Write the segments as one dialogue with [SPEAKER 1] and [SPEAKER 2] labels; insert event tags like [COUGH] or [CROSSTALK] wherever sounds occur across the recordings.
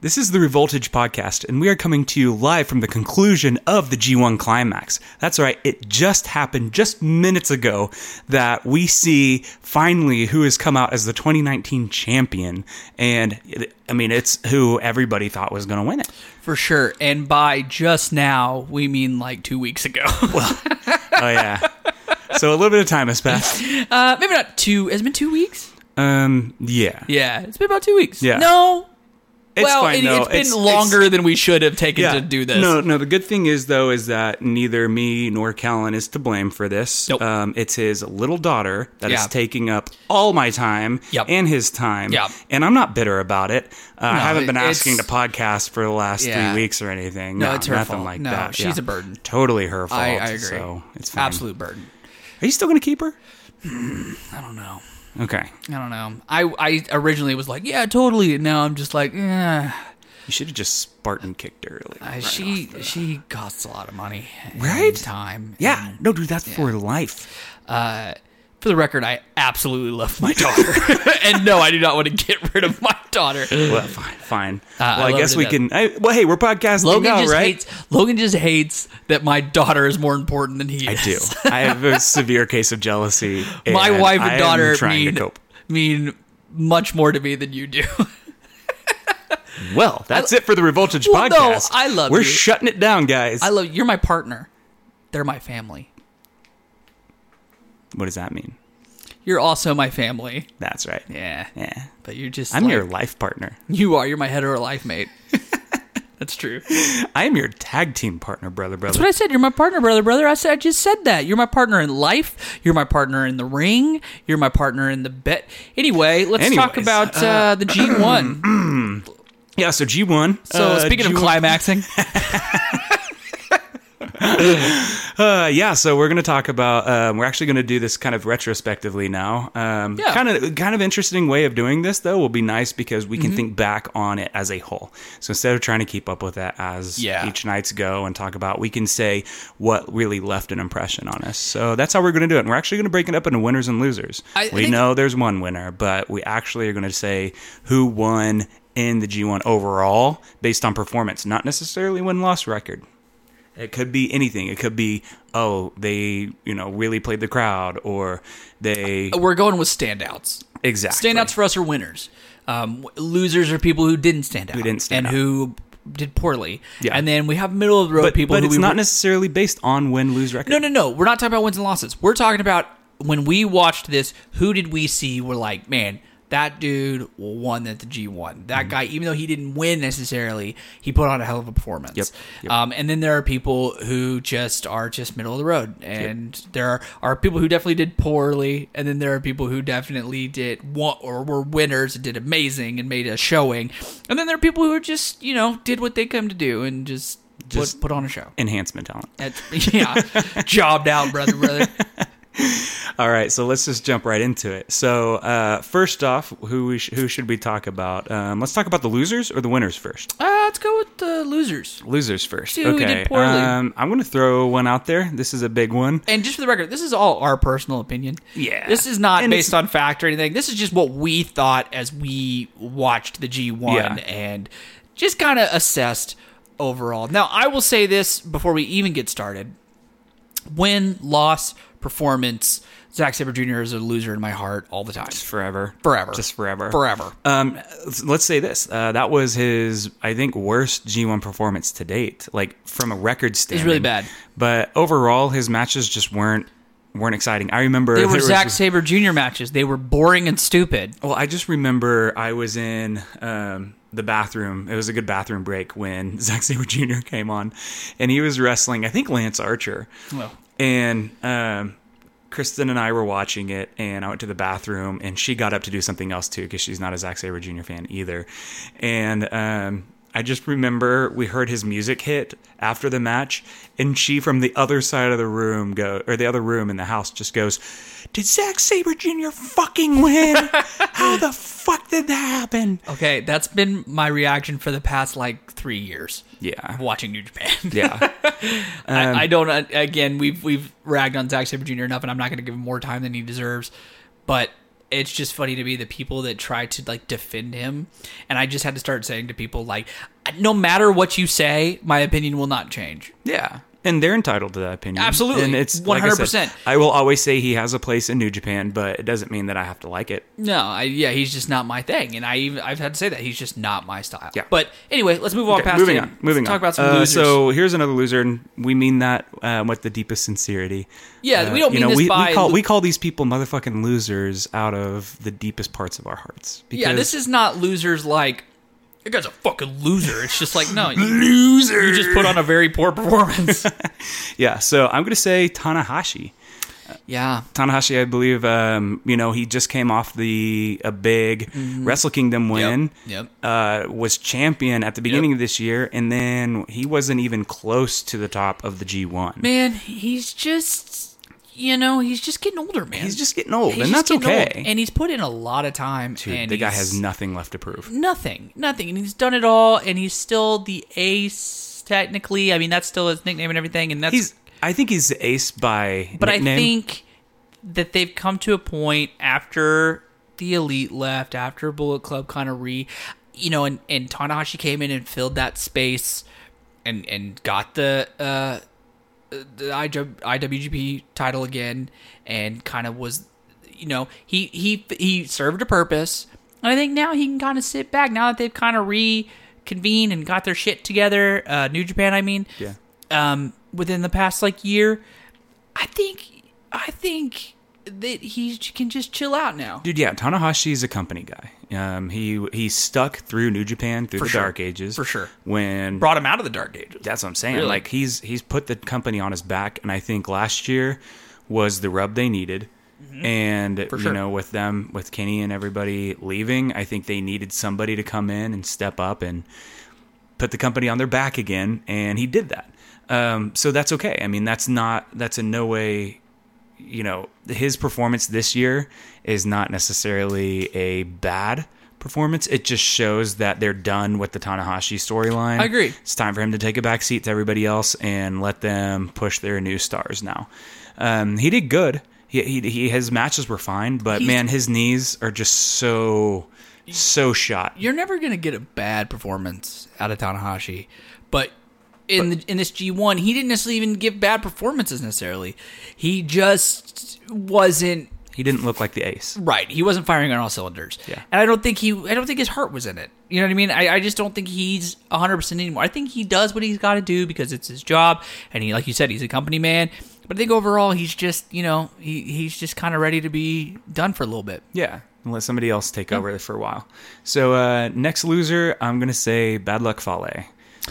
[SPEAKER 1] This is the Revoltage podcast, and we are coming to you live from the conclusion of the G1 climax. That's right, it just happened just minutes ago that we see finally who has come out as the 2019 champion. And I mean, it's who everybody thought was going to win it.
[SPEAKER 2] For sure. And by just now, we mean like two weeks ago. [LAUGHS]
[SPEAKER 1] Well, oh, yeah. So a little bit of time has passed.
[SPEAKER 2] uh, maybe not two. Has it been two weeks?
[SPEAKER 1] Um, yeah.
[SPEAKER 2] Yeah, it's been about two weeks.
[SPEAKER 1] Yeah.
[SPEAKER 2] No.
[SPEAKER 1] It's
[SPEAKER 2] well,
[SPEAKER 1] fine,
[SPEAKER 2] it,
[SPEAKER 1] though.
[SPEAKER 2] has been
[SPEAKER 1] It's-
[SPEAKER 2] longer than we should have taken to do this.
[SPEAKER 1] No, no. The good thing is though is that neither me nor Callan is to blame for this.
[SPEAKER 2] Nope.
[SPEAKER 1] Um, it's his little daughter that is
[SPEAKER 2] Yeah.
[SPEAKER 1] taking up all my time
[SPEAKER 2] Yep.
[SPEAKER 1] and his time.
[SPEAKER 2] Yep.
[SPEAKER 1] And I'm not bitter about it. Uh, I haven't been
[SPEAKER 2] it's-
[SPEAKER 1] asking to podcast for the last
[SPEAKER 2] Yeah.
[SPEAKER 1] three weeks or anything.
[SPEAKER 2] No, it's her
[SPEAKER 1] nothing
[SPEAKER 2] fault.
[SPEAKER 1] like
[SPEAKER 2] No,
[SPEAKER 1] that.
[SPEAKER 2] she's a burden.
[SPEAKER 1] Totally her fault.
[SPEAKER 2] I, I agree.
[SPEAKER 1] So it's fine.
[SPEAKER 2] Absolute burden.
[SPEAKER 1] Are you still going to keep her?
[SPEAKER 2] I don't know.
[SPEAKER 1] Okay.
[SPEAKER 2] I don't know. I, I originally was like, yeah, totally. And now I'm just like, eh.
[SPEAKER 1] You should have just Spartan kicked her. Like,
[SPEAKER 2] Uh, she she costs a lot of money, and
[SPEAKER 1] Right?
[SPEAKER 2] time.
[SPEAKER 1] yeah. No, dude, that's for life.
[SPEAKER 2] For the record, I absolutely
[SPEAKER 1] [LAUGHS]
[SPEAKER 2] love my daughter, [LAUGHS] and no, I do not want to get rid of my daughter.
[SPEAKER 1] Well, fine, fine.
[SPEAKER 2] Uh, I
[SPEAKER 1] well, I,
[SPEAKER 2] love
[SPEAKER 1] guess
[SPEAKER 2] her
[SPEAKER 1] we
[SPEAKER 2] to
[SPEAKER 1] can. I, well, hey, we're podcasting
[SPEAKER 2] Logan
[SPEAKER 1] now,
[SPEAKER 2] just
[SPEAKER 1] right?
[SPEAKER 2] hates. Logan just hates that my daughter is more important than he
[SPEAKER 1] I
[SPEAKER 2] is.
[SPEAKER 1] do. I have a severe case of jealousy.
[SPEAKER 2] [LAUGHS] my
[SPEAKER 1] and
[SPEAKER 2] wife
[SPEAKER 1] I
[SPEAKER 2] and
[SPEAKER 1] am
[SPEAKER 2] daughter
[SPEAKER 1] trying
[SPEAKER 2] mean
[SPEAKER 1] to cope.
[SPEAKER 2] mean much more to me than you do. [LAUGHS]
[SPEAKER 1] Well, that's it for the Revoltage
[SPEAKER 2] Well, no,
[SPEAKER 1] podcast.
[SPEAKER 2] I love
[SPEAKER 1] We're
[SPEAKER 2] you.
[SPEAKER 1] shutting it down, guys.
[SPEAKER 2] I love you're my partner. They're my family.
[SPEAKER 1] what does that mean?
[SPEAKER 2] You're also my family.
[SPEAKER 1] That's right.
[SPEAKER 2] Yeah,
[SPEAKER 1] Yeah.
[SPEAKER 2] but you're just
[SPEAKER 1] I'm
[SPEAKER 2] like-
[SPEAKER 1] your life partner. [LAUGHS]
[SPEAKER 2] You are. You're my hetero life mate. [LAUGHS] That's true.
[SPEAKER 1] I am your tag team partner, brother,
[SPEAKER 2] That's
[SPEAKER 1] brother.
[SPEAKER 2] what I said. You're my partner, brother, brother. I said I just said that. You're my partner in life. You're my partner in the ring. You're my partner in the bet. Anyway, let's talk
[SPEAKER 1] Anyways,
[SPEAKER 2] about uh,
[SPEAKER 1] [CLEARS THROAT]
[SPEAKER 2] the G1.
[SPEAKER 1] yeah, so G1.
[SPEAKER 2] so
[SPEAKER 1] uh,
[SPEAKER 2] speaking of
[SPEAKER 1] G1 [LAUGHS]
[SPEAKER 2] climaxing,
[SPEAKER 1] Uh, yeah, so we're going to talk about. Um, we're actually going to do this kind of retrospectively now. Um,
[SPEAKER 2] Yeah.
[SPEAKER 1] Kind of, kind of interesting way of doing this though. Will be nice because we
[SPEAKER 2] Mm-hmm.
[SPEAKER 1] can think back on it as a whole. So instead of trying to keep up with that as
[SPEAKER 2] Yeah.
[SPEAKER 1] each night's go and talk about, we can say what really left an impression on us. So that's how we're going to do it. And we're actually going to break it up into winners and losers.
[SPEAKER 2] I- I
[SPEAKER 1] we
[SPEAKER 2] think-
[SPEAKER 1] know there's one winner, but we actually are going to say who won in the G1 overall based on performance, not necessarily win loss record. It could be anything. It could be oh they you know really played the crowd or they
[SPEAKER 2] we're going with standouts.
[SPEAKER 1] exactly
[SPEAKER 2] Standouts for us are winners. Um, w- losers are people who didn't stand out. Who
[SPEAKER 1] didn't stand
[SPEAKER 2] and
[SPEAKER 1] out.
[SPEAKER 2] who did poorly.
[SPEAKER 1] Yeah.
[SPEAKER 2] And then we have middle of the road
[SPEAKER 1] But,
[SPEAKER 2] people
[SPEAKER 1] but
[SPEAKER 2] who
[SPEAKER 1] it's
[SPEAKER 2] we
[SPEAKER 1] not necessarily based on win lose record.
[SPEAKER 2] No, no, no. We're not talking about wins and losses. We're talking about when we watched this, who did we see? We're like, man, that dude won at the G1. That
[SPEAKER 1] Mm-hmm.
[SPEAKER 2] guy, even though he didn't win necessarily, he put on a hell of a performance.
[SPEAKER 1] Yep, yep.
[SPEAKER 2] Um, and then there are people who just are just middle of the road. And there are, are people who definitely did poorly. And then there are people who definitely did wa- or were winners and did amazing and made a showing. And then there are people who are just, you know, did what they come to do and just,
[SPEAKER 1] Just-
[SPEAKER 2] put, put on a show.
[SPEAKER 1] enhancement talent.
[SPEAKER 2] That's, [LAUGHS] yeah, jobbed out, brother, brother.
[SPEAKER 1] All right, so let's just jump right into it. So uh, first off, who we sh- who should we talk about? Um, let's talk about the losers or the winners first.
[SPEAKER 2] [LAUGHS] Uh, let's go with the losers.
[SPEAKER 1] Losers first.
[SPEAKER 2] See who
[SPEAKER 1] okay,
[SPEAKER 2] did poorly.
[SPEAKER 1] Um, I'm going to throw one out there. This is a big one.
[SPEAKER 2] And just for the record, this is all our personal opinion.
[SPEAKER 1] Yeah.
[SPEAKER 2] this is not
[SPEAKER 1] And
[SPEAKER 2] based
[SPEAKER 1] it's-
[SPEAKER 2] on fact or anything. This is just what we thought as we watched the G one
[SPEAKER 1] Yeah.
[SPEAKER 2] and just kind of assessed overall. Now, I will say this before we even get started: win, loss, performance. Zack Sabre Jr. is a loser in my heart all the time.
[SPEAKER 1] Forever,
[SPEAKER 2] Forever.
[SPEAKER 1] just forever,
[SPEAKER 2] Forever.
[SPEAKER 1] Um, let's say this. Uh, that was his, I think, worst G1 performance to date, like from a record standpoint.
[SPEAKER 2] really bad.
[SPEAKER 1] But overall, his matches just weren't weren't exciting. I remember
[SPEAKER 2] They
[SPEAKER 1] Uh, there
[SPEAKER 2] were
[SPEAKER 1] was
[SPEAKER 2] Zack
[SPEAKER 1] this-
[SPEAKER 2] Sabre Jr. matches. They were boring and stupid.
[SPEAKER 1] well, I just remember I was in um, the bathroom. It was a good bathroom break when [LAUGHS] Zack Sabre Jr. came on, and he was wrestling. I think Lance Archer.
[SPEAKER 2] Well.
[SPEAKER 1] and um, Kristen and I were watching it, and I went to the bathroom, and she got up to do something else too because she's not a Zack Sabre Jr. fan either. And um, I just remember we heard his music hit after the match, and she from the other side of the room go or the other room in the house just goes, "Did Zack Sabre Jr. fucking win? How the fuck did that happen?"
[SPEAKER 2] Okay, that's been my reaction for the past like three years.
[SPEAKER 1] Yeah.
[SPEAKER 2] watching New Japan.
[SPEAKER 1] Yeah,
[SPEAKER 2] [LAUGHS] I, I don't. uh, Again, we've we've ragged on Zack Sabre Jr. enough, and I'm not going to give him more time than he deserves. But it's just funny to me the people that try to like defend him and i just had to start saying to people like no matter what you say my opinion will not change
[SPEAKER 1] Yeah. And they're entitled to that opinion.
[SPEAKER 2] Absolutely.
[SPEAKER 1] And it's like I, said,
[SPEAKER 2] 100%.
[SPEAKER 1] I will always say he has a place in New Japan, but it doesn't mean that I have to like it.
[SPEAKER 2] no I, yeah he's just not my thing and i even i've had to say that he's just not my style
[SPEAKER 1] Yeah.
[SPEAKER 2] but anyway let's move on
[SPEAKER 1] Okay,
[SPEAKER 2] past
[SPEAKER 1] moving
[SPEAKER 2] him.
[SPEAKER 1] on. Moving
[SPEAKER 2] let's
[SPEAKER 1] on.
[SPEAKER 2] talk about some
[SPEAKER 1] Uh,
[SPEAKER 2] losers
[SPEAKER 1] So here's another loser, and we mean that um, with the deepest sincerity. Uh,
[SPEAKER 2] Yeah, we don't
[SPEAKER 1] you know,
[SPEAKER 2] mean this
[SPEAKER 1] we,
[SPEAKER 2] by
[SPEAKER 1] we call
[SPEAKER 2] lo-
[SPEAKER 1] we call these people motherfucking losers out of the deepest parts of our hearts. Because
[SPEAKER 2] yeah this is not losers like that guy's a fucking loser it's just like
[SPEAKER 1] [LAUGHS]
[SPEAKER 2] no you
[SPEAKER 1] loser.
[SPEAKER 2] you just put on a very
[SPEAKER 1] [LAUGHS]
[SPEAKER 2] poor performance
[SPEAKER 1] yeah. So I'm gonna say Tanahashi.
[SPEAKER 2] yeah
[SPEAKER 1] Tanahashi, I believe, um, you know, he just came off the a big Wrestle Kingdom win.
[SPEAKER 2] Mm-hmm. Yep.
[SPEAKER 1] Uh, was champion at the beginning of this year, and then he wasn't even close to the top of the G1.
[SPEAKER 2] man he's just you know he's just getting older man
[SPEAKER 1] He's just getting old,
[SPEAKER 2] He's
[SPEAKER 1] and
[SPEAKER 2] just
[SPEAKER 1] that's
[SPEAKER 2] getting
[SPEAKER 1] okay.
[SPEAKER 2] old, and he's put in a lot of time.
[SPEAKER 1] Dude,
[SPEAKER 2] and
[SPEAKER 1] the guy
[SPEAKER 2] he's-
[SPEAKER 1] has nothing left to prove.
[SPEAKER 2] nothing, nothing, and he's done it all, and he's still the ace technically. I mean, that's still his nickname and everything, and that's.
[SPEAKER 1] He's, I think he's the ace by.
[SPEAKER 2] but I
[SPEAKER 1] nickname.
[SPEAKER 2] think that they've come to a point after the elite left, after Bullet Club kind of re, you know, and and Tanahashi came in and filled that space, and and got the. uh the IW, IWGP title again and kind of was you know he he he served a purpose and I think now he can kind of sit back now that they've kind of reconvened and got their shit together uh New Japan I mean
[SPEAKER 1] Yeah.
[SPEAKER 2] um within the past like year I think I think that he can just chill out now
[SPEAKER 1] Dude, yeah, Tanahashi is a company guy. Um, he he stuck through New Japan through the
[SPEAKER 2] sure.
[SPEAKER 1] Dark Ages
[SPEAKER 2] For sure.
[SPEAKER 1] When
[SPEAKER 2] brought him out of the dark ages
[SPEAKER 1] that's what I'm saying.
[SPEAKER 2] Really?
[SPEAKER 1] Like he's he's put the company on his back, and I think last year was the rub they needed. And you
[SPEAKER 2] Mm-hmm. sure.
[SPEAKER 1] know, with them, with Kenny and everybody leaving, I think they needed somebody to come in and step up and put the company on their back again, and he did that. Um, so that's okay. I mean, that's not that's in no way, you know, his performance this year is not necessarily a bad performance. It just shows that they're done with the Tanahashi storyline.
[SPEAKER 2] I agree.
[SPEAKER 1] It's time for him to take a back seat to everybody else and let them push their new stars now. Um, he did good. He, he, he his matches were fine, but
[SPEAKER 2] He's-
[SPEAKER 1] man, his knees are just so so shot.
[SPEAKER 2] you're never gonna get a bad performance out of Tanahashi, but in the, in this G1, he didn't necessarily even give bad performances necessarily. He just wasn't
[SPEAKER 1] He didn't look like the ace.
[SPEAKER 2] right. He wasn't firing on all cylinders.
[SPEAKER 1] Yeah.
[SPEAKER 2] and I don't think he. I don't think his heart was in it. You know what I mean? I, I just don't think he's 100 percent anymore. I think he does what he's got to do because it's his job, and he, like you said, he's a company man. But I think overall, he's just you know he, he's just kind of ready to be done for a little bit.
[SPEAKER 1] Yeah, and let somebody else take over for a while. So uh, next loser, I'm gonna say bad luck Fale.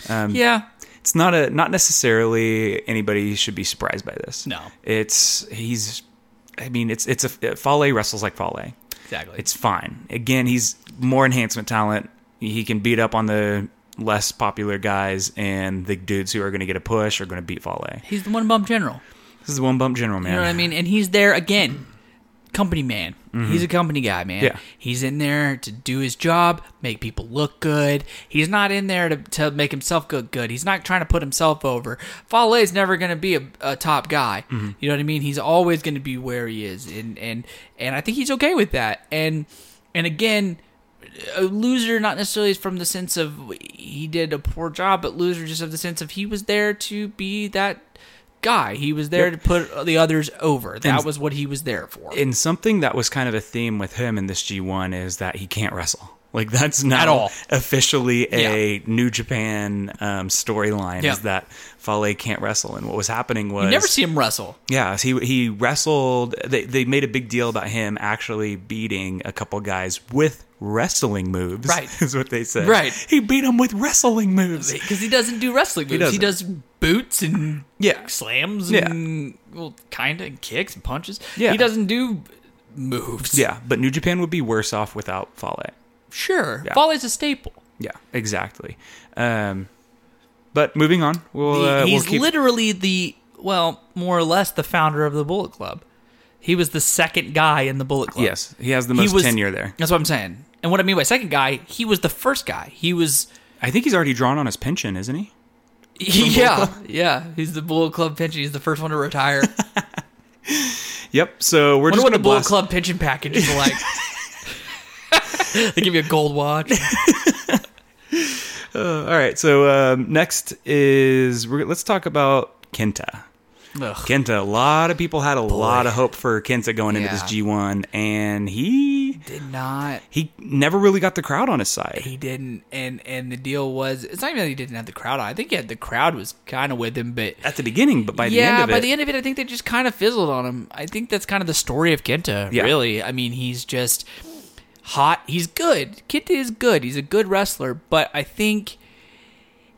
[SPEAKER 2] yeah,
[SPEAKER 1] It's not a not necessarily anybody should be surprised by this.
[SPEAKER 2] No.
[SPEAKER 1] it's he's. I mean, it's it's a Fale wrestles like Fale.
[SPEAKER 2] exactly.
[SPEAKER 1] It's fine. Again, he's more enhancement talent. He can beat up on the less popular guys and the dudes who are going to get a push are going to beat Fale.
[SPEAKER 2] he's the one bump general.
[SPEAKER 1] This is one bump general man.
[SPEAKER 2] You know what I mean? And he's there again, company man. He's a company guy, man.
[SPEAKER 1] Mm-hmm. Yeah.
[SPEAKER 2] He's in there to do his job, make people look good. He's not in there to, to make himself look good. He's not trying to put himself over. Fale's never going to be a, a top guy.
[SPEAKER 1] Mm-hmm.
[SPEAKER 2] You know what I mean? He's always going to be where he is, and and and I think he's okay with that. And and again. A loser, not necessarily from the sense of he did a poor job, but loser just of the sense of he was there to be that guy. He was there to put the others over. That
[SPEAKER 1] And-
[SPEAKER 2] was what he was there for.
[SPEAKER 1] and something that was kind of a theme with him in this G1 is that he can't wrestle. Like that's now
[SPEAKER 2] At all.
[SPEAKER 1] officially a New Japan um, storyline
[SPEAKER 2] Yeah.
[SPEAKER 1] is that Fale can't wrestle. And what was happening was
[SPEAKER 2] you never see him wrestle.
[SPEAKER 1] yeah, he he wrestled. They they made a big deal about him actually beating a couple guys with wrestling moves.
[SPEAKER 2] Right.
[SPEAKER 1] [LAUGHS] is what they said.
[SPEAKER 2] Right.
[SPEAKER 1] he beat them with wrestling moves.
[SPEAKER 2] Because he doesn't do wrestling moves. He,
[SPEAKER 1] doesn't.
[SPEAKER 2] does boots and
[SPEAKER 1] Yeah.
[SPEAKER 2] slams
[SPEAKER 1] Yeah.
[SPEAKER 2] and well, kind of and kicks and punches.
[SPEAKER 1] Yeah.
[SPEAKER 2] He doesn't do moves.
[SPEAKER 1] Yeah, but New Japan would be worse off without Fale.
[SPEAKER 2] Sure.
[SPEAKER 1] Yeah.
[SPEAKER 2] Fale's a staple.
[SPEAKER 1] Yeah, exactly. Um, but moving on, we'll uh,
[SPEAKER 2] he's
[SPEAKER 1] we'll keep
[SPEAKER 2] literally the well, more or less the founder of the Bullet Club. He was the second guy in the Bullet Club.
[SPEAKER 1] Yes, he has the most
[SPEAKER 2] was-
[SPEAKER 1] tenure there.
[SPEAKER 2] That's what I'm saying. And what I mean by second guy, he was the first guy. He was
[SPEAKER 1] I think he's already drawn on his pension, isn't he? [LAUGHS] [LAUGHS]
[SPEAKER 2] yeah, yeah. He's the Bullet Club pension. He's the first one to retire.
[SPEAKER 1] Yep. So we're
[SPEAKER 2] Wonder
[SPEAKER 1] just
[SPEAKER 2] what
[SPEAKER 1] going
[SPEAKER 2] the
[SPEAKER 1] to
[SPEAKER 2] Bullet
[SPEAKER 1] blast.
[SPEAKER 2] Club pension package
[SPEAKER 1] [LAUGHS]
[SPEAKER 2] is like. they give you a gold watch.
[SPEAKER 1] Uh, all right. So um, next is we're, let's talk about Kenta.
[SPEAKER 2] Ugh.
[SPEAKER 1] Kenta. A lot of people had a lot of hope for Kenta going into this
[SPEAKER 2] Yeah.
[SPEAKER 1] G1, and he
[SPEAKER 2] Did not.
[SPEAKER 1] he never really got the crowd on his side.
[SPEAKER 2] He didn't. And and the deal was, it's not even that he didn't have the crowd. on. I think he had the crowd was kind of with him, but
[SPEAKER 1] At the beginning, but by
[SPEAKER 2] yeah,
[SPEAKER 1] the end of it,
[SPEAKER 2] by the end of it, I think they just kind of fizzled on him. I think that's kind of the story of Kenta,
[SPEAKER 1] Yeah.
[SPEAKER 2] really. I mean, he's just hot. He's good. Kenta is good. He's a good wrestler, but I think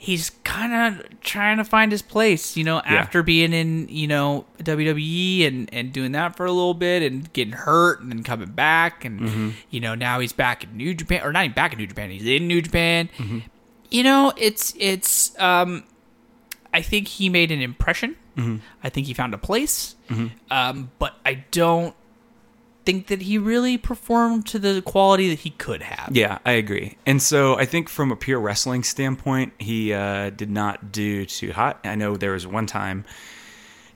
[SPEAKER 2] he's kind of trying to find his place, you know, after being in, you know, WWE and, and doing that for a little bit and getting hurt and then coming back. And,
[SPEAKER 1] Mm-hmm.
[SPEAKER 2] you know, now he's back in New Japan, or not even back in New Japan, he's in New Japan.
[SPEAKER 1] Mm-hmm.
[SPEAKER 2] You know, it's, it's, um, I think he made an impression. I think he found a place, um, but I don't think that he really performed to the quality that he could have.
[SPEAKER 1] Yeah, I agree. And so I think from a pure wrestling standpoint, he uh, did not do too hot. I know there was one time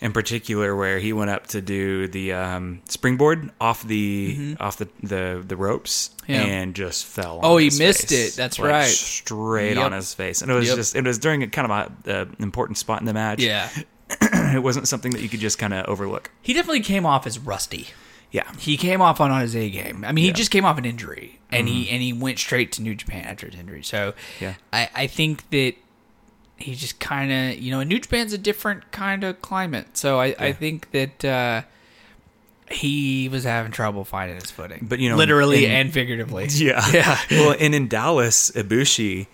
[SPEAKER 1] in particular where he went up to do the um, springboard off the off the, the, the ropes
[SPEAKER 2] Mm-hmm. Yeah.
[SPEAKER 1] and just fell.
[SPEAKER 2] Oh,
[SPEAKER 1] on
[SPEAKER 2] he
[SPEAKER 1] his
[SPEAKER 2] missed
[SPEAKER 1] face.
[SPEAKER 2] it. That's
[SPEAKER 1] Like,
[SPEAKER 2] right.
[SPEAKER 1] straight
[SPEAKER 2] Yep.
[SPEAKER 1] on his face, and it was
[SPEAKER 2] Yep.
[SPEAKER 1] just it was during a kind of a, uh, important spot in the match.
[SPEAKER 2] Yeah,
[SPEAKER 1] [LAUGHS] it wasn't something that you could just kind of overlook.
[SPEAKER 2] he definitely came off as rusty.
[SPEAKER 1] Yeah,
[SPEAKER 2] He came off on, on his A game. I mean, he just came off an injury, and he and he went straight to New Japan after his injury. So,
[SPEAKER 1] Mm-hmm. Yeah.
[SPEAKER 2] I, I think that he just kind of you know, and New Japan's a different kind of climate. So I, I think that uh, he was having trouble finding his footing,
[SPEAKER 1] But, you know,
[SPEAKER 2] literally
[SPEAKER 1] in- [LAUGHS]
[SPEAKER 2] and figuratively.
[SPEAKER 1] Yeah.
[SPEAKER 2] [LAUGHS] Yeah.
[SPEAKER 1] well, and in Dallas, Ibushi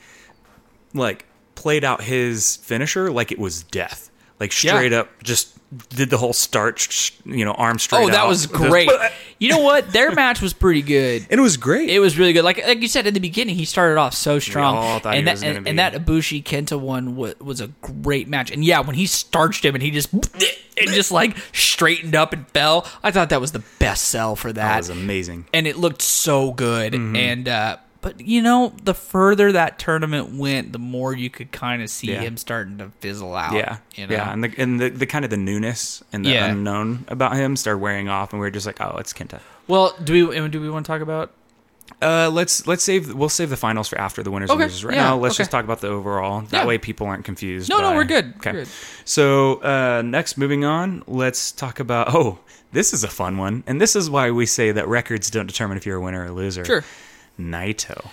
[SPEAKER 1] like played out his finisher like it was death. Like
[SPEAKER 2] Yeah.
[SPEAKER 1] straight up just did the whole starch, you know, arm straight
[SPEAKER 2] Oh, that
[SPEAKER 1] out.
[SPEAKER 2] was
[SPEAKER 1] Just- [LAUGHS]
[SPEAKER 2] great. you know what? Their match was pretty good.
[SPEAKER 1] And it was great.
[SPEAKER 2] It was really good. Like like you said in the beginning, he started off so strong,
[SPEAKER 1] all thought
[SPEAKER 2] and
[SPEAKER 1] he
[SPEAKER 2] that
[SPEAKER 1] was gonna
[SPEAKER 2] and,
[SPEAKER 1] be-
[SPEAKER 2] and that Ibushi Kenta one was, was a great match. And yeah, when he starched him and he just [LAUGHS] and just like straightened up and fell, I thought that was the best sell for that.
[SPEAKER 1] that was amazing. Mm-hmm.
[SPEAKER 2] and it looked so good. And uh, but you know, the further that tournament went, the more you could kind of see
[SPEAKER 1] Yeah.
[SPEAKER 2] him starting to fizzle out.
[SPEAKER 1] Yeah.
[SPEAKER 2] you know?
[SPEAKER 1] Yeah. And the and the, the kind of the newness and the
[SPEAKER 2] Yeah.
[SPEAKER 1] unknown about him started wearing off and we were just like, Oh, it's Kenta.
[SPEAKER 2] Well, do we do we want to talk about
[SPEAKER 1] Uh, let's let's save we'll save the finals for after the winners and
[SPEAKER 2] Okay,
[SPEAKER 1] losers. Right
[SPEAKER 2] yeah,
[SPEAKER 1] now, let's
[SPEAKER 2] okay.
[SPEAKER 1] just talk about the overall. That
[SPEAKER 2] Yeah.
[SPEAKER 1] way, people aren't confused.
[SPEAKER 2] No, no,
[SPEAKER 1] by-
[SPEAKER 2] we're good, we're
[SPEAKER 1] Okay.
[SPEAKER 2] good.
[SPEAKER 1] So uh, next, moving on, let's talk about. Oh, this is a fun one, and this is why we say that records don't determine if you're a winner or a loser.
[SPEAKER 2] Sure.
[SPEAKER 1] Naito.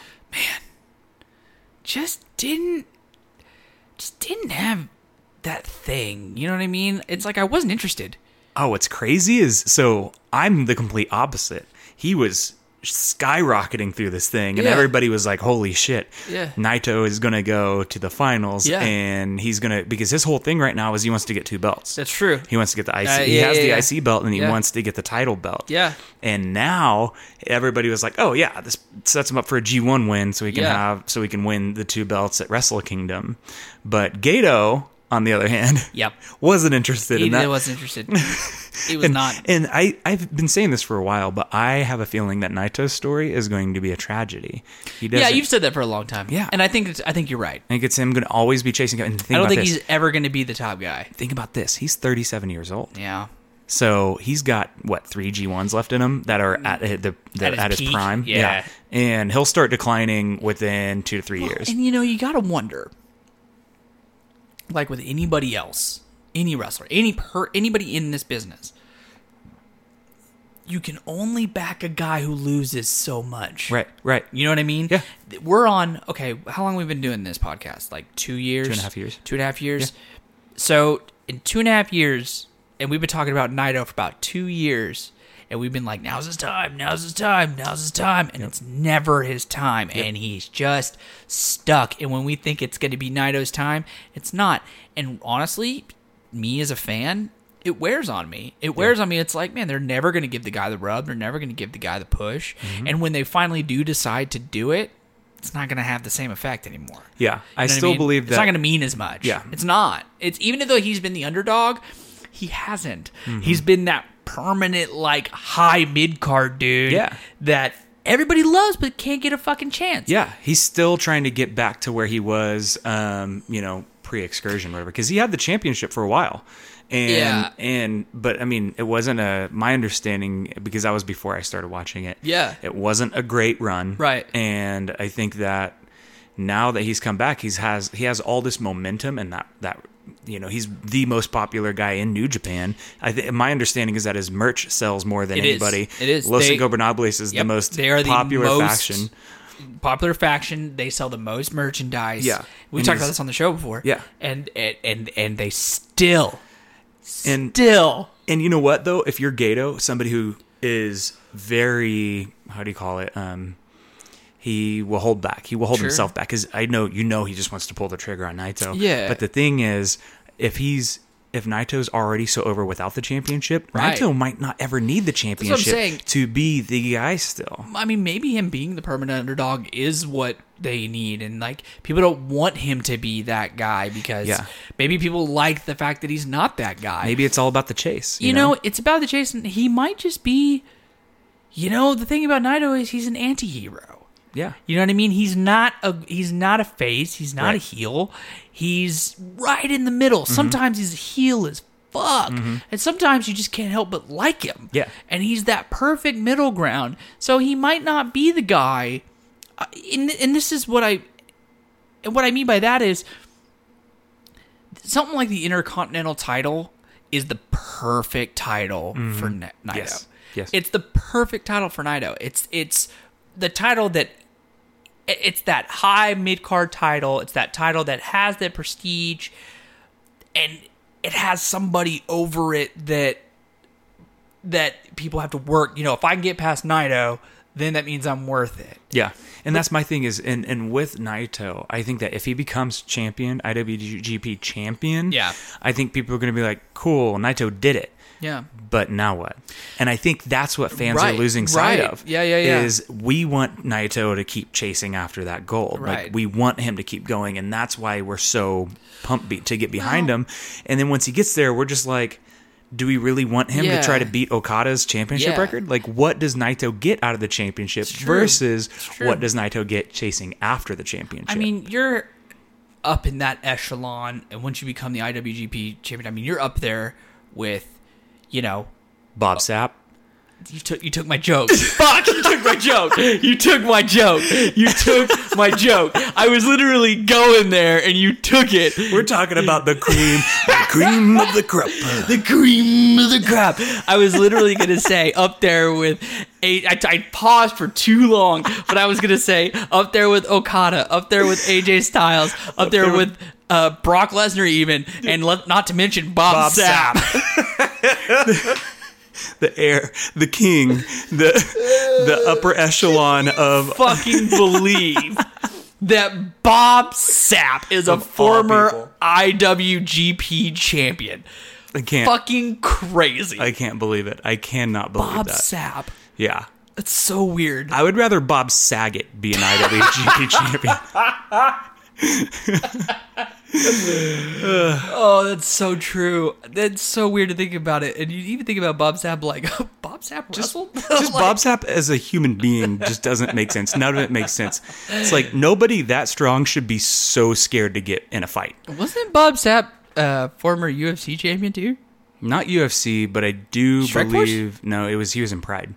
[SPEAKER 2] just didn't just didn't have that thing. You know what I mean? It's like I wasn't interested.
[SPEAKER 1] Oh, what's crazy is so I'm the complete opposite. He was skyrocketing through this thing, and
[SPEAKER 2] Yeah.
[SPEAKER 1] everybody was like, "Holy shit!"
[SPEAKER 2] Yeah.
[SPEAKER 1] Naito is gonna go to the finals,
[SPEAKER 2] Yeah.
[SPEAKER 1] and he's gonna because his whole thing right now is he wants to get two belts.
[SPEAKER 2] That's true.
[SPEAKER 1] He wants to get the IC.
[SPEAKER 2] Uh,
[SPEAKER 1] he
[SPEAKER 2] yeah,
[SPEAKER 1] has
[SPEAKER 2] yeah, yeah.
[SPEAKER 1] the IC belt, and he
[SPEAKER 2] Yeah.
[SPEAKER 1] wants to get the title belt.
[SPEAKER 2] Yeah.
[SPEAKER 1] And now everybody was like, "Oh yeah, this sets him up for a G1 win, so he can
[SPEAKER 2] Yeah.
[SPEAKER 1] have so he can win the two belts at Wrestle Kingdom." But Gato, on the other hand,
[SPEAKER 2] Yep.
[SPEAKER 1] wasn't interested
[SPEAKER 2] He
[SPEAKER 1] in that.
[SPEAKER 2] wasn't
[SPEAKER 1] [LAUGHS]
[SPEAKER 2] interested. He was
[SPEAKER 1] and,
[SPEAKER 2] not.
[SPEAKER 1] and I, I've been saying this for a while, but I have a feeling that Naito's story is going to be a tragedy. He doesn't.
[SPEAKER 2] Yeah, you've said that for a long time.
[SPEAKER 1] Yeah.
[SPEAKER 2] and I think it's, I think you're right.
[SPEAKER 1] I think it's him going to always be chasing. And think
[SPEAKER 2] I don't
[SPEAKER 1] about
[SPEAKER 2] think
[SPEAKER 1] this.
[SPEAKER 2] he's ever going to be the top guy.
[SPEAKER 1] Think about this. He's 37 years old.
[SPEAKER 2] Yeah,
[SPEAKER 1] So he's got what three G ones left in him that are at the, the
[SPEAKER 2] At
[SPEAKER 1] at
[SPEAKER 2] his
[SPEAKER 1] his,
[SPEAKER 2] peak?
[SPEAKER 1] prime.
[SPEAKER 2] Yeah.
[SPEAKER 1] and he'll start declining within two to three years.
[SPEAKER 2] and you know you got to wonder, like with anybody else, any wrestler, any per anybody in this business, you can only back a guy who loses so much.
[SPEAKER 1] Right, right.
[SPEAKER 2] You know what I mean?
[SPEAKER 1] Yeah.
[SPEAKER 2] Th- We're on okay, how long we've been doing this podcast? Like two years? Two
[SPEAKER 1] and a half years.
[SPEAKER 2] Two and a half years. So in two and a half years, and we've been talking about Naito for about two years, and we've been like, now's his time, now's his time, now's his time, and it's never his time, and he's just stuck. And when we think it's going to be Naito's time, it's not. And honestly, me as a fan, it wears on me. It wears on me. It's like, man, they're never going to give the guy the rub. They're never going to give the guy the push.
[SPEAKER 1] Mm-hmm.
[SPEAKER 2] And when they finally do decide to do it, it's not going to have the same effect anymore.
[SPEAKER 1] Yeah, I
[SPEAKER 2] You know what
[SPEAKER 1] still
[SPEAKER 2] mean?
[SPEAKER 1] believe
[SPEAKER 2] it's not
[SPEAKER 1] that.
[SPEAKER 2] going to mean as much.
[SPEAKER 1] Yeah.
[SPEAKER 2] it's not. It's even though he's been the underdog, he hasn't.
[SPEAKER 1] Mm-hmm.
[SPEAKER 2] He's been that permanent like high mid card dude.
[SPEAKER 1] Yeah.
[SPEAKER 2] that everybody loves but can't get a fucking chance.
[SPEAKER 1] yeah, he's still trying to get back to where he was. Um, you know, pre excursion, whatever, because he had the championship for a while, And
[SPEAKER 2] Yeah.
[SPEAKER 1] and but I mean, it wasn't a my understanding because that was before I started watching it.
[SPEAKER 2] Yeah.
[SPEAKER 1] It wasn't a great run.
[SPEAKER 2] Right.
[SPEAKER 1] And I think that now that he's come back, he's has he has all this momentum and that that you know, he's the most popular guy in New Japan. I think my understanding is that his merch sells more than
[SPEAKER 2] It is.
[SPEAKER 1] anybody.
[SPEAKER 2] It is.
[SPEAKER 1] Los
[SPEAKER 2] They-
[SPEAKER 1] Ingobernables is
[SPEAKER 2] Yep.
[SPEAKER 1] the most
[SPEAKER 2] They are the
[SPEAKER 1] popular
[SPEAKER 2] most-
[SPEAKER 1] faction.
[SPEAKER 2] popular faction. They sell the most merchandise.
[SPEAKER 1] Yeah.
[SPEAKER 2] we
[SPEAKER 1] And
[SPEAKER 2] talked
[SPEAKER 1] he's-
[SPEAKER 2] about this on the show before.
[SPEAKER 1] Yeah.
[SPEAKER 2] and and and, and they still,
[SPEAKER 1] And
[SPEAKER 2] still,
[SPEAKER 1] And you know what though, if you're Gato, somebody who is very how do you call it? Um, he will hold back. He will hold
[SPEAKER 2] Sure.
[SPEAKER 1] himself back because I know you know he just wants to pull the trigger on Naito.
[SPEAKER 2] Yeah.
[SPEAKER 1] But the thing is, if he's if Naito's already so over without the championship,
[SPEAKER 2] Right.
[SPEAKER 1] Naito might not ever need the
[SPEAKER 2] I'm saying.
[SPEAKER 1] championship to be the guy still.
[SPEAKER 2] I mean, maybe him being the permanent underdog is what they need, and like people don't want him to be that guy because
[SPEAKER 1] Yeah.
[SPEAKER 2] maybe people like the fact that he's not that guy.
[SPEAKER 1] Maybe it's all about the chase. You,
[SPEAKER 2] you know, it's about the Jason. He might just be, you know, the thing about Naito is he's an anti-hero.
[SPEAKER 1] Yeah.
[SPEAKER 2] You know what I mean? He's not a he's not a face. He's not a
[SPEAKER 1] Right. Mm-hmm.
[SPEAKER 2] heel. He's right in the middle. Sometimes he's a heel as fuck, and sometimes you just can't help but like him.
[SPEAKER 1] Yeah.
[SPEAKER 2] and he's that perfect middle ground. So he might not be the guy. uh, And and this is what I and what I mean by that is something like the Intercontinental title is the perfect title for Na- Naito.
[SPEAKER 1] Mm-hmm. Yes. Yes.
[SPEAKER 2] It's the perfect title for Naito. It's it's the title that it- it's that high mid card title. It's that title that has that prestige, and it has somebody over it that that people have to work. You know, if I can get past Naito, then that means I'm worth it.
[SPEAKER 1] Yeah. And that's my thing is, and, and with Naito, I think that if he becomes champion, IWGP champion,
[SPEAKER 2] Yeah.
[SPEAKER 1] I think people are going to be like, cool, Naito did it.
[SPEAKER 2] Yeah.
[SPEAKER 1] But now what? And I think that's what fans
[SPEAKER 2] Right,
[SPEAKER 1] are losing sight
[SPEAKER 2] right.
[SPEAKER 1] of.
[SPEAKER 2] Yeah, yeah, yeah.
[SPEAKER 1] Is we want Naito to keep chasing after that gold.
[SPEAKER 2] Right.
[SPEAKER 1] Like we want him to keep going, and that's why we're so pumped be- to get behind him. And then once he gets there, we're just like, do we really want him
[SPEAKER 2] Yeah.
[SPEAKER 1] to try to beat Okada's championship
[SPEAKER 2] Yeah.
[SPEAKER 1] record? Like, what does Naito get out of the championship
[SPEAKER 2] true.
[SPEAKER 1] versus
[SPEAKER 2] true.
[SPEAKER 1] what does Naito get chasing after the championship?
[SPEAKER 2] I mean, you're up in that echelon, and once you become the IWGP champion, I mean, you're up there with, you know,
[SPEAKER 1] Bob Sapp.
[SPEAKER 2] you took you took my joke. [LAUGHS] Fuck, you took my joke. You took my joke. You took my joke. I was literally going there, and you took it. [CLEARS THROAT]
[SPEAKER 1] We're talking about the cream, the cream of the
[SPEAKER 2] [LAUGHS]
[SPEAKER 1] crop.
[SPEAKER 2] The cream of the crop. I was literally
[SPEAKER 1] [LAUGHS]
[SPEAKER 2] gonna say up there with eight. I, I paused for too long, but I was gonna say up there with Okada, up there with AJ Styles, up, there,
[SPEAKER 1] there
[SPEAKER 2] with,
[SPEAKER 1] with-
[SPEAKER 2] uh, Brock Lesnar, even, and let, not to mention Bob,
[SPEAKER 1] Bob
[SPEAKER 2] Sapp.
[SPEAKER 1] the heir, the king, the the upper echelon of
[SPEAKER 2] [LAUGHS] Fucking believe that Bob Sapp is a
[SPEAKER 1] Of all
[SPEAKER 2] former
[SPEAKER 1] people.
[SPEAKER 2] IWGP champion.
[SPEAKER 1] I can't
[SPEAKER 2] Fucking crazy,
[SPEAKER 1] I can't believe it. I cannot believe
[SPEAKER 2] Bob
[SPEAKER 1] that.
[SPEAKER 2] Sapp.
[SPEAKER 1] yeah.
[SPEAKER 2] That's so weird.
[SPEAKER 1] I would rather Bob Saget be an IWGP champion.
[SPEAKER 2] Oh, that's so true. That's so weird to think about it. And you even think about Bob Sapp, like [LAUGHS] Bob Sapp wrestled. [LAUGHS]
[SPEAKER 1] Just
[SPEAKER 2] Like,
[SPEAKER 1] Bob Sapp as a human being just doesn't make sense. None of it makes sense. It's like nobody that strong should be so scared to get in a fight.
[SPEAKER 2] Wasn't Bob Sapp uh, former UFC champion too?
[SPEAKER 1] Not UFC, but I do
[SPEAKER 2] Strikeforce?
[SPEAKER 1] believe no, it was he was in Pride.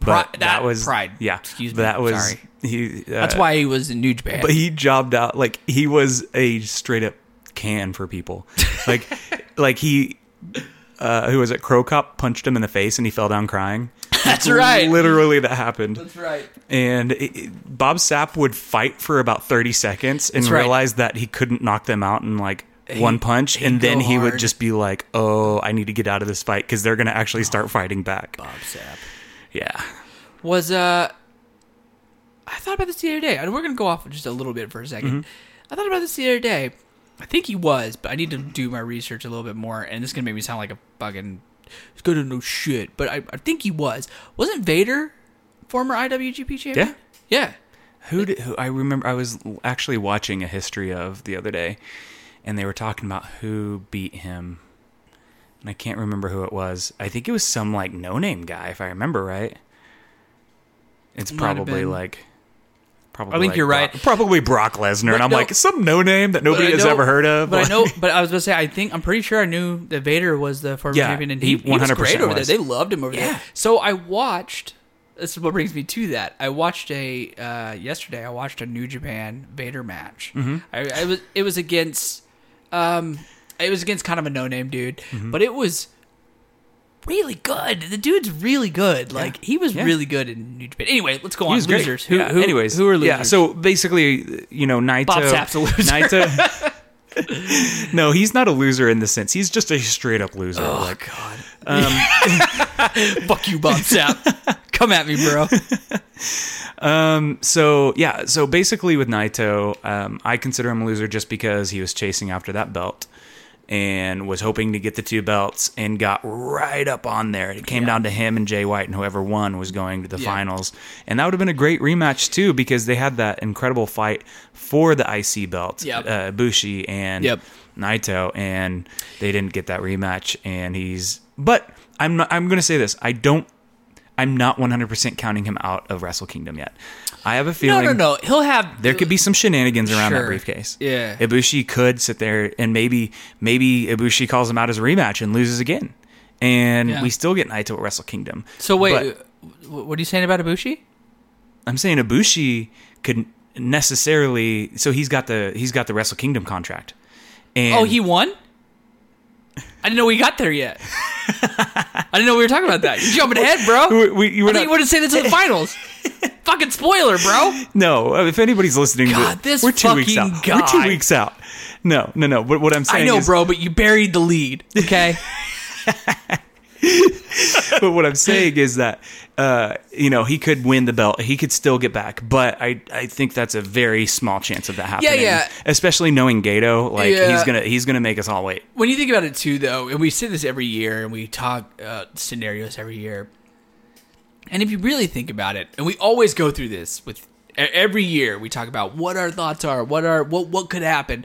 [SPEAKER 2] Pri-
[SPEAKER 1] But
[SPEAKER 2] that-
[SPEAKER 1] that, was
[SPEAKER 2] Pride.
[SPEAKER 1] Yeah,
[SPEAKER 2] Excuse me.
[SPEAKER 1] That was
[SPEAKER 2] Sorry.
[SPEAKER 1] he. Uh,
[SPEAKER 2] That's why he was in New Japan.
[SPEAKER 1] but he jobbed out like he was a straight up can for
[SPEAKER 2] [LAUGHS]
[SPEAKER 1] people like like he uh who was it crow cop punched him in the face and he fell down crying
[SPEAKER 2] [LAUGHS] that's right.
[SPEAKER 1] literally that happened
[SPEAKER 2] That's right.
[SPEAKER 1] and it, it- bob sapp would fight for about 30 seconds and
[SPEAKER 2] That's right.
[SPEAKER 1] realize that he couldn't knock them out in like one punch and then
[SPEAKER 2] go
[SPEAKER 1] he would
[SPEAKER 2] hard.
[SPEAKER 1] just be like oh i need to get out of this fight because they're gonna actually start fighting back
[SPEAKER 2] Bob Sapp
[SPEAKER 1] yeah
[SPEAKER 2] was. Uh, I thought about this the other day. And we're gonna go off just a little bit for a 2nd
[SPEAKER 1] Mm-hmm.
[SPEAKER 2] I thought about this the other day. I think he was, but I need to do my research a little bit more. And this is gonna make me sound like a fucking. It's gonna know shit, but I, I think he was. Wasn't Vader former IWGP champion?
[SPEAKER 1] Yeah.
[SPEAKER 2] Yeah.
[SPEAKER 1] Who, did, who I remember, I was l- actually watching a history of the other day, and they were talking about who beat him, and I can't remember who it was. I think it was some like no name guy, if I remember right. It's
[SPEAKER 2] Might have
[SPEAKER 1] probably
[SPEAKER 2] been.
[SPEAKER 1] like Probably
[SPEAKER 2] I think
[SPEAKER 1] like
[SPEAKER 2] you're right.
[SPEAKER 1] Brock- probably Brock Lesnar, and I'm
[SPEAKER 2] no-
[SPEAKER 1] like some no name that
[SPEAKER 2] But
[SPEAKER 1] nobody
[SPEAKER 2] I
[SPEAKER 1] has
[SPEAKER 2] know-
[SPEAKER 1] ever heard of.
[SPEAKER 2] But
[SPEAKER 1] like- [LAUGHS]
[SPEAKER 2] I know. But I was gonna say, I think I'm pretty sure I knew that Vader was the former
[SPEAKER 1] Yeah,
[SPEAKER 2] champion, and
[SPEAKER 1] he
[SPEAKER 2] he, he was
[SPEAKER 1] 100%
[SPEAKER 2] great over
[SPEAKER 1] was.
[SPEAKER 2] there. They loved him over
[SPEAKER 1] Yeah.
[SPEAKER 2] there. So I watched. This is what brings me to that. I watched a uh, yesterday. I watched a New Japan Vader match.
[SPEAKER 1] Mm-hmm.
[SPEAKER 2] I, I was. It was against. Um, it was against kind of a no name dude,
[SPEAKER 1] Mm-hmm.
[SPEAKER 2] but it was really good. The dude's really good. Like he was
[SPEAKER 1] Yeah.
[SPEAKER 2] really good in New Japan. Anyway, let's go
[SPEAKER 1] He
[SPEAKER 2] on.
[SPEAKER 1] was great.
[SPEAKER 2] Losers. Who,
[SPEAKER 1] Yeah,
[SPEAKER 2] who?
[SPEAKER 1] Anyways,
[SPEAKER 2] who are losers?
[SPEAKER 1] Yeah. So basically, you know, Naito.
[SPEAKER 2] Bob Sapp's a loser. [LAUGHS]
[SPEAKER 1] Naito. no, he's not a loser in the sense. He's just a straight up loser.
[SPEAKER 2] Oh
[SPEAKER 1] Like,
[SPEAKER 2] God!
[SPEAKER 1] Um,
[SPEAKER 2] [LAUGHS] Fuck you,
[SPEAKER 1] [LAUGHS]
[SPEAKER 2] Bob Sapp. Come at me, bro.
[SPEAKER 1] Um, so yeah. So basically, with Naito, um, I consider him a loser just because he was chasing after that belt and was hoping to get the two belts and got right up on there. It came down to him and Jay White, and whoever won was going to the
[SPEAKER 2] Yeah.
[SPEAKER 1] finals. And that would have been a great rematch too because they had that incredible fight for the IC belt.
[SPEAKER 2] Yep.
[SPEAKER 1] Uh, Bushi and
[SPEAKER 2] Yep.
[SPEAKER 1] Naito, and they didn't get that rematch. And he's, but I'm not, I'm going to say this. I don't, I'm not 100% counting him out of Wrestle Kingdom yet. I have a
[SPEAKER 2] No,
[SPEAKER 1] feeling
[SPEAKER 2] no, no. He'll have
[SPEAKER 1] there could be some shenanigans around that
[SPEAKER 2] Sure.
[SPEAKER 1] briefcase.
[SPEAKER 2] Yeah.
[SPEAKER 1] Ibushi could sit there and maybe, maybe Ibushi calls him out as a rematch and loses again. And
[SPEAKER 2] Yeah.
[SPEAKER 1] we still get Naito at Wrestle Kingdom.
[SPEAKER 2] So wait,
[SPEAKER 1] But
[SPEAKER 2] wh- what are you saying about Ibushi?
[SPEAKER 1] I'm saying Ibushi could necessarily, so he's got the, he's got the Wrestle Kingdom contract. And
[SPEAKER 2] Oh, he won. I didn't know we got there
[SPEAKER 1] [LAUGHS]
[SPEAKER 2] yet. I didn't know we were talking about that. You're jumping ahead, bro.
[SPEAKER 1] We- we- you were
[SPEAKER 2] I thought
[SPEAKER 1] not-
[SPEAKER 2] you would have
[SPEAKER 1] [LAUGHS]
[SPEAKER 2] said this in the finals. Fucking spoiler, bro.
[SPEAKER 1] No, if anybody's listening, to
[SPEAKER 2] God,
[SPEAKER 1] it,
[SPEAKER 2] this
[SPEAKER 1] we're two weeks out.
[SPEAKER 2] fucking
[SPEAKER 1] We're two
[SPEAKER 2] guy.
[SPEAKER 1] weeks out. No, no, no. But what I'm saying,
[SPEAKER 2] I know,
[SPEAKER 1] is,
[SPEAKER 2] bro, but you buried the lead.
[SPEAKER 1] [LAUGHS]
[SPEAKER 2] Okay.
[SPEAKER 1] But what I'm saying is that uh, you know he could win the belt. He could still get back. But I, I think that's a very small chance of that happening.
[SPEAKER 2] yeah.
[SPEAKER 1] Especially knowing Gato, like
[SPEAKER 2] Yeah.
[SPEAKER 1] he's gonna he's gonna make us all wait.
[SPEAKER 2] when you think about it too though and we say this every year and we talk uh, scenarios every year and if you really think about it and we always go through this with e- every year we talk about what our thoughts are what are what what could happen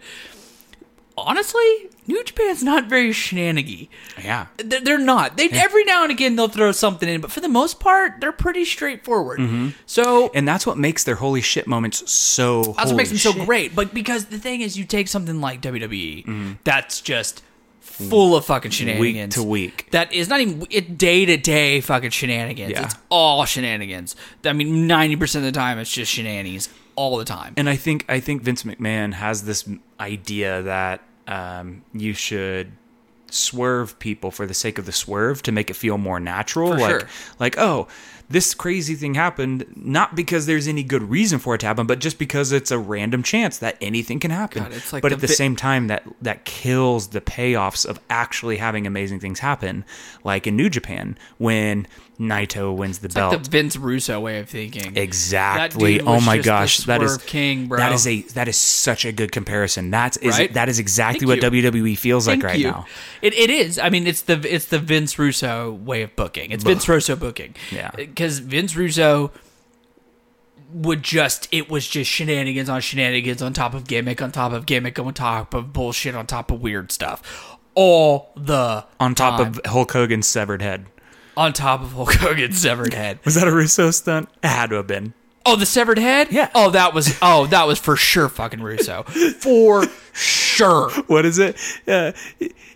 [SPEAKER 2] honestly new japan's not very shenanigy
[SPEAKER 1] Yeah.
[SPEAKER 2] they're, they're not they every now and again they'll throw something in but for the most part they're pretty straightforward so
[SPEAKER 1] And that's what makes their holy shit moments so.
[SPEAKER 2] that's
[SPEAKER 1] holy
[SPEAKER 2] what makes them so
[SPEAKER 1] shit.
[SPEAKER 2] great. But because the thing is, you take something like WWE, that's just full of fucking shenanigans
[SPEAKER 1] Mm-hmm. to week.
[SPEAKER 2] That is not even it day to day fucking shenanigans.
[SPEAKER 1] Yeah.
[SPEAKER 2] It's all shenanigans. I mean, ninety percent of the time, it's just shenanigans all the time.
[SPEAKER 1] And I think I think Vince McMahon has this m- idea that um, you should swerve people for the sake of the swerve to make it feel more natural.
[SPEAKER 2] For
[SPEAKER 1] like
[SPEAKER 2] sure.
[SPEAKER 1] like oh, this crazy thing happened not because there's any good reason for it to happen, but just because it's a random chance that anything can happen.
[SPEAKER 2] God, it's like
[SPEAKER 1] but
[SPEAKER 2] the
[SPEAKER 1] at the
[SPEAKER 2] vi-
[SPEAKER 1] same time, that that kills the payoffs of actually having amazing things happen, like in New Japan when Naito wins the belt.
[SPEAKER 2] the Vince Russo way of thinking.
[SPEAKER 1] Exactly.
[SPEAKER 2] dude
[SPEAKER 1] oh
[SPEAKER 2] was
[SPEAKER 1] my
[SPEAKER 2] just the
[SPEAKER 1] gosh, that is
[SPEAKER 2] Swerve King, bro.
[SPEAKER 1] That is a that is such a good comparison. That is
[SPEAKER 2] Right?
[SPEAKER 1] that is exactly
[SPEAKER 2] Thank
[SPEAKER 1] what WWE feels
[SPEAKER 2] Thank
[SPEAKER 1] like right
[SPEAKER 2] you.
[SPEAKER 1] now.
[SPEAKER 2] It, it is. I mean, it's the it's the Vince Russo way of booking. It's Vince Russo booking.
[SPEAKER 1] Yeah.
[SPEAKER 2] because Vince Russo would just it was just shenanigans on shenanigans on top of gimmick on top of gimmick on top of bullshit on top of weird stuff all the
[SPEAKER 1] On top of Hulk Hogan's severed head.
[SPEAKER 2] on top of Hulk Hogan's severed head.
[SPEAKER 1] Was that a Russo stunt? It had to have been.
[SPEAKER 2] Oh, the severed head.
[SPEAKER 1] Yeah.
[SPEAKER 2] Oh, that was oh that was for sure fucking Russo for sure.
[SPEAKER 1] What is it? Uh,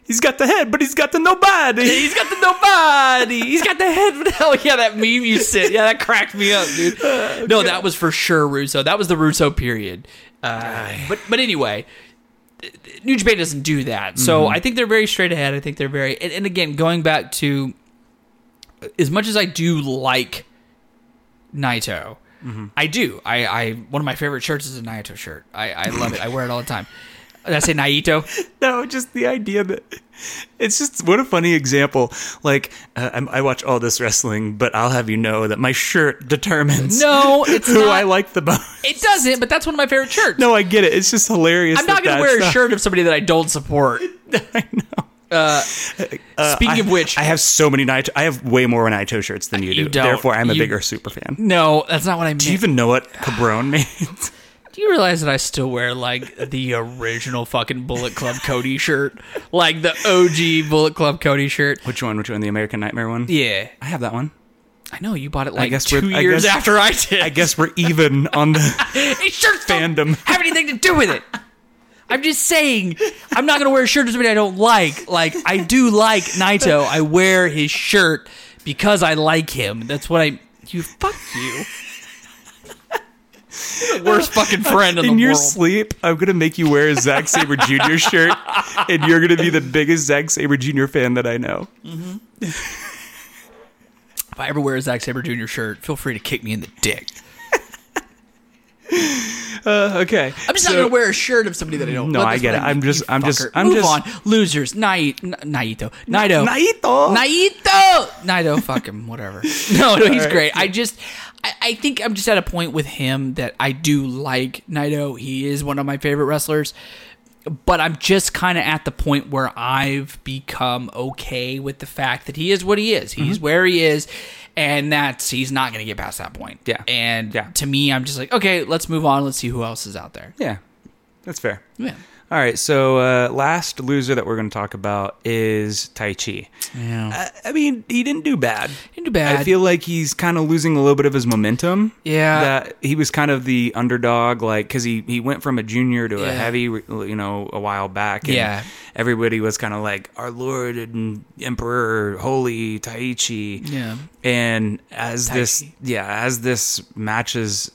[SPEAKER 1] he's got the head, but he's got the
[SPEAKER 2] [LAUGHS]
[SPEAKER 1] nobody.
[SPEAKER 2] He's got the nobody. He's got the head. [LAUGHS] Oh yeah, that meme you sent. Yeah, that cracked me up, dude. No, that was for sure Russo. That was the Russo period. Uh, but but anyway, New Japan doesn't do that. So I think they're very straight ahead. I think they're very and, and again going back to as much as I do like Naito, I do. I, I one of my favorite shirts is a Naito shirt. I, I love it. I wear it all the time. Did I say Naito?
[SPEAKER 1] No, just the idea that it's just what a funny example. Like uh, I'm, I watch all this wrestling, but I'll have you know that my shirt determines
[SPEAKER 2] No,
[SPEAKER 1] [LAUGHS]
[SPEAKER 2] it's
[SPEAKER 1] who
[SPEAKER 2] not.
[SPEAKER 1] I like the most. [LAUGHS]
[SPEAKER 2] It doesn't, but that's one of my favorite shirts.
[SPEAKER 1] No, I get it. It's just hilarious.
[SPEAKER 2] I'm
[SPEAKER 1] that
[SPEAKER 2] not going to
[SPEAKER 1] that's
[SPEAKER 2] wear a
[SPEAKER 1] not-
[SPEAKER 2] shirt of somebody that I don't support.
[SPEAKER 1] [LAUGHS]
[SPEAKER 2] Uh,
[SPEAKER 1] I know. Uh,
[SPEAKER 2] Speaking of which,
[SPEAKER 1] I have so many Naito. I have way more Naito shirts than you,
[SPEAKER 2] You
[SPEAKER 1] do.
[SPEAKER 2] don't.
[SPEAKER 1] Therefore, I'm a
[SPEAKER 2] You-
[SPEAKER 1] bigger super fan.
[SPEAKER 2] no, that's not what I meant.
[SPEAKER 1] Do you even know what cabron means? [LAUGHS]
[SPEAKER 2] Do you realize that I still wear like the original fucking Bullet Club Cody shirt, like the OG Bullet Club Cody shirt?
[SPEAKER 1] Which one? Which one? The American Nightmare one?
[SPEAKER 2] Yeah,
[SPEAKER 1] I have that one.
[SPEAKER 2] I know you bought it like
[SPEAKER 1] guess
[SPEAKER 2] 2
[SPEAKER 1] we're- I
[SPEAKER 2] years
[SPEAKER 1] guess-
[SPEAKER 2] after I did.
[SPEAKER 1] I guess we're even on the.
[SPEAKER 2] These shirts don't
[SPEAKER 1] Fandom.
[SPEAKER 2] have anything to do with it. I'm just saying, I'm not gonna wear a shirt to somebody I don't like. Like I do like Naito. I wear his shirt because I like him. That's what I. You fuck you. You're the worst fucking friend [LAUGHS] in,
[SPEAKER 1] In
[SPEAKER 2] the
[SPEAKER 1] your
[SPEAKER 2] world.
[SPEAKER 1] sleep, I'm gonna make you wear a Zack Saber Jr. shirt, and you're gonna be the biggest Zack Saber Jr. fan that I know.
[SPEAKER 2] if I ever wear a Zack Saber Jr. shirt, feel free to kick me in the dick.
[SPEAKER 1] Uh, okay,
[SPEAKER 2] I'm just not gonna wear a shirt of somebody that I don't.
[SPEAKER 1] No,
[SPEAKER 2] That's
[SPEAKER 1] I get
[SPEAKER 2] what
[SPEAKER 1] it. I'm
[SPEAKER 2] mean,
[SPEAKER 1] just-
[SPEAKER 2] you
[SPEAKER 1] I'm just-
[SPEAKER 2] fucker.
[SPEAKER 1] I'm
[SPEAKER 2] Move
[SPEAKER 1] just-
[SPEAKER 2] on. Losers. Nai- N- Naito. Naito.
[SPEAKER 1] Naito.
[SPEAKER 2] Naito, Naito, fuck
[SPEAKER 1] [LAUGHS]
[SPEAKER 2] him, whatever. No, no, he's great. I just, I, I think I'm just at a point with him that I do like Naito. He is one of my favorite wrestlers, but I'm just kind of at the point where I've become okay with the fact that he is what he is.
[SPEAKER 1] Mm-hmm.
[SPEAKER 2] He's where he is, and that's he's not going to get past that point.
[SPEAKER 1] Yeah.
[SPEAKER 2] and
[SPEAKER 1] Yeah.
[SPEAKER 2] to me, I'm just like, okay, let's move on. Let's see who else is out there.
[SPEAKER 1] yeah, that's fair.
[SPEAKER 2] Yeah.
[SPEAKER 1] All right, so uh, last loser that we're going to talk about is Tai Chi.
[SPEAKER 2] Yeah.
[SPEAKER 1] I, I mean, he didn't do bad.
[SPEAKER 2] Didn't do bad.
[SPEAKER 1] I feel like he's kind of losing a little bit of his momentum.
[SPEAKER 2] Yeah.
[SPEAKER 1] that he was kind of the underdog, like because he he went from a junior to
[SPEAKER 2] Yeah.
[SPEAKER 1] a heavy, you know, a while back. And
[SPEAKER 2] Yeah.
[SPEAKER 1] everybody was kind of like our Lord and Emperor, Holy Taichi.
[SPEAKER 2] Yeah.
[SPEAKER 1] and as this,
[SPEAKER 2] Taichi.
[SPEAKER 1] yeah, as this matches,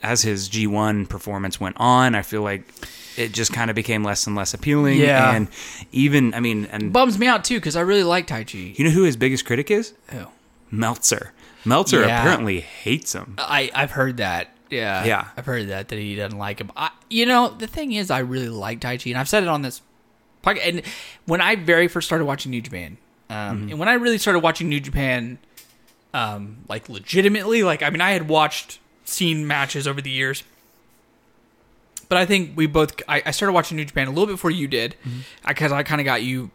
[SPEAKER 1] as his G one performance went on, I feel like. It just kind of became less and less appealing,
[SPEAKER 2] Yeah.
[SPEAKER 1] and even I mean, and
[SPEAKER 2] Bums me out too because I really like Tai Chi.
[SPEAKER 1] you know who his biggest critic is?
[SPEAKER 2] Oh.
[SPEAKER 1] Meltzer. Meltzer
[SPEAKER 2] Yeah.
[SPEAKER 1] apparently hates him.
[SPEAKER 2] I I've heard that. Yeah.
[SPEAKER 1] Yeah.
[SPEAKER 2] I've heard that that he doesn't like him. I, you know, the thing is, I really like Tai Chi, and I've said it on this podcast. And when I very first started watching New Japan, um,
[SPEAKER 1] Mm-hmm.
[SPEAKER 2] and when I really started watching New Japan, um, like legitimately, like I mean, I had watched, seen matches over the years. But I think we both. I, I started watching New Japan a little bit before you did,
[SPEAKER 1] Mm-hmm.
[SPEAKER 2] because I kind of got you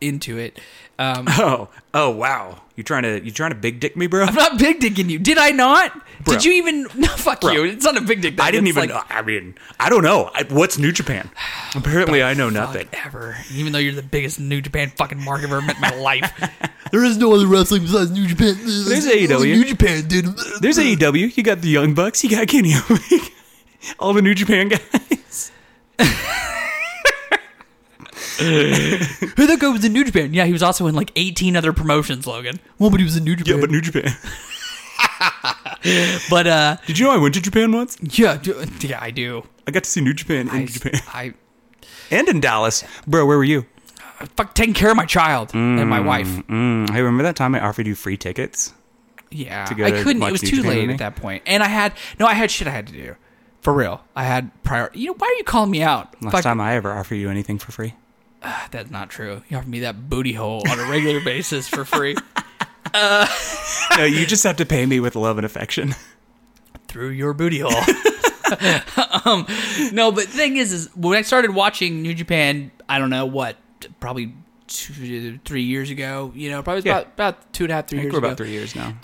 [SPEAKER 2] into it. Um,
[SPEAKER 1] Oh, oh wow! You trying to you trying to big dick me, bro?
[SPEAKER 2] I'm not big dicking you. Did I not?
[SPEAKER 1] Bro.
[SPEAKER 2] Did you even? [LAUGHS] No, fuck you. It's not a big dick.
[SPEAKER 1] I didn't
[SPEAKER 2] It's
[SPEAKER 1] even.
[SPEAKER 2] like-
[SPEAKER 1] I mean, I don't know. I, what's New Japan? Apparently, I know nothing.
[SPEAKER 2] Fuck ever. Even though you're the biggest New Japan fucking mark I've ever met in my life.
[SPEAKER 3] [LAUGHS] There is no other wrestling besides New Japan. There's
[SPEAKER 1] AEW.
[SPEAKER 3] New Japan, dude.
[SPEAKER 1] E There's E AEW. You got the Young Bucks. You got Kenny Omega. [LAUGHS] All the New Japan guys.
[SPEAKER 2] Who that guy was in New Japan? Yeah, he was also in like 18 other promotions, Logan.
[SPEAKER 3] Well, but he was in New Japan.
[SPEAKER 1] Yeah, but New Japan.
[SPEAKER 2] But uh,
[SPEAKER 1] Did you know I went to Japan once?
[SPEAKER 2] yeah, do, yeah, I do.
[SPEAKER 1] I got to see New Japan in
[SPEAKER 2] I,
[SPEAKER 1] Japan
[SPEAKER 2] I,
[SPEAKER 1] and in Dallas, bro. Where were you?
[SPEAKER 2] I fuck taking care of my child and my wife.
[SPEAKER 1] Mm, hey, remember that time I offered you free tickets?
[SPEAKER 2] Yeah,
[SPEAKER 1] go
[SPEAKER 2] I
[SPEAKER 1] to
[SPEAKER 2] couldn't.
[SPEAKER 1] watch
[SPEAKER 2] It was
[SPEAKER 1] New
[SPEAKER 2] too
[SPEAKER 1] Japan
[SPEAKER 2] late
[SPEAKER 1] with me?
[SPEAKER 2] at that point, and I had no. I had shit I had to do. For real, I had prior. You know why are you calling me out?
[SPEAKER 1] Last
[SPEAKER 2] Fuck,
[SPEAKER 1] time I ever offered you anything for free.
[SPEAKER 2] Ah, that's not true. You offer me that booty hole on a regular basis
[SPEAKER 1] [LAUGHS]
[SPEAKER 2] for free
[SPEAKER 1] no, you just have to pay me with love and affection.
[SPEAKER 2] through your booty hole. [LAUGHS] Um, no, but thing is, is when I started watching New Japan, I don't know what, probably two, three years ago. You know, probably it was
[SPEAKER 1] Yeah.
[SPEAKER 2] about about two and a half, three
[SPEAKER 1] I
[SPEAKER 2] years
[SPEAKER 1] think we're
[SPEAKER 2] ago.
[SPEAKER 1] about three years now.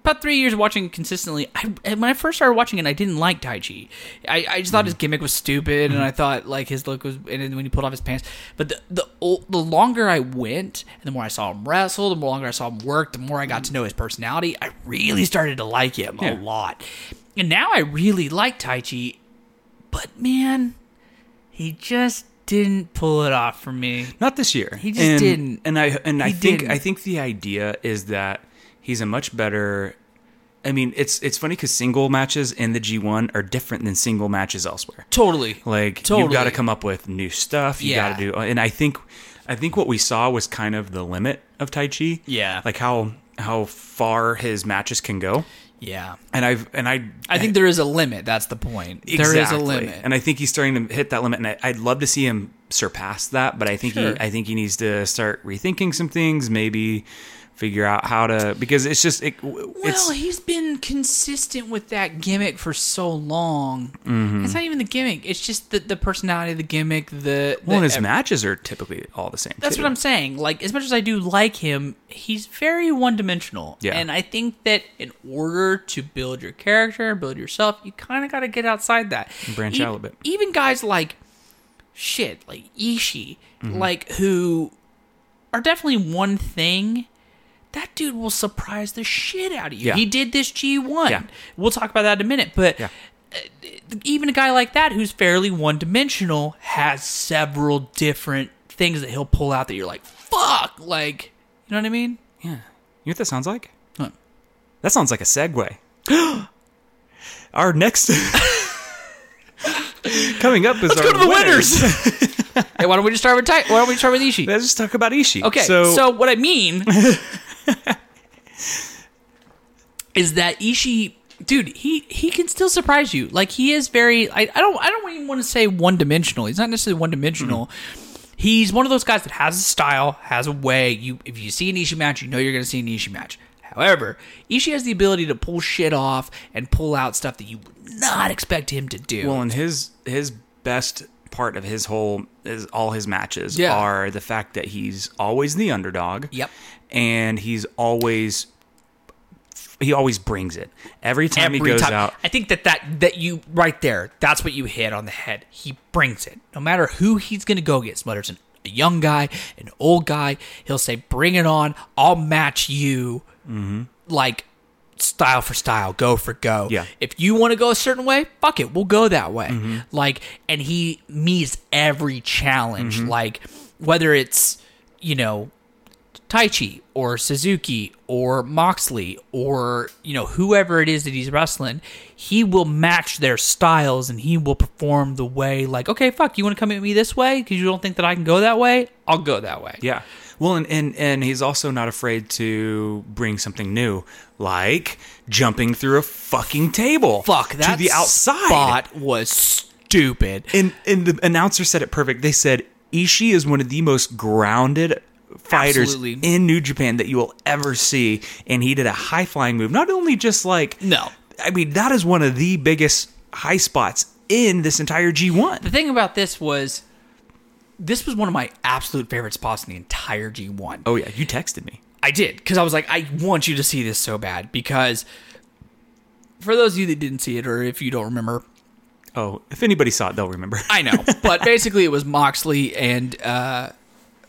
[SPEAKER 2] About three years watching consistently. I, and when I first started watching it, I didn't like Tai Chi. I, I just thought his
[SPEAKER 1] Mm.
[SPEAKER 2] gimmick was stupid, and I thought like his look was, and then when he pulled off his pants. But the the ol the longer I went, and the more I saw him wrestle, the more longer I saw him work, the more I got to know his personality. I really started to like him a
[SPEAKER 1] Mm. Yeah.
[SPEAKER 2] lot, and now I really like Tai Chi. But man, he just didn't pull it off for me.
[SPEAKER 1] Not this year. He
[SPEAKER 2] just
[SPEAKER 1] and,
[SPEAKER 2] didn't.
[SPEAKER 1] And I and I
[SPEAKER 2] He
[SPEAKER 1] think
[SPEAKER 2] didn't.
[SPEAKER 1] I think the idea is that he's a much better. I mean, it's it's funny because single matches in the G one are different than single matches elsewhere.
[SPEAKER 2] Totally.
[SPEAKER 1] Like you've
[SPEAKER 2] Totally.
[SPEAKER 1] got to come up with new stuff. You
[SPEAKER 2] Yeah.
[SPEAKER 1] got to do, and I think I think what we saw was kind of the limit of Tai Chi.
[SPEAKER 2] Yeah.
[SPEAKER 1] like how how far his matches can go.
[SPEAKER 2] yeah.
[SPEAKER 1] And I've and I
[SPEAKER 2] I think there is a limit. That's the point. There is a
[SPEAKER 1] Exactly.
[SPEAKER 2] limit.
[SPEAKER 1] and I think he's starting to hit that limit. And I, I'd love to see him surpass that, but I think
[SPEAKER 2] Sure.
[SPEAKER 1] he, I think he needs to start rethinking some things. Maybe figure out how to because it's just it, w- it's
[SPEAKER 2] Well, he's been consistent with that gimmick for so long.
[SPEAKER 1] Mm-hmm.
[SPEAKER 2] It's not even the gimmick; it's just the, the personality, the gimmick, the.
[SPEAKER 1] well, and
[SPEAKER 2] the
[SPEAKER 1] his matches are typically all the same.
[SPEAKER 2] that's
[SPEAKER 1] too.
[SPEAKER 2] what I'm saying. Like, as much as I do like him, he's very one dimensional.
[SPEAKER 1] Yeah.
[SPEAKER 2] And I think that in order to build your character, build yourself, you kind of got to get outside that.
[SPEAKER 1] branch
[SPEAKER 2] E-
[SPEAKER 1] out a bit.
[SPEAKER 2] Even guys like, shit,
[SPEAKER 1] Mm-hmm.
[SPEAKER 2] like Ishii, like, who are definitely one thing, that dude will surprise the shit out of you.
[SPEAKER 1] Yeah.
[SPEAKER 2] He did this G1.
[SPEAKER 1] Yeah.
[SPEAKER 2] We'll talk about that in a minute, but
[SPEAKER 1] Yeah.
[SPEAKER 2] uh, even a guy like that who's fairly one-dimensional has several different things that he'll pull out that you're like, "Fuck." Like, you know what I mean?
[SPEAKER 1] Yeah. You know what that sounds like?
[SPEAKER 2] What?
[SPEAKER 1] That sounds like a
[SPEAKER 2] [GASPS]
[SPEAKER 1] segue. Our
[SPEAKER 2] [LAUGHS]
[SPEAKER 1] next. Coming up is Let's our
[SPEAKER 2] go to the
[SPEAKER 1] winners.
[SPEAKER 2] [LAUGHS] Hey, why don't we just start with Tai? Why don't we start with Ishii?
[SPEAKER 1] Let's just talk about Ishii.
[SPEAKER 2] Okay, so, what I mean is that Ishii, dude, he he can still surprise you. Like he is very. I, I don't I don't even want to say one dimensional. He's not necessarily one dimensional. He's one of those guys that has a style, has a way. You if you see an Ishii match, you know you're going to see an Ishii match. However, Ishii has the ability to pull shit off and pull out stuff that you would not expect him to do.
[SPEAKER 1] Well, and his his best part of his whole is all his matches
[SPEAKER 2] Yeah.
[SPEAKER 1] are the fact that he's always the underdog.
[SPEAKER 2] Yep.
[SPEAKER 1] And he's always he always brings it every time
[SPEAKER 2] every
[SPEAKER 1] he goes
[SPEAKER 2] time.
[SPEAKER 1] out.
[SPEAKER 2] I think that, that that you right there, that's what you hit on the head. He brings it. No matter who he's going to go against, whether it's an, a young guy, an old guy, he'll say, "Bring it on! I'll match you." Like style for style, go for go.
[SPEAKER 1] Mm-hmm. Yeah. Mm-hmm.
[SPEAKER 2] If you want to go a certain way, fuck it, we'll go that way. Like, and he meets every challenge.
[SPEAKER 1] Mm-hmm.
[SPEAKER 2] Like, whether it's you know Taichi or Suzuki or Moxley or you know whoever it is that he's wrestling, he will match their styles and he will perform the way like, okay, fuck, you want to come at me this way because you don't think that I can go that way? I'll go that way.
[SPEAKER 1] Yeah. Well, and, and and he's also not afraid to bring something new, like jumping through a fucking table.
[SPEAKER 2] Fuck that
[SPEAKER 1] to the outside.
[SPEAKER 2] spot was stupid.
[SPEAKER 1] And and the announcer said it perfect. They said Ishii is one of the most grounded fighters
[SPEAKER 2] Absolutely.
[SPEAKER 1] in New Japan that you will ever see, and he did a high flying move. Not only just like
[SPEAKER 2] No.
[SPEAKER 1] I mean that is one of the biggest high spots in this entire G one.
[SPEAKER 2] The thing about this was, this was one of my absolute favorite spots in the entire G one.
[SPEAKER 1] Oh yeah, you texted me.
[SPEAKER 2] I did because I was like, I want you to see this so bad because for those of you that didn't see it or if you don't remember,
[SPEAKER 1] Oh, if anybody saw it, they'll remember.
[SPEAKER 2] I know, but basically it was Moxley and uh,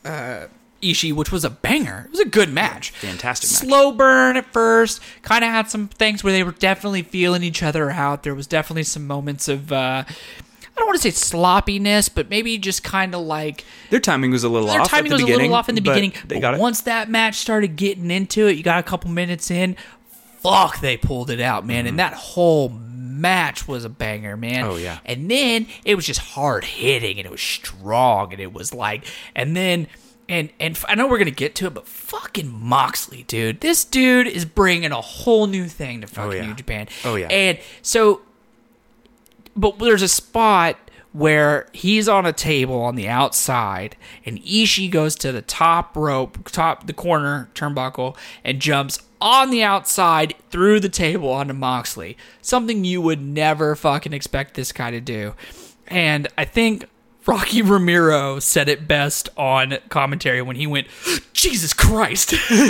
[SPEAKER 2] uh, Ishii, which was a banger. It was a good match,
[SPEAKER 1] Fantastic match.
[SPEAKER 2] Slow burn at first, kind of had some things where they were definitely feeling each other out. There was definitely some moments of. Uh, I don't want to say sloppiness, but maybe just kind of like
[SPEAKER 1] Their timing was a little
[SPEAKER 2] their
[SPEAKER 1] off.
[SPEAKER 2] timing
[SPEAKER 1] at the
[SPEAKER 2] was a
[SPEAKER 1] beginning,
[SPEAKER 2] little off in the
[SPEAKER 1] but
[SPEAKER 2] beginning.
[SPEAKER 1] They
[SPEAKER 2] but
[SPEAKER 1] got it.
[SPEAKER 2] once that match started getting into it, you got a couple minutes in. Fuck, they pulled it out, man, and that whole match was a banger, man.
[SPEAKER 1] Mm-hmm. Oh, yeah.
[SPEAKER 2] And then it was just hard hitting, and it was strong, and it was like, and then. And, and f- I know we're gonna get to it, but fucking Moxley, dude, this dude is bringing a whole new thing to fucking
[SPEAKER 1] yeah.
[SPEAKER 2] New Japan.
[SPEAKER 1] Oh, yeah.
[SPEAKER 2] and so but there's a spot where he's on a table on the outside and Ishii goes to the top rope, top the corner turnbuckle and jumps on the outside through the table onto Moxley. Something you would never fucking expect this guy to do. And I think Rocky Ramiro said it best on commentary when he went, Jesus Christ. [LAUGHS] it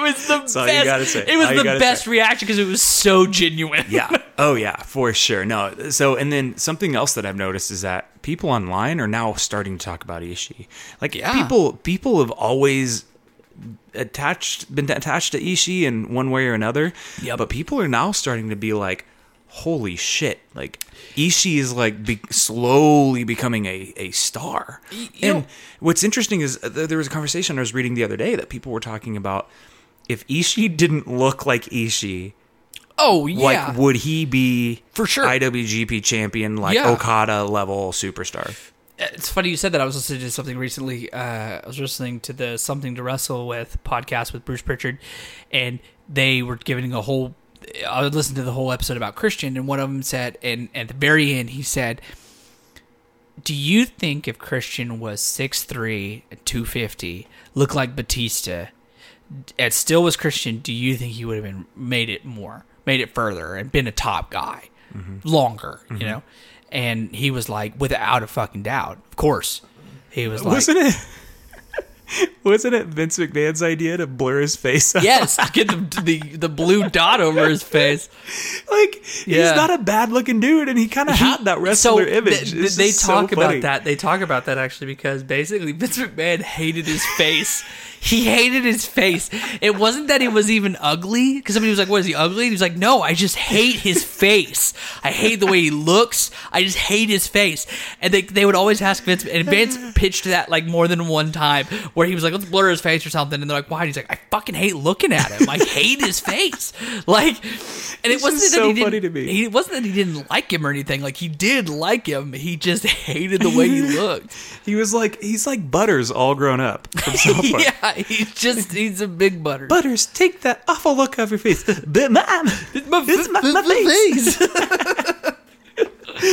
[SPEAKER 2] was the
[SPEAKER 1] all you
[SPEAKER 2] best.
[SPEAKER 1] gotta say.
[SPEAKER 2] It was
[SPEAKER 1] All you
[SPEAKER 2] the
[SPEAKER 1] gotta
[SPEAKER 2] best
[SPEAKER 1] say.
[SPEAKER 2] reaction because it was so genuine.
[SPEAKER 1] yeah. Oh yeah, for sure. No. So and then something else that I've noticed is that people online are now starting to talk about Ishii. Like
[SPEAKER 2] Yeah.
[SPEAKER 1] people people have always attached been attached to Ishii in one way or another.
[SPEAKER 2] Yep.
[SPEAKER 1] But people are now starting to be like Holy shit! Like Ishii is like be- slowly becoming a, a star,
[SPEAKER 2] you
[SPEAKER 1] and
[SPEAKER 2] know-
[SPEAKER 1] what's interesting is uh, th- there was a conversation I was reading the other day that people were talking about if Ishii didn't look like Ishii,
[SPEAKER 2] Oh yeah.
[SPEAKER 1] like, would he be
[SPEAKER 2] For sure.
[SPEAKER 1] IWGP champion, like
[SPEAKER 2] Yeah.
[SPEAKER 1] Okada level superstar?
[SPEAKER 2] It's funny you said that. I was listening to something recently. Uh, I was listening to the Something to Wrestle with podcast with Bruce Pritchard, and they were giving a whole. I would listen to the whole episode about Christian, and one of them said, and at the very end, he said, "Do you think if Christian was 6'3", 250, looked like Batista, and still was Christian, do you think he would have been made it more, made it further, and been a top guy longer? You know." And he was like, without a fucking doubt, of course. He was like,
[SPEAKER 1] wasn't it? Wasn't it [LAUGHS] Vince McMahon's idea to blur his face? Out?
[SPEAKER 2] yes, get the, the the blue dot over his face.
[SPEAKER 1] [LAUGHS] like
[SPEAKER 2] Yeah.
[SPEAKER 1] he's not a bad looking dude, and he kind of had that
[SPEAKER 2] He-
[SPEAKER 1] wrestler
[SPEAKER 2] so
[SPEAKER 1] image.
[SPEAKER 2] th-
[SPEAKER 1] It's
[SPEAKER 2] th- they
[SPEAKER 1] just so
[SPEAKER 2] talk about
[SPEAKER 1] funny.
[SPEAKER 2] that. They talk about that actually because basically Vince McMahon hated his face. He hated his face. It wasn't that he was even ugly, because somebody was like, "What is he ugly?" And he was like, "No, I just hate his face. I hate the way he looks. I just hate his face." And they, they would always ask Vince, and Vince pitched that like more than one time, where he was like, "Let's blur his face or something," and they're like, "Why?" And he's like, "I fucking hate looking at him. I hate his face." [LAUGHS] Like, and it
[SPEAKER 1] This
[SPEAKER 2] wasn't
[SPEAKER 1] is
[SPEAKER 2] that
[SPEAKER 1] so
[SPEAKER 2] he didn't,
[SPEAKER 1] funny to me.
[SPEAKER 2] He, it wasn't that he didn't like him or anything. Like he did like him. He just hated the
[SPEAKER 1] [LAUGHS]
[SPEAKER 2] way he looked.
[SPEAKER 1] He was like he's like Butters all grown up
[SPEAKER 2] [LAUGHS]
[SPEAKER 1] from South Park.
[SPEAKER 2] yeah, he's just he's a big butter.
[SPEAKER 1] Butters, take that awful look off your face. But mom,
[SPEAKER 2] [LAUGHS] my-
[SPEAKER 1] it's my, my face. [LAUGHS]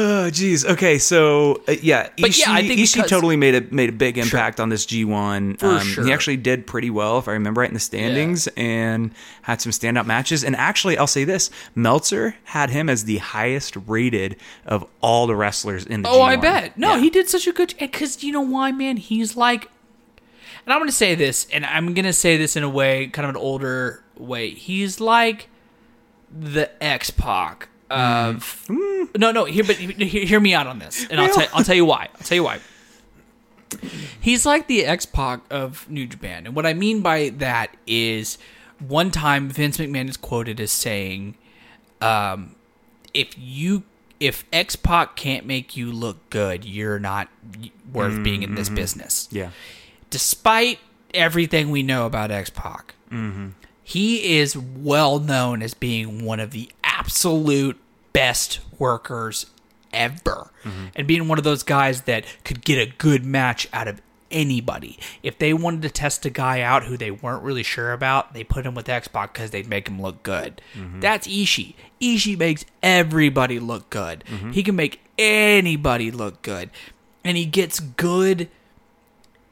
[SPEAKER 1] Oh, geez. Okay, so uh, yeah,
[SPEAKER 2] But
[SPEAKER 1] Ishii,
[SPEAKER 2] yeah, I think
[SPEAKER 1] Ishii
[SPEAKER 2] because-
[SPEAKER 1] totally made a made a big impact on this G1.
[SPEAKER 2] For sure.
[SPEAKER 1] He actually did pretty well, if I remember right, in the standings, and had some standout matches. And actually, I'll say this: Meltzer had him as the highest rated of all the wrestlers in the.
[SPEAKER 2] oh, I
[SPEAKER 1] G1.
[SPEAKER 2] bet. No,
[SPEAKER 1] Yeah.
[SPEAKER 2] he did such a good because you know why, man. He's like, and I'm gonna say this, and I'm gonna say this in a way, kind of an older way. He's like the X Pac of
[SPEAKER 1] Mm.
[SPEAKER 2] no, no. Hear, but hear, hear me out on this, and I'll tell I'll tell you why. I'll tell you why. He's like the X Pac of New Japan, and what I mean by that is, one time Vince McMahon is quoted as saying. um, if you if X Pac can't make you look good, you're not worth being in this business.
[SPEAKER 1] Yeah.
[SPEAKER 2] Despite everything we know about X Pac, he is well known as being one of the absolute best workers ever, and being one of those guys that could get a good match out of anybody. If they wanted to test a guy out who they weren't really sure about, they put him with X Pac because they'd make him look good. That's Ishii. Ishii makes everybody look good. He can make anybody look good, and he gets good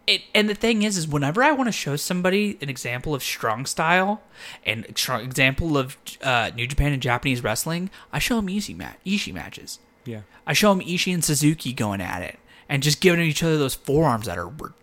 [SPEAKER 2] it, and the thing is, is whenever I want to show somebody an example of strong style and strong example of uh, New Japan and Japanese wrestling, I show them Ishii, mat- Ishii matches.
[SPEAKER 1] Yeah.
[SPEAKER 2] I show them Ishii and Suzuki going at it and just giving each other those forearms that are r-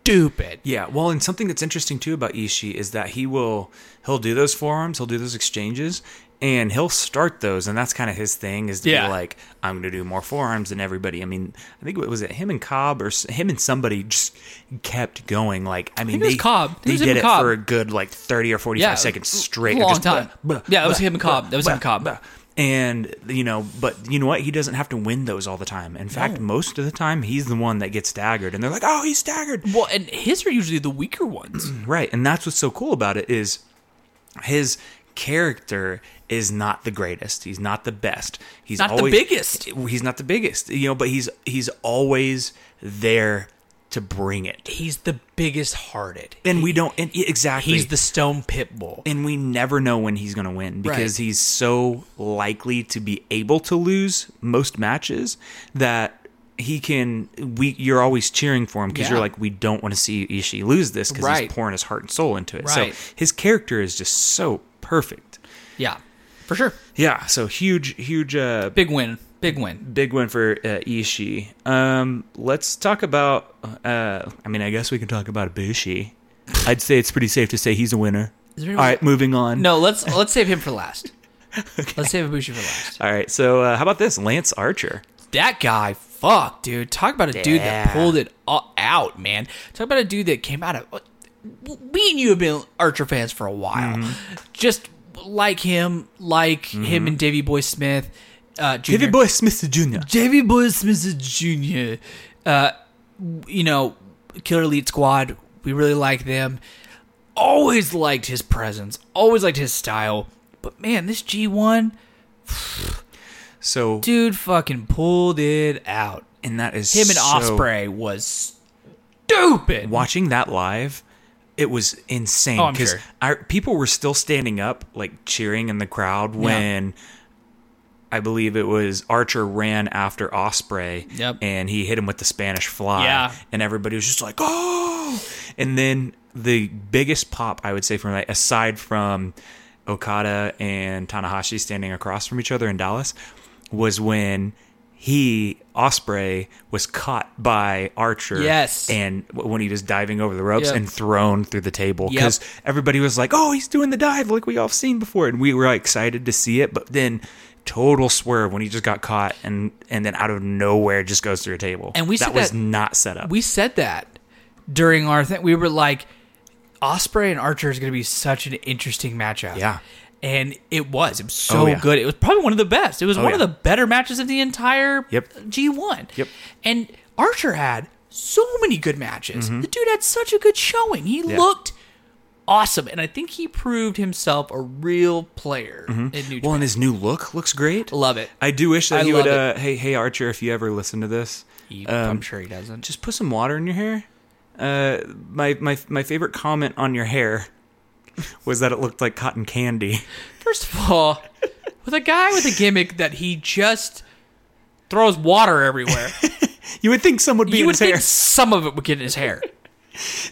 [SPEAKER 2] stupid.
[SPEAKER 1] Yeah, well, and something that's interesting too about Ishii is that he will he'll do those forearms, he'll do those exchanges, and he'll start those, and that's kind of his thing is to
[SPEAKER 2] Yeah.
[SPEAKER 1] be like, I'm going to do more forearms than everybody. I mean, I think it was it him and Cobb or s- him and somebody just kept going. Like, I mean,
[SPEAKER 2] it was
[SPEAKER 1] they
[SPEAKER 2] Cobb. I think it
[SPEAKER 1] they
[SPEAKER 2] was him
[SPEAKER 1] did
[SPEAKER 2] and
[SPEAKER 1] it
[SPEAKER 2] Cobb.
[SPEAKER 1] for a good like thirty or forty five
[SPEAKER 2] Yeah,
[SPEAKER 1] seconds
[SPEAKER 2] l-
[SPEAKER 1] straight,
[SPEAKER 2] long
[SPEAKER 1] Just
[SPEAKER 2] time. Yeah, that was him and Cobb. That was him and Cobb.
[SPEAKER 1] and you know, but you know what? He doesn't have to win those all the time. In fact, most of the time, he's the one that gets staggered, and they're like, "Oh, he's staggered."
[SPEAKER 2] Well, and his are usually the weaker [CLEARS THROAT] ones.
[SPEAKER 1] Right, and that's what's so cool about it is his character is not the greatest. He's not the best. He's
[SPEAKER 2] Not the
[SPEAKER 1] always-
[SPEAKER 2] biggest.
[SPEAKER 1] He's not the biggest, you know, but he's he's always there to bring it.
[SPEAKER 2] He's the biggest hearted.
[SPEAKER 1] And we don't and, exactly.
[SPEAKER 2] He's the stone pit bull.
[SPEAKER 1] and we never know when he's going to win because
[SPEAKER 2] Right.
[SPEAKER 1] he's so likely to be able to lose most matches that he can we you're always cheering for him because you're
[SPEAKER 2] Yeah.
[SPEAKER 1] like we don't want to see Ishii lose this because
[SPEAKER 2] Right.
[SPEAKER 1] he's pouring his heart and soul into it.
[SPEAKER 2] Right.
[SPEAKER 1] So his character is just so perfect.
[SPEAKER 2] Yeah, for sure.
[SPEAKER 1] Yeah, so huge huge uh
[SPEAKER 2] Big win. Big win.
[SPEAKER 1] big win for uh, Ishii. Um let's talk about uh I mean I guess we can talk about Ibushi. I'd say it's pretty safe to say he's a winner.
[SPEAKER 2] Is there
[SPEAKER 1] All
[SPEAKER 2] anyone-
[SPEAKER 1] right, moving on.
[SPEAKER 2] No, let's let's save him for [LAUGHS] last. Let's save Ibushi for last.
[SPEAKER 1] All right, so uh, how about this, Lance Archer?
[SPEAKER 2] That guy, fuck, dude. Talk about a dude that
[SPEAKER 1] Yeah.
[SPEAKER 2] pulled it all out, man. Talk about a dude that came out of. Me and you have been Archer fans for a while. Just like him, like him and Davy Boy Smith, uh, Jr.
[SPEAKER 1] David Boy Smith Jr.
[SPEAKER 2] Davy Boy Smith Jr. Uh, you know, Killer Elite Squad. We really like them. Always liked his presence. Always liked his style. But man, this G one
[SPEAKER 1] So,
[SPEAKER 2] dude fucking pulled it out.
[SPEAKER 1] and that is
[SPEAKER 2] him and
[SPEAKER 1] so-
[SPEAKER 2] Osprey was stupid.
[SPEAKER 1] Watching that live, it was insane
[SPEAKER 2] Oh, I'm
[SPEAKER 1] because
[SPEAKER 2] sure.
[SPEAKER 1] people were still standing up, like cheering in the crowd when I believe it was Archer ran after Osprey,
[SPEAKER 2] Yep.
[SPEAKER 1] and he hit him with the Spanish Fly,
[SPEAKER 2] Yeah.
[SPEAKER 1] and everybody was just like, "Oh!" And then the biggest pop I would say from that, aside from Okada and Tanahashi standing across from each other in Dallas, was when he Osprey was caught by Archer,
[SPEAKER 2] Yes.
[SPEAKER 1] and w- when he was diving over the ropes
[SPEAKER 2] Yep.
[SPEAKER 1] and thrown through the table
[SPEAKER 2] Yep.
[SPEAKER 1] because everybody was like, "Oh, he's doing the dive like we all seen before," and we were excited to see it. But then, total swerve when he just got caught and and then out of nowhere just goes through a table.
[SPEAKER 2] And we
[SPEAKER 1] that
[SPEAKER 2] said
[SPEAKER 1] was
[SPEAKER 2] that-
[SPEAKER 1] not set up.
[SPEAKER 2] We said that during our thing. We were like, Osprey and Archer is going to be such an interesting matchup.
[SPEAKER 1] Yeah.
[SPEAKER 2] And it was. It was so
[SPEAKER 1] Oh, yeah.
[SPEAKER 2] good. It was probably one of the best. It was
[SPEAKER 1] Oh,
[SPEAKER 2] one of
[SPEAKER 1] yeah.
[SPEAKER 2] the better matches of the entire
[SPEAKER 1] Yep.
[SPEAKER 2] G1.
[SPEAKER 1] Yep.
[SPEAKER 2] And Archer had so many good matches.
[SPEAKER 1] Mm-hmm.
[SPEAKER 2] The dude had such a good showing. He looked awesome. And I think he proved himself a real player in New
[SPEAKER 1] Mm-hmm. Well,
[SPEAKER 2] Japan.
[SPEAKER 1] and his new look looks great.
[SPEAKER 2] Love it.
[SPEAKER 1] I do wish that
[SPEAKER 2] I
[SPEAKER 1] he would. Uh,
[SPEAKER 2] love
[SPEAKER 1] hey, hey, Archer, if you ever listen to this,
[SPEAKER 2] He-
[SPEAKER 1] um,
[SPEAKER 2] I'm sure he doesn't.
[SPEAKER 1] just put some water in your hair. Uh, my my my favorite comment on your hair [LAUGHS] was that it looked like cotton candy. [LAUGHS]
[SPEAKER 2] First of all, with a guy with a gimmick that he just throws
[SPEAKER 1] [LAUGHS]
[SPEAKER 2] water everywhere,
[SPEAKER 1] You would think some would be
[SPEAKER 2] you
[SPEAKER 1] in
[SPEAKER 2] would
[SPEAKER 1] his
[SPEAKER 2] think
[SPEAKER 1] hair.
[SPEAKER 2] some of it would get in his hair.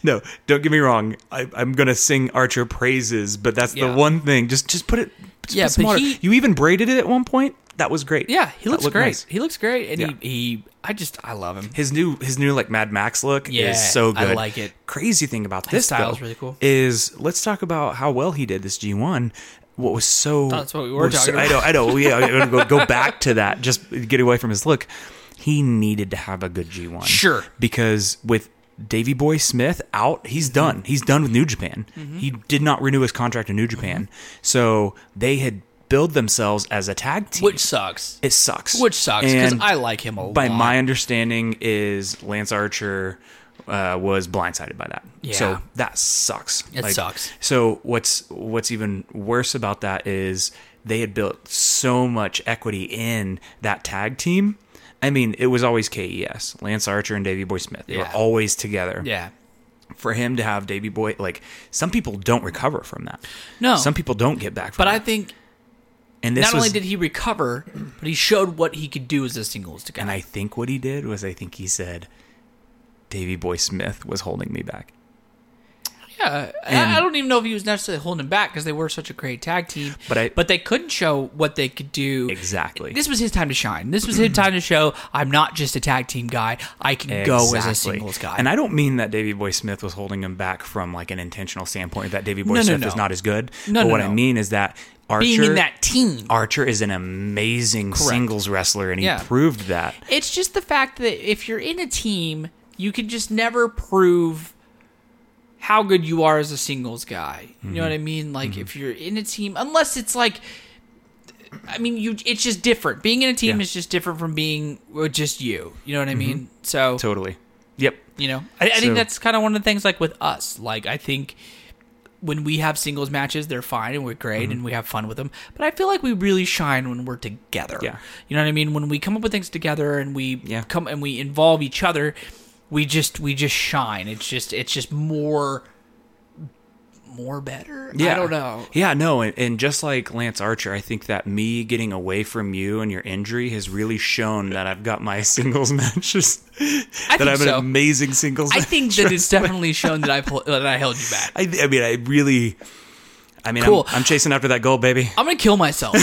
[SPEAKER 1] No, don't get me wrong. I, I'm gonna sing Archer praises, but that's
[SPEAKER 2] Yeah.
[SPEAKER 1] the one thing. Just just put it. Just
[SPEAKER 2] Yeah,
[SPEAKER 1] put some
[SPEAKER 2] but
[SPEAKER 1] water.
[SPEAKER 2] he-
[SPEAKER 1] you even braided it at one point. That was great.
[SPEAKER 2] Yeah, he
[SPEAKER 1] That
[SPEAKER 2] looks
[SPEAKER 1] looked
[SPEAKER 2] great.
[SPEAKER 1] nice.
[SPEAKER 2] He looks great, and
[SPEAKER 1] Yeah.
[SPEAKER 2] he, he, I just, I love him.
[SPEAKER 1] His new his new like Mad Max look
[SPEAKER 2] Yeah,
[SPEAKER 1] is so
[SPEAKER 2] I
[SPEAKER 1] good.
[SPEAKER 2] like it.
[SPEAKER 1] Crazy thing about this
[SPEAKER 2] style's
[SPEAKER 1] though,
[SPEAKER 2] really cool.
[SPEAKER 1] Is let's talk about how well he did this G one. What was so
[SPEAKER 2] That's what we were
[SPEAKER 1] was
[SPEAKER 2] talking
[SPEAKER 1] so- I know. I know. Yeah, I gotta go,
[SPEAKER 2] [LAUGHS]
[SPEAKER 1] go back to that. Just get away from his look. He needed to have a good G one.
[SPEAKER 2] Sure.
[SPEAKER 1] because with Davy Boy Smith out,
[SPEAKER 2] Mm-hmm.
[SPEAKER 1] he's done. He's done with New Japan. He did not renew his contract in New
[SPEAKER 2] Mm-hmm.
[SPEAKER 1] Japan, so they had billed themselves as a tag team.
[SPEAKER 2] Which sucks.
[SPEAKER 1] it sucks.
[SPEAKER 2] Which sucks because
[SPEAKER 1] And-
[SPEAKER 2] I like him a
[SPEAKER 1] by
[SPEAKER 2] lot.
[SPEAKER 1] my understanding is Lance Archer uh, was blindsided by that.
[SPEAKER 2] Yeah.
[SPEAKER 1] So that sucks.
[SPEAKER 2] It sucks.
[SPEAKER 1] So what's what's even worse about that is they had built so much equity in that tag team. I mean, it was always KES, Lance Archer and Davey Boy Smith. They
[SPEAKER 2] Yeah.
[SPEAKER 1] were always together.
[SPEAKER 2] yeah,
[SPEAKER 1] For him to have Davey Boy, like some people don't recover from that.
[SPEAKER 2] No.
[SPEAKER 1] some people don't get back. From
[SPEAKER 2] but I
[SPEAKER 1] that.
[SPEAKER 2] think
[SPEAKER 1] and this
[SPEAKER 2] not only
[SPEAKER 1] was-
[SPEAKER 2] did he recover, but he showed what he could do as a singles guy.
[SPEAKER 1] And I think what he did was I think he said Davy Boy Smith was holding me back.
[SPEAKER 2] Yeah,
[SPEAKER 1] And-
[SPEAKER 2] I I don't even know if he was necessarily holding him back because they were such a great tag team.
[SPEAKER 1] But I-
[SPEAKER 2] but they couldn't show what they could do.
[SPEAKER 1] Exactly.
[SPEAKER 2] This was his time to shine. This was his time to show I'm not just a tag team guy. I can go as a
[SPEAKER 1] Exactly.
[SPEAKER 2] singles guy.
[SPEAKER 1] And I don't mean that Davy Boy Smith was holding him back from like an intentional standpoint that Davy Boy
[SPEAKER 2] No, no,
[SPEAKER 1] Smith
[SPEAKER 2] no.
[SPEAKER 1] is not as good.
[SPEAKER 2] No,
[SPEAKER 1] but
[SPEAKER 2] no,
[SPEAKER 1] what I
[SPEAKER 2] no.
[SPEAKER 1] mean is that Archer
[SPEAKER 2] being in that team.
[SPEAKER 1] Archer is an amazing singles wrestler and he
[SPEAKER 2] Yeah.
[SPEAKER 1] proved that.
[SPEAKER 2] It's just the fact that if you're in a team, you can just never prove how good you are as a singles guy. You know what I mean? Like if you're in a team, unless it's like, I mean, you it's just different. Being in a team
[SPEAKER 1] Yeah.
[SPEAKER 2] is just different from being uh, just you. You know what I mean? So,
[SPEAKER 1] Totally. Yep.
[SPEAKER 2] you know, I, I
[SPEAKER 1] So-
[SPEAKER 2] think that's kind of one of the things. Like with us, like I think. When we have singles matches, they're fine and we're great
[SPEAKER 1] Mm-hmm.
[SPEAKER 2] and we have fun with them. But I feel like we really shine when we're together.
[SPEAKER 1] Yeah.
[SPEAKER 2] You know what I mean? When we come up with things together and we
[SPEAKER 1] Yeah.
[SPEAKER 2] come and we involve each other, we just we just shine. It's just it's just more more better. I
[SPEAKER 1] [LAUGHS]
[SPEAKER 2] don't know.
[SPEAKER 1] Yeah, no, and, and just like Lance Archer, I think that me getting away from you and your injury has really shown that I've got my [LAUGHS] singles matches. that
[SPEAKER 2] think
[SPEAKER 1] I'm an
[SPEAKER 2] so.
[SPEAKER 1] amazing singles.
[SPEAKER 2] I
[SPEAKER 1] match
[SPEAKER 2] think that it's definitely shown that I pull, that I held you back.
[SPEAKER 1] [LAUGHS] I, I mean, I really. I mean,
[SPEAKER 2] Cool.
[SPEAKER 1] I'm, I'm chasing after that goal, baby.
[SPEAKER 2] I'm gonna
[SPEAKER 1] [LAUGHS]
[SPEAKER 2] kill myself.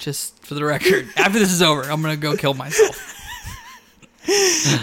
[SPEAKER 2] just for the record, after this is over, I'm gonna go kill myself.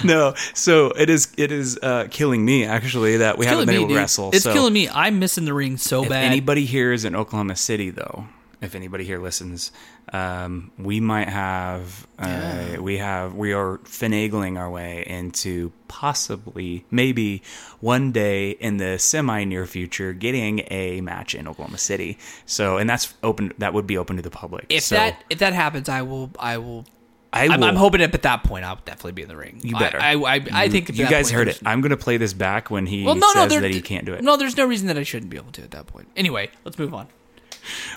[SPEAKER 1] no, so it is. It is uh, killing me actually that we haven't
[SPEAKER 2] Killing
[SPEAKER 1] been
[SPEAKER 2] me,
[SPEAKER 1] able to
[SPEAKER 2] dude.
[SPEAKER 1] wrestle.
[SPEAKER 2] It's
[SPEAKER 1] so
[SPEAKER 2] killing me. I'm missing the ring so
[SPEAKER 1] If
[SPEAKER 2] bad.
[SPEAKER 1] anybody here is in Oklahoma City, though, if anybody here listens, um, we might have. Uh, We have. We are finagling our way into possibly, maybe, one day in the semi near future, getting a match in Oklahoma City. So, and that's open. That would be open to the public.
[SPEAKER 2] if
[SPEAKER 1] So
[SPEAKER 2] that if that happens, I will I will
[SPEAKER 1] I
[SPEAKER 2] I'm, I'm
[SPEAKER 1] will-
[SPEAKER 2] hoping up at that point I'll definitely be in the ring.
[SPEAKER 1] You better.
[SPEAKER 2] I I, I, I think at
[SPEAKER 1] you
[SPEAKER 2] that
[SPEAKER 1] guys
[SPEAKER 2] point
[SPEAKER 1] heard
[SPEAKER 2] there's-
[SPEAKER 1] it. I'm gonna play this back when he
[SPEAKER 2] Well, no, no,
[SPEAKER 1] says
[SPEAKER 2] there-
[SPEAKER 1] that he can't do it.
[SPEAKER 2] No, there's no reason that I shouldn't be able to at that point. Anyway, let's move on.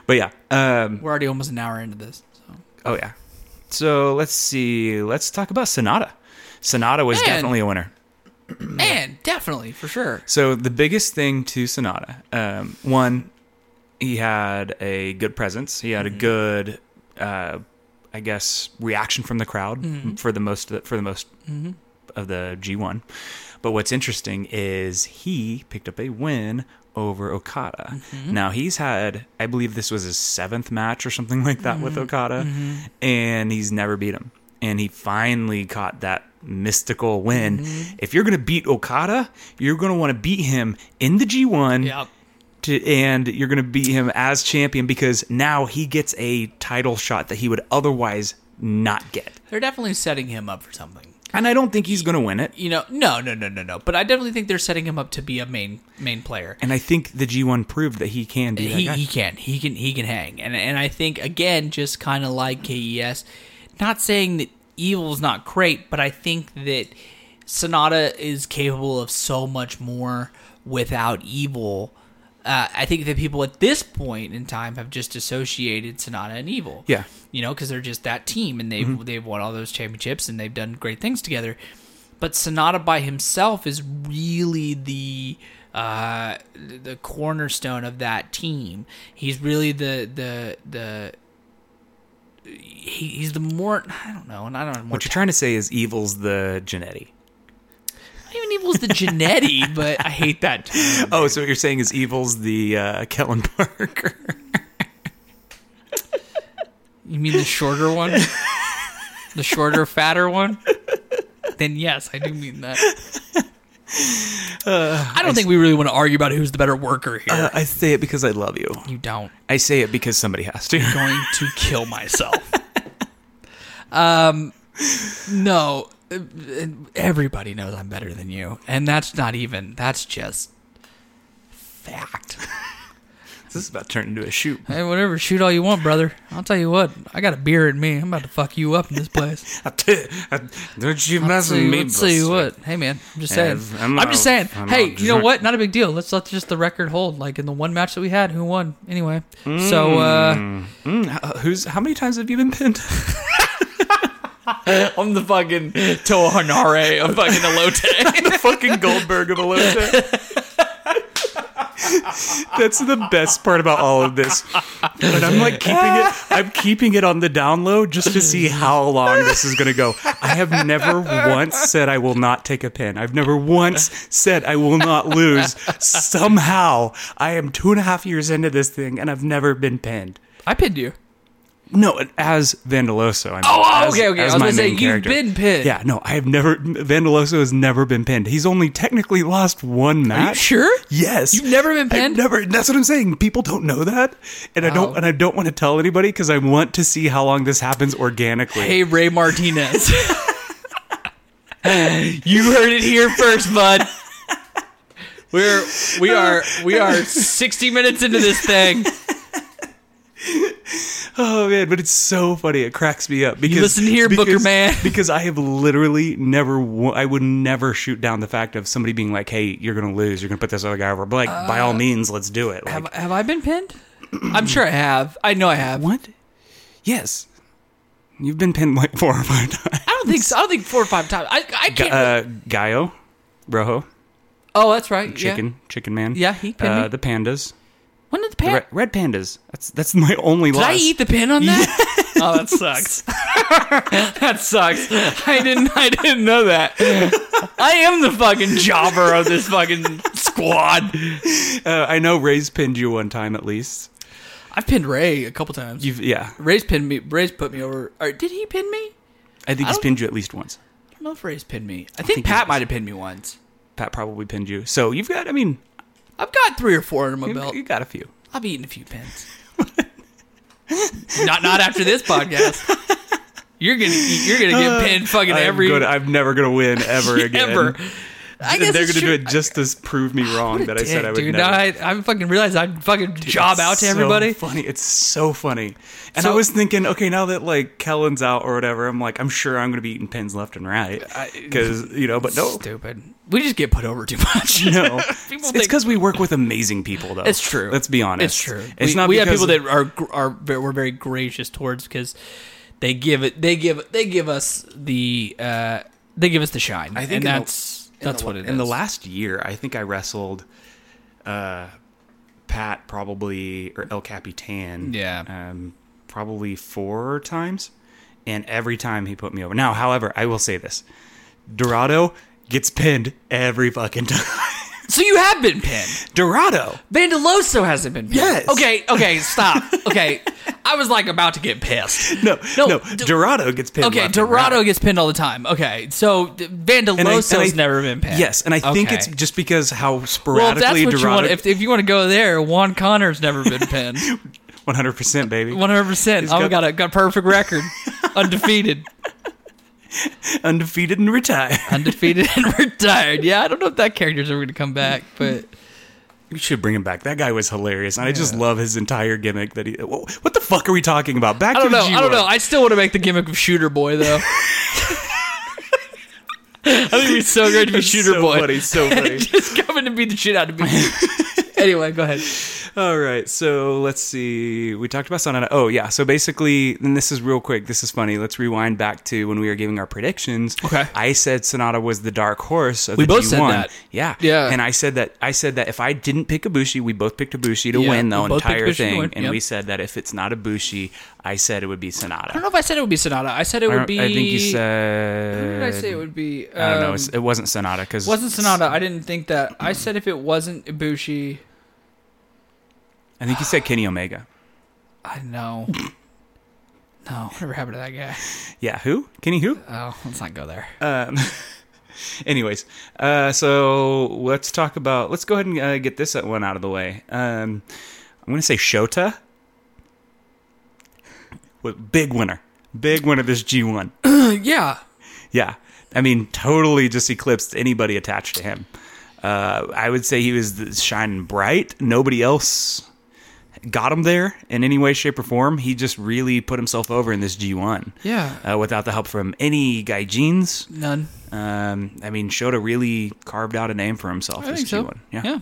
[SPEAKER 1] But yeah, um,
[SPEAKER 2] We're already almost an hour into this. So.
[SPEAKER 1] oh yeah. So let's see. Let's talk about Sonata. Sonata was
[SPEAKER 2] Man.
[SPEAKER 1] definitely a winner.
[SPEAKER 2] Man, definitely for sure.
[SPEAKER 1] So the biggest thing to Sonata, um, one, he had a good presence. He had a good, uh, I guess, reaction from the crowd for the most for the most of the G1. But what's interesting is he picked up a win over Okada. Now he's had, I believe this was his seventh match or something like that with Okada, and he's never beat him. And he finally caught that mystical win. If you're going to beat Okada, you're going to want to beat him in the G1
[SPEAKER 2] Yep.
[SPEAKER 1] to, and you're going to beat him as champion because now he gets a title shot that he would otherwise not get.
[SPEAKER 2] They're definitely setting him up for something.
[SPEAKER 1] And I don't think he's going to win it.
[SPEAKER 2] You know, no, no, no, no, no. But I definitely think they're setting him up to be a main main player.
[SPEAKER 1] And I think the G1 proved that he can be that
[SPEAKER 2] he,
[SPEAKER 1] guy.
[SPEAKER 2] he can he can he can hang and and I think again just kind of like KES not saying that evil's not great but I think that Sonata is capable of so much more without evil uh, I think that people at this point in time have just associated Sonata and evil
[SPEAKER 1] Yeah.
[SPEAKER 2] you know because they're just that team and they've they've won all those championships and they've done great things together but Sonata by himself is really the uh, the cornerstone of that team. He's really the the the he, he's the more I don't know, and I don't know.
[SPEAKER 1] What you're trying to say is evil's the [LAUGHS] Genetti.
[SPEAKER 2] Not even evil's the Genetti, but I hate that term.
[SPEAKER 1] Oh, so what you're saying is evil's the uh, Kellen [LAUGHS] Parker.
[SPEAKER 2] You mean the shorter one? the shorter, fatter one? Then yes, I do mean that. I don't think we really want to argue about who's the better worker here.
[SPEAKER 1] Uh, I say it because I love you.
[SPEAKER 2] you don't.
[SPEAKER 1] I say it because somebody has [LAUGHS] to.
[SPEAKER 2] going to kill myself. um, no, uh, everybody knows I'm better than you, and that's not even. That's just fact.
[SPEAKER 1] this is about to turn into a [LAUGHS] shoot.
[SPEAKER 2] Hey, whatever, shoot all you want, brother. I'll tell you what, I got a beer in me. I'm about to fuck you up in this place.
[SPEAKER 1] I tell- I- Don't you mess
[SPEAKER 2] I'll
[SPEAKER 1] with me,
[SPEAKER 2] let's see
[SPEAKER 1] Buster.
[SPEAKER 2] what. Hey, man, I'm just saying.
[SPEAKER 1] Yeah,
[SPEAKER 2] I'm,
[SPEAKER 1] I'm
[SPEAKER 2] just
[SPEAKER 1] all-
[SPEAKER 2] saying.
[SPEAKER 1] I'm all
[SPEAKER 2] hey, you know
[SPEAKER 1] drunk.
[SPEAKER 2] what? Not a big deal. Let's let just the record hold. Like in the one match that we had, who won? Anyway, so uh,
[SPEAKER 1] Uh, who's? How many times have you been pinned?
[SPEAKER 2] uh, [LAUGHS] I'm the fucking Toa Hanare of fucking Elote.
[SPEAKER 1] [LAUGHS] the fucking Goldberg of Elote. That's the best part about all of this. But I'm like keeping it I'm keeping it on the down low just to see how long this is gonna go. I have never once said I will not take a pin. I've never once said I will not lose. Somehow I am two and a half years into this thing and I've never been pinned.
[SPEAKER 2] I pinned you.
[SPEAKER 1] No, as Vandaloso. I mean,
[SPEAKER 2] Oh,
[SPEAKER 1] as-
[SPEAKER 2] okay, okay. I
[SPEAKER 1] as
[SPEAKER 2] was
[SPEAKER 1] my
[SPEAKER 2] gonna say,
[SPEAKER 1] main
[SPEAKER 2] you've
[SPEAKER 1] character.
[SPEAKER 2] been pinned.
[SPEAKER 1] Yeah, no, I have never. Vandaloso has never been pinned. He's only technically lost one match.
[SPEAKER 2] sure?
[SPEAKER 1] Yes.
[SPEAKER 2] You've never been
[SPEAKER 1] I've
[SPEAKER 2] pinned?
[SPEAKER 1] never. That's what I'm saying. People don't know that, and I
[SPEAKER 2] Wow.
[SPEAKER 1] don't. And I don't want to tell anybody because I want to see how long this happens organically.
[SPEAKER 2] Hey, Ray Martinez. [LAUGHS] you heard it here first, bud. We're we are we are sixty minutes into this thing.
[SPEAKER 1] Oh man, but it's so funny. It cracks me up because
[SPEAKER 2] listen here, Booker
[SPEAKER 1] because-
[SPEAKER 2] Man.
[SPEAKER 1] [LAUGHS] Because I have literally never. wa- I would never shoot down the fact of somebody being like, "Hey, you're gonna lose. You're gonna put this other guy over." But like, by all means, let's do it. Like,
[SPEAKER 2] Uh, Have, have I been pinned? I'm sure I have. I know I have.
[SPEAKER 1] What? Yes. You've been pinned like four or five times.
[SPEAKER 2] I don't think so. I don't think four or five times. I I can't.
[SPEAKER 1] Uh, Gaio, Rojo,
[SPEAKER 2] oh, that's right.
[SPEAKER 1] Chicken,
[SPEAKER 2] Yeah.
[SPEAKER 1] Chicken Man.
[SPEAKER 2] Yeah, he pinned
[SPEAKER 1] uh,
[SPEAKER 2] me.
[SPEAKER 1] The pandas,
[SPEAKER 2] When did the
[SPEAKER 1] the
[SPEAKER 2] pan?
[SPEAKER 1] red, red pandas. That's that's my only
[SPEAKER 2] Did
[SPEAKER 1] loss.
[SPEAKER 2] I eat the pin on [LAUGHS] that? Oh, that sucks. [LAUGHS] that sucks. I didn't. I didn't know that. I am the fucking jobber of this fucking squad.
[SPEAKER 1] Uh, I know Ray's pinned you one time at least.
[SPEAKER 2] I've pinned Ray a couple times.
[SPEAKER 1] You've yeah.
[SPEAKER 2] Ray's pinned me. Ray's put me over. Or did he pin me?
[SPEAKER 1] I think he's
[SPEAKER 2] don't-
[SPEAKER 1] pinned you at least once.
[SPEAKER 2] I don't know if Ray's pinned me. I think,
[SPEAKER 1] think he
[SPEAKER 2] Pat
[SPEAKER 1] has.
[SPEAKER 2] might have pinned me once.
[SPEAKER 1] Pat probably pinned you. So you've got. I mean,
[SPEAKER 2] I've got three or four under my
[SPEAKER 1] you,
[SPEAKER 2] belt.
[SPEAKER 1] you got a few.
[SPEAKER 2] I've eaten a few pins. not not after this [LAUGHS] podcast. You're gonna you're gonna get pinned fucking
[SPEAKER 1] I'm
[SPEAKER 2] every
[SPEAKER 1] gonna- I'm never gonna
[SPEAKER 2] [LAUGHS]
[SPEAKER 1] win ever again.
[SPEAKER 2] ever.
[SPEAKER 1] [LAUGHS]
[SPEAKER 2] I guess
[SPEAKER 1] They're
[SPEAKER 2] it's
[SPEAKER 1] gonna do
[SPEAKER 2] true.
[SPEAKER 1] it just to prove me wrong that I said I would
[SPEAKER 2] dude,
[SPEAKER 1] never.
[SPEAKER 2] I, I fucking realized I'd fucking job
[SPEAKER 1] It's
[SPEAKER 2] out to
[SPEAKER 1] so
[SPEAKER 2] everybody.
[SPEAKER 1] funny. It's so funny. And
[SPEAKER 2] So-
[SPEAKER 1] I was thinking, okay, now that like Kellen's out or whatever, I'm like, I'm sure I'm going to be eating pins left and right because you know. But no,
[SPEAKER 2] Stupid. We just get put over too
[SPEAKER 1] [LAUGHS]
[SPEAKER 2] much.
[SPEAKER 1] no,
[SPEAKER 2] People
[SPEAKER 1] it's
[SPEAKER 2] think-
[SPEAKER 1] because we work with amazing people, though.
[SPEAKER 2] It's true.
[SPEAKER 1] Let's be honest.
[SPEAKER 2] [LAUGHS] It's true.
[SPEAKER 1] It's
[SPEAKER 2] we,
[SPEAKER 1] not.
[SPEAKER 2] We have
[SPEAKER 1] because-
[SPEAKER 2] people that are gr- are ve- we're very gracious towards because they give it. They give they give us the uh they give us the shine.
[SPEAKER 1] I think
[SPEAKER 2] and
[SPEAKER 1] in the-
[SPEAKER 2] that's
[SPEAKER 1] in
[SPEAKER 2] that's
[SPEAKER 1] the,
[SPEAKER 2] what it is.
[SPEAKER 1] In the last year, I think I wrestled, uh, Pat probably or El Capitan.
[SPEAKER 2] Yeah.
[SPEAKER 1] Um, probably four times, and every time he put me over. Now, however, I will say this: Dorado gets pinned every fucking [LAUGHS] time.
[SPEAKER 2] So you have been pinned.
[SPEAKER 1] Dorado.
[SPEAKER 2] Vandaloso hasn't been pinned.
[SPEAKER 1] Yes.
[SPEAKER 2] Okay. Okay.
[SPEAKER 1] [LAUGHS]
[SPEAKER 2] Stop. Okay. I was like about to get pissed.
[SPEAKER 1] No,
[SPEAKER 2] No,
[SPEAKER 1] no,
[SPEAKER 2] D-
[SPEAKER 1] Dorado gets pinned.
[SPEAKER 2] Okay,
[SPEAKER 1] left and
[SPEAKER 2] Dorado
[SPEAKER 1] right.
[SPEAKER 2] gets pinned all the time. Okay, so D-
[SPEAKER 1] And I-
[SPEAKER 2] Vandaloso's
[SPEAKER 1] and I-
[SPEAKER 2] never been pinned.
[SPEAKER 1] Yes, and I think
[SPEAKER 2] Okay.
[SPEAKER 1] it's just because how
[SPEAKER 2] well. If that's
[SPEAKER 1] sporadically
[SPEAKER 2] what you want.
[SPEAKER 1] Dorado.
[SPEAKER 2] If, if you want to go there, Juan Connor's
[SPEAKER 1] [LAUGHS]
[SPEAKER 2] never been pinned.
[SPEAKER 1] One hundred percent, baby.
[SPEAKER 2] One hundred percent.
[SPEAKER 1] He's [LAUGHS]
[SPEAKER 2] Oh,
[SPEAKER 1] got-
[SPEAKER 2] got, got a got a perfect record, undefeated.
[SPEAKER 1] Undefeated and retired.
[SPEAKER 2] undefeated
[SPEAKER 1] [LAUGHS]
[SPEAKER 2] and retired. Yeah, I don't know if that character's ever going to come back, but
[SPEAKER 1] We should bring him back. That guy was hilarious, and I just love his entire gimmick. That he. wha- What the fuck are we talking about? Back
[SPEAKER 2] I
[SPEAKER 1] to
[SPEAKER 2] don't
[SPEAKER 1] the
[SPEAKER 2] know.
[SPEAKER 1] G1.
[SPEAKER 2] I don't know. I still want to make the gimmick of Shooter
[SPEAKER 1] [LAUGHS]
[SPEAKER 2] Boy [LAUGHS] though. I think it'd be so great to be
[SPEAKER 1] It's
[SPEAKER 2] Shooter
[SPEAKER 1] so
[SPEAKER 2] Boy.
[SPEAKER 1] funny, [LAUGHS] so funny.
[SPEAKER 2] [LAUGHS] Just coming to beat the shit
[SPEAKER 1] [LAUGHS]
[SPEAKER 2] out of me. anyway, go ahead.
[SPEAKER 1] All right, so let's see. We talked about Sonata. Oh yeah, so basically, and this is real quick. This is funny. Let's rewind back to when we were giving our predictions.
[SPEAKER 2] Okay.
[SPEAKER 1] I said Sonata was the dark horse. Of
[SPEAKER 2] We
[SPEAKER 1] the
[SPEAKER 2] both
[SPEAKER 1] G1.
[SPEAKER 2] said that.
[SPEAKER 1] Yeah,
[SPEAKER 2] Yeah.
[SPEAKER 1] And I said that. I said that if I didn't pick Ibushi, we both picked Ibushi to
[SPEAKER 2] Yeah,
[SPEAKER 1] win the
[SPEAKER 2] we both picked
[SPEAKER 1] entire
[SPEAKER 2] Ibushi to
[SPEAKER 1] thing.
[SPEAKER 2] win,
[SPEAKER 1] And
[SPEAKER 2] yep.
[SPEAKER 1] we said that if it's not Ibushi, I said it would be Sonata.
[SPEAKER 2] I don't know if I said it would be Sonata. I said it
[SPEAKER 1] I
[SPEAKER 2] would
[SPEAKER 1] don't-
[SPEAKER 2] be.
[SPEAKER 1] I think you
[SPEAKER 2] Who
[SPEAKER 1] said.
[SPEAKER 2] did I say it would be?
[SPEAKER 1] I don't know.
[SPEAKER 2] Um,
[SPEAKER 1] It's- It wasn't Sonata because
[SPEAKER 2] wasn't Sonata. I didn't think that. I said if it wasn't Ibushi,
[SPEAKER 1] I think you said Kenny Omega. [LAUGHS]
[SPEAKER 2] I know. No, whatever happened to that guy?
[SPEAKER 1] Yeah, who? Kenny who?
[SPEAKER 2] Oh, let's not go there.
[SPEAKER 1] Um, [LAUGHS] anyways, uh, so let's talk about. Let's go ahead and uh, get this one out of the way. Um, I'm going to say Shota. With- Big winner. Big winner this G1.
[SPEAKER 2] [CLEARS THROAT] yeah,
[SPEAKER 1] Yeah. I mean, totally just eclipsed anybody attached to him. Uh, I would say he was the- shining bright. Nobody else got him there in any way, shape, or form. He just really put himself over in this G1
[SPEAKER 2] yeah.
[SPEAKER 1] uh, without the help from any guy jeans.
[SPEAKER 2] None.
[SPEAKER 1] Um, I mean, Shota really carved out a name for himself.
[SPEAKER 2] I
[SPEAKER 1] as
[SPEAKER 2] think so.
[SPEAKER 1] G1. Yeah.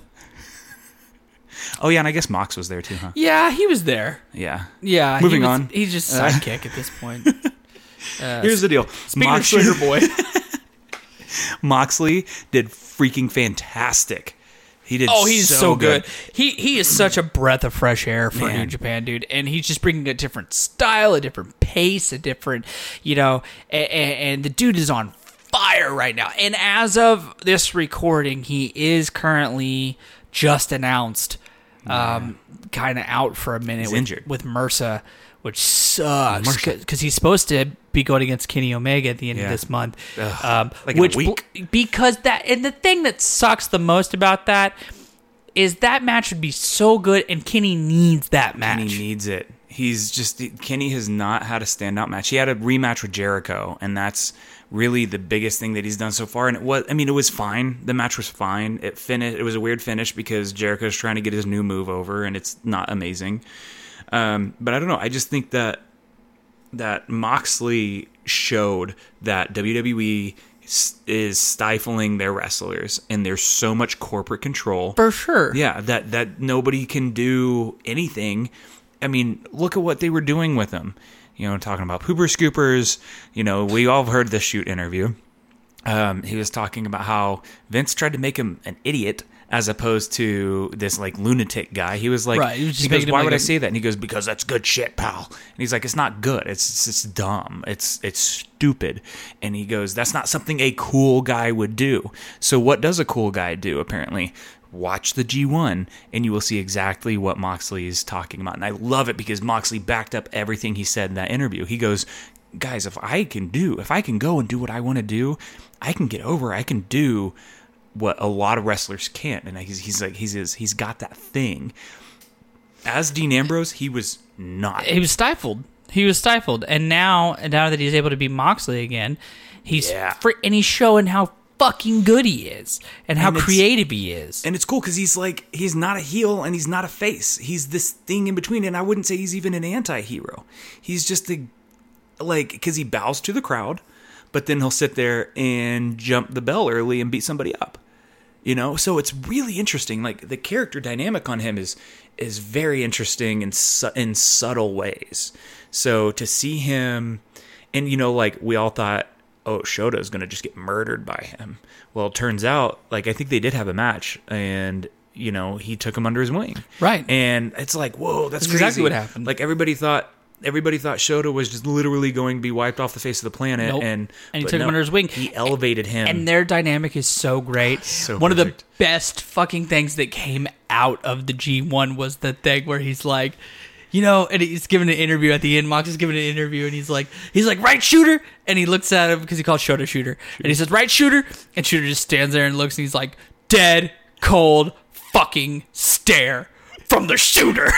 [SPEAKER 1] Oh, yeah, and I guess Mox was there too, huh?
[SPEAKER 2] Yeah, he was there.
[SPEAKER 1] Yeah.
[SPEAKER 2] Yeah. he
[SPEAKER 1] Moving
[SPEAKER 2] was-
[SPEAKER 1] on.
[SPEAKER 2] He's just
[SPEAKER 1] Uh,
[SPEAKER 2] sidekick at this
[SPEAKER 1] [LAUGHS]
[SPEAKER 2] point. Uh,
[SPEAKER 1] Here's the deal.
[SPEAKER 2] speaking of Sugar
[SPEAKER 1] [LAUGHS]
[SPEAKER 2] Boy,
[SPEAKER 1] Moxley did freaking fantastic. He did.
[SPEAKER 2] oh, he's so, good.
[SPEAKER 1] good.
[SPEAKER 2] He he is such a breath of fresh air for New
[SPEAKER 1] Man.
[SPEAKER 2] Japan, dude. And he's just bringing a different style, a different pace, a different, you know. And, and the dude is on fire right now. And as of this recording, he is currently just announced, um, kind of out for a minute
[SPEAKER 1] He's
[SPEAKER 2] with,
[SPEAKER 1] injured.
[SPEAKER 2] with MRSA, which sucks because he's supposed to be going against Kenny Omega at the end
[SPEAKER 1] Yeah.
[SPEAKER 2] of this month.
[SPEAKER 1] Ugh,
[SPEAKER 2] Um,
[SPEAKER 1] like in a
[SPEAKER 2] which bl-
[SPEAKER 1] week.
[SPEAKER 2] because that and the thing that sucks the most about that is that match would be so good and Kenny needs that match.
[SPEAKER 1] Kenny needs it. He's just Kenny has not had a standout match. He had a rematch with Jericho, and that's really the biggest thing that he's done so far. And it was, I mean, it was fine. The match was fine. It finished. It was a weird finish because Jericho's trying to get his new move over, and it's not amazing. Um, but I don't know. I just think that that Moxley showed that WWE s- is stifling their wrestlers, and there's so much corporate control
[SPEAKER 2] For sure.
[SPEAKER 1] yeah, that that nobody can do anything. I mean, look at what they were doing with them. You know, talking about pooper scoopers. You know, we all heard the shoot interview. Um, he was talking about how Vince tried to make him an idiot as opposed to this like lunatic guy. He was like,
[SPEAKER 2] Right, he was just
[SPEAKER 1] he goes,
[SPEAKER 2] making him
[SPEAKER 1] why
[SPEAKER 2] like
[SPEAKER 1] would I
[SPEAKER 2] a-
[SPEAKER 1] say that? And he goes, because that's good shit, pal. And he's like, it's not good. It's it's, it's dumb. It's it's stupid. And he goes, that's not something a cool guy would do. So what does a cool guy do? Apparently, watch the G1, and you will see exactly what Moxley is talking about. And I love it because Moxley backed up everything he said in that interview. He goes, guys, if I can do, if I can go and do what I want to do, I can get over. I can do what a lot of wrestlers can't. And he's he's like he's he's- he's got that thing as Dean Ambrose, he was not.
[SPEAKER 2] He was stifled. He was stifled. And now now that he's able to be Moxley again, he's
[SPEAKER 1] Yeah.
[SPEAKER 2] fr- and he's showing how fucking good he is and how
[SPEAKER 1] And it's-
[SPEAKER 2] creative he is.
[SPEAKER 1] And it's cool because he's like, he's not a heel and he's not a face. He's this thing in between. And I wouldn't say he's even an anti hero. He's just a, like, because he bows to the crowd, but then he'll sit there and jump the bell early and beat somebody up. You know, so it's really interesting. Like the character dynamic on him is is very interesting in su- in subtle ways. So to see him, and you know, like we all thought, oh, Shota's gonna just get murdered by him. Well, it turns out, like I think they did have a match, and you know, he took him under his wing,
[SPEAKER 2] Right.
[SPEAKER 1] And it's like, whoa, that's
[SPEAKER 2] That's exactly
[SPEAKER 1] crazy.
[SPEAKER 2] what happened.
[SPEAKER 1] Like everybody thought. Everybody thought Shota was just literally going to be wiped off the face of the planet,
[SPEAKER 2] Nope.
[SPEAKER 1] and
[SPEAKER 2] And he
[SPEAKER 1] but
[SPEAKER 2] took him under his wing.
[SPEAKER 1] He elevated him,
[SPEAKER 2] and their dynamic is so
[SPEAKER 1] [SIGHS]
[SPEAKER 2] great.
[SPEAKER 1] So
[SPEAKER 2] One of
[SPEAKER 1] perfect.
[SPEAKER 2] the best fucking things that came out of the G1 was the thing where he's like, you know, and he's giving an interview at the end. Mox is giving an interview, and he's like, he's like, right shooter, and he looks at him because he called Shota shooter, and he says, right shooter, and shooter just stands there and looks, and he's like, dead cold fucking stare from the shooter.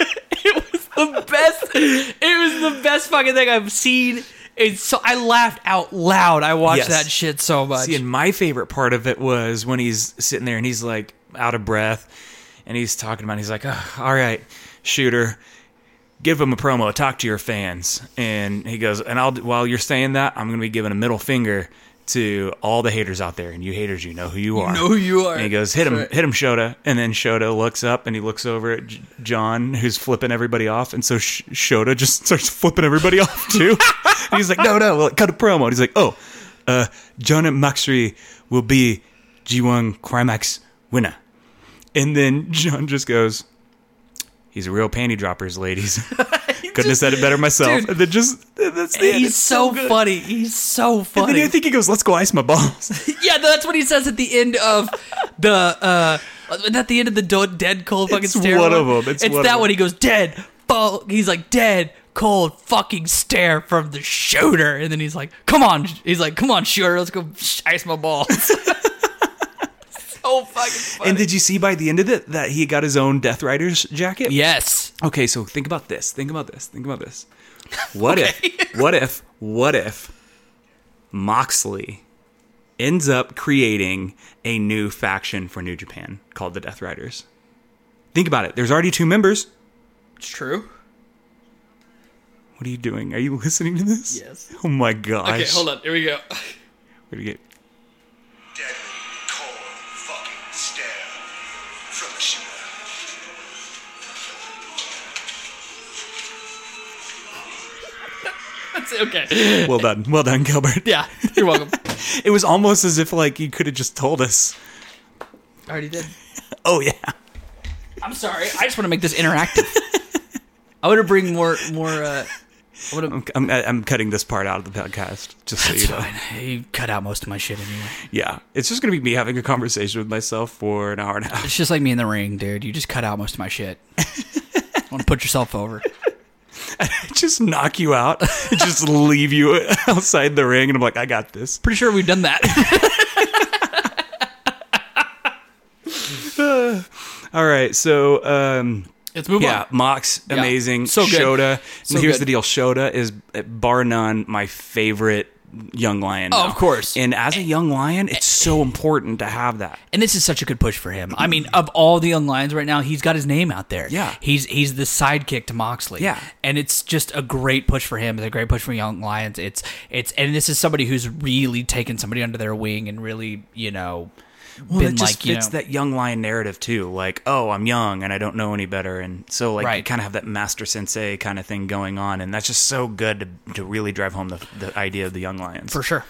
[SPEAKER 2] [LAUGHS] it was the best. It was the best fucking thing I've seen It's so I laughed out loud. I
[SPEAKER 1] Yes.
[SPEAKER 2] watched that shit so much.
[SPEAKER 1] See, and my favorite part of it was when he's sitting there and he's like out of breath, and he's talking about. He's like, "Ah, "All right, shooter, give him a promo. Talk to your fans." And he goes, "And I'll while you're saying that, I'm gonna be giving a middle finger to all the haters out there. And you haters, you know who you are.
[SPEAKER 2] know who you are.
[SPEAKER 1] And he goes, "Hit him,
[SPEAKER 2] That's right.
[SPEAKER 1] hit him, Shota." And then Shota looks up and he looks over at J- John, who's flipping everybody off. And so Sh- Shota just [LAUGHS] starts flipping everybody off too. [LAUGHS] and he's like, "No, no, well, cut a promo." And he's like, "Oh, uh, John and Maxry will be G1 Climax winner." And then John just goes, "He's a real panty droppers,
[SPEAKER 2] [LAUGHS]
[SPEAKER 1] ladies." [LAUGHS] Couldn't have said it better myself.
[SPEAKER 2] Dude.
[SPEAKER 1] and then just that's the end.
[SPEAKER 2] He's
[SPEAKER 1] It's
[SPEAKER 2] so,
[SPEAKER 1] good.
[SPEAKER 2] funny. He's so
[SPEAKER 1] And then
[SPEAKER 2] funny.
[SPEAKER 1] I think he goes, "Let's go ice my balls."
[SPEAKER 2] yeah, that's what he says at the end of the. uh at the end of the do- dead cold fucking
[SPEAKER 1] It's
[SPEAKER 2] stare.
[SPEAKER 1] one
[SPEAKER 2] one.
[SPEAKER 1] of 'em. It's
[SPEAKER 2] It's
[SPEAKER 1] one of
[SPEAKER 2] that
[SPEAKER 1] 'em.
[SPEAKER 2] one. He goes dead. Fall. He's like dead cold fucking stare from the shooter, and then he's like, "Come on." He's like, "Come on, shooter. Let's go sh- ice
[SPEAKER 1] [LAUGHS]
[SPEAKER 2] my balls." so fucking funny.
[SPEAKER 1] and did you see by the end of it that he got his own Death Riders jacket?
[SPEAKER 2] yes.
[SPEAKER 1] Okay, so think about this. Think about this. Think about
[SPEAKER 2] [LAUGHS]
[SPEAKER 1] this. What if? What if? What if Moxley ends up creating a new faction for New Japan called the Death Riders? Think about it. There's already two members.
[SPEAKER 2] It's true.
[SPEAKER 1] What are you doing? Are you listening to this?
[SPEAKER 2] Yes.
[SPEAKER 1] Oh my gosh.
[SPEAKER 2] Okay, hold on. Here we go. [LAUGHS]
[SPEAKER 1] We're gonna get-
[SPEAKER 4] deadly, cold, fucking stare from the shooter.
[SPEAKER 2] That's it. Okay.
[SPEAKER 1] Well done. Well done, Gilbert.
[SPEAKER 2] Yeah. You're welcome.
[SPEAKER 1] It was almost as if like you could have just told us.
[SPEAKER 2] I [LAUGHS] already did.
[SPEAKER 1] Oh yeah.
[SPEAKER 2] I'm sorry. I just want to make this interactive. I want to bring more more. Uh, I want to.
[SPEAKER 1] I'm, I'm cutting this part out of the podcast just so you know.
[SPEAKER 2] You cut out most of my shit anyway.
[SPEAKER 1] Yeah, it's just gonna be me having a conversation with myself for an hour and a half. [LAUGHS]
[SPEAKER 2] It's just like me in the ring, dude. You just cut out most of my shit. want to put yourself over?
[SPEAKER 1] just knock you
[SPEAKER 2] [LAUGHS]
[SPEAKER 1] out, just leave you [LAUGHS] outside the ring, and I'm like, I got this.
[SPEAKER 2] Pretty sure we've done that. [LAUGHS]
[SPEAKER 1] All right, so um,
[SPEAKER 2] Let's move
[SPEAKER 1] yeah,
[SPEAKER 2] on.
[SPEAKER 1] Mox,
[SPEAKER 2] Yeah,
[SPEAKER 1] amazing.
[SPEAKER 2] so good.
[SPEAKER 1] Shota,
[SPEAKER 2] So
[SPEAKER 1] here's
[SPEAKER 2] good.
[SPEAKER 1] the deal: Shota is uh, bar none my favorite young lion.
[SPEAKER 2] Oh,
[SPEAKER 1] now.
[SPEAKER 2] of course.
[SPEAKER 1] And as a young lion, it's so important to have that.
[SPEAKER 2] And this is such a good push for him. I mean, of all the young lions right now, he's got his name out there.
[SPEAKER 1] Yeah.
[SPEAKER 2] He's he's the sidekick to Moxley.
[SPEAKER 1] Yeah.
[SPEAKER 2] And it's just a great push for him. It's a great push for young lions. It's it's and this is somebody who's really taken somebody under their wing and really, you know,
[SPEAKER 1] Well,
[SPEAKER 2] been
[SPEAKER 1] it just
[SPEAKER 2] like, you
[SPEAKER 1] fits
[SPEAKER 2] know,
[SPEAKER 1] that young lion narrative too. Like, oh, I'm young and I don't know any better, and so like you
[SPEAKER 2] Right.
[SPEAKER 1] kind of have that master sensei kind of thing going on, and that's just so good to, to really drive home the, the idea of the young lions.
[SPEAKER 2] for sure.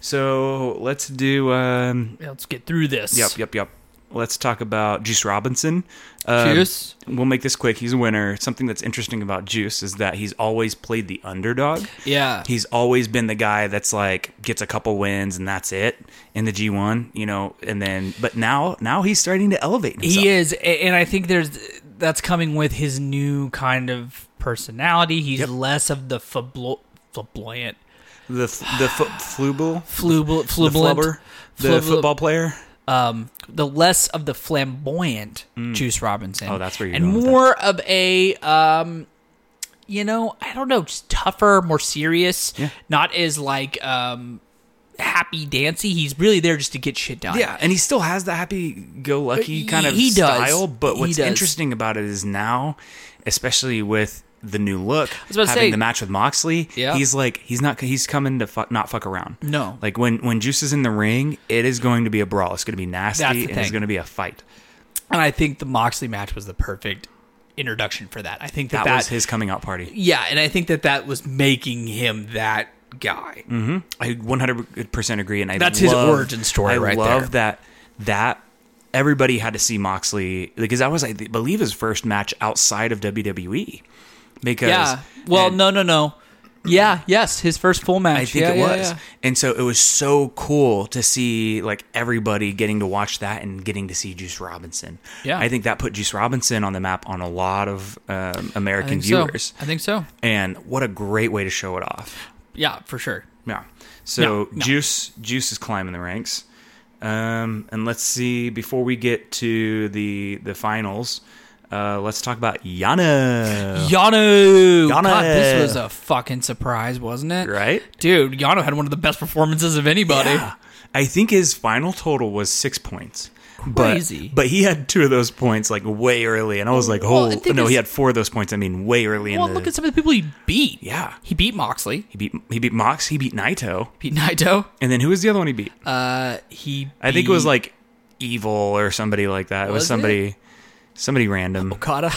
[SPEAKER 1] So let's do. Um,
[SPEAKER 2] Let's get through this.
[SPEAKER 1] yep, yep, yep. Let's talk about Juice Robinson. Um,
[SPEAKER 2] Juice.
[SPEAKER 1] We'll make this quick. He's a winner. Something that's interesting about Juice is that he's always played the underdog.
[SPEAKER 2] Yeah.
[SPEAKER 1] He's always been the guy that's like gets a couple wins and that's it in the G1, you know, and then but now now he's starting to elevate himself.
[SPEAKER 2] He is, a- and I think there's that's coming with his new kind of personality. He's
[SPEAKER 1] Yep.
[SPEAKER 2] less of the fablo- flamboyant,
[SPEAKER 1] The f- the f- flubble,
[SPEAKER 2] flubul,
[SPEAKER 1] the flubber,
[SPEAKER 2] flubulant,
[SPEAKER 1] the
[SPEAKER 2] flubul-
[SPEAKER 1] football player.
[SPEAKER 2] um, the less of the flamboyant Juice Robinson.
[SPEAKER 1] Oh, that's where you're
[SPEAKER 2] and
[SPEAKER 1] going with that.
[SPEAKER 2] more of a, um, you know, I don't know, just tougher, more serious.
[SPEAKER 1] Yeah.
[SPEAKER 2] Not as like um, happy dancy. He's really there just to get shit done.
[SPEAKER 1] Yeah, and he still has the happy-go-lucky
[SPEAKER 2] He-
[SPEAKER 1] kind of
[SPEAKER 2] he does.
[SPEAKER 1] style. But
[SPEAKER 2] He
[SPEAKER 1] what's
[SPEAKER 2] does.
[SPEAKER 1] interesting about it is now, especially with the new look, having
[SPEAKER 2] about to say-
[SPEAKER 1] the match with Moxley,
[SPEAKER 2] Yeah.
[SPEAKER 1] he's like he's not he's coming to fuck, not fuck around.
[SPEAKER 2] No.
[SPEAKER 1] like when when Juice is in the ring, it is going to be a brawl. It's going to be nasty,
[SPEAKER 2] That's the
[SPEAKER 1] and it's
[SPEAKER 2] thing.
[SPEAKER 1] going to be a fight.
[SPEAKER 2] and I think the Moxley match was the perfect introduction for that. I think that
[SPEAKER 1] That,
[SPEAKER 2] that
[SPEAKER 1] was his coming out party.
[SPEAKER 2] Yeah, and I think that that was making him that guy.
[SPEAKER 1] Mm-hmm. I 100 percent agree, and I
[SPEAKER 2] That's his
[SPEAKER 1] love-
[SPEAKER 2] origin story
[SPEAKER 1] I
[SPEAKER 2] right
[SPEAKER 1] love that that everybody had to see Moxley because that was I believe his first match outside of WWE. Because
[SPEAKER 2] Yeah. Well,
[SPEAKER 1] and-
[SPEAKER 2] no, no, no. Yeah, yes, his first full match.
[SPEAKER 1] I think
[SPEAKER 2] Yeah,
[SPEAKER 1] it
[SPEAKER 2] yeah,
[SPEAKER 1] was.
[SPEAKER 2] yeah.
[SPEAKER 1] And so it was so cool to see like everybody getting to watch that and getting to see Juice Robinson.
[SPEAKER 2] Yeah.
[SPEAKER 1] I think that put Juice Robinson on the map on a lot of um,
[SPEAKER 2] I
[SPEAKER 1] American
[SPEAKER 2] think so.
[SPEAKER 1] viewers.
[SPEAKER 2] I think so.
[SPEAKER 1] And what a great way to show it off.
[SPEAKER 2] Yeah, for sure.
[SPEAKER 1] Yeah. So
[SPEAKER 2] No, no.
[SPEAKER 1] Juice Juice is climbing the ranks. Um, and let's see before we get to the the finals. Uh, let's talk about Yano.
[SPEAKER 2] Yano.
[SPEAKER 1] Yano.
[SPEAKER 2] God, this was a fucking surprise, wasn't it?
[SPEAKER 1] Right?
[SPEAKER 2] Dude, Yano had one of the best performances of anybody.
[SPEAKER 1] I think his final total was six points. But-
[SPEAKER 2] Crazy.
[SPEAKER 1] But, he had two of those points like way early, and I was like,
[SPEAKER 2] Well,
[SPEAKER 1] oh
[SPEAKER 2] I think
[SPEAKER 1] no, he had
[SPEAKER 2] it's-
[SPEAKER 1] four of those points. I mean, way early
[SPEAKER 2] Well,
[SPEAKER 1] in the.
[SPEAKER 2] look at some of the people he beat.
[SPEAKER 1] Yeah.
[SPEAKER 2] He beat Moxley,
[SPEAKER 1] he beat he beat Mox, he beat Naito,
[SPEAKER 2] beat Naito.
[SPEAKER 1] and then who was the other one he beat?
[SPEAKER 2] Uh, he.
[SPEAKER 1] I think it was
[SPEAKER 2] beat
[SPEAKER 1] like Evil or somebody like that. It
[SPEAKER 2] Was
[SPEAKER 1] was
[SPEAKER 2] it?
[SPEAKER 1] somebody, somebody random. [LAUGHS]
[SPEAKER 2] Okada.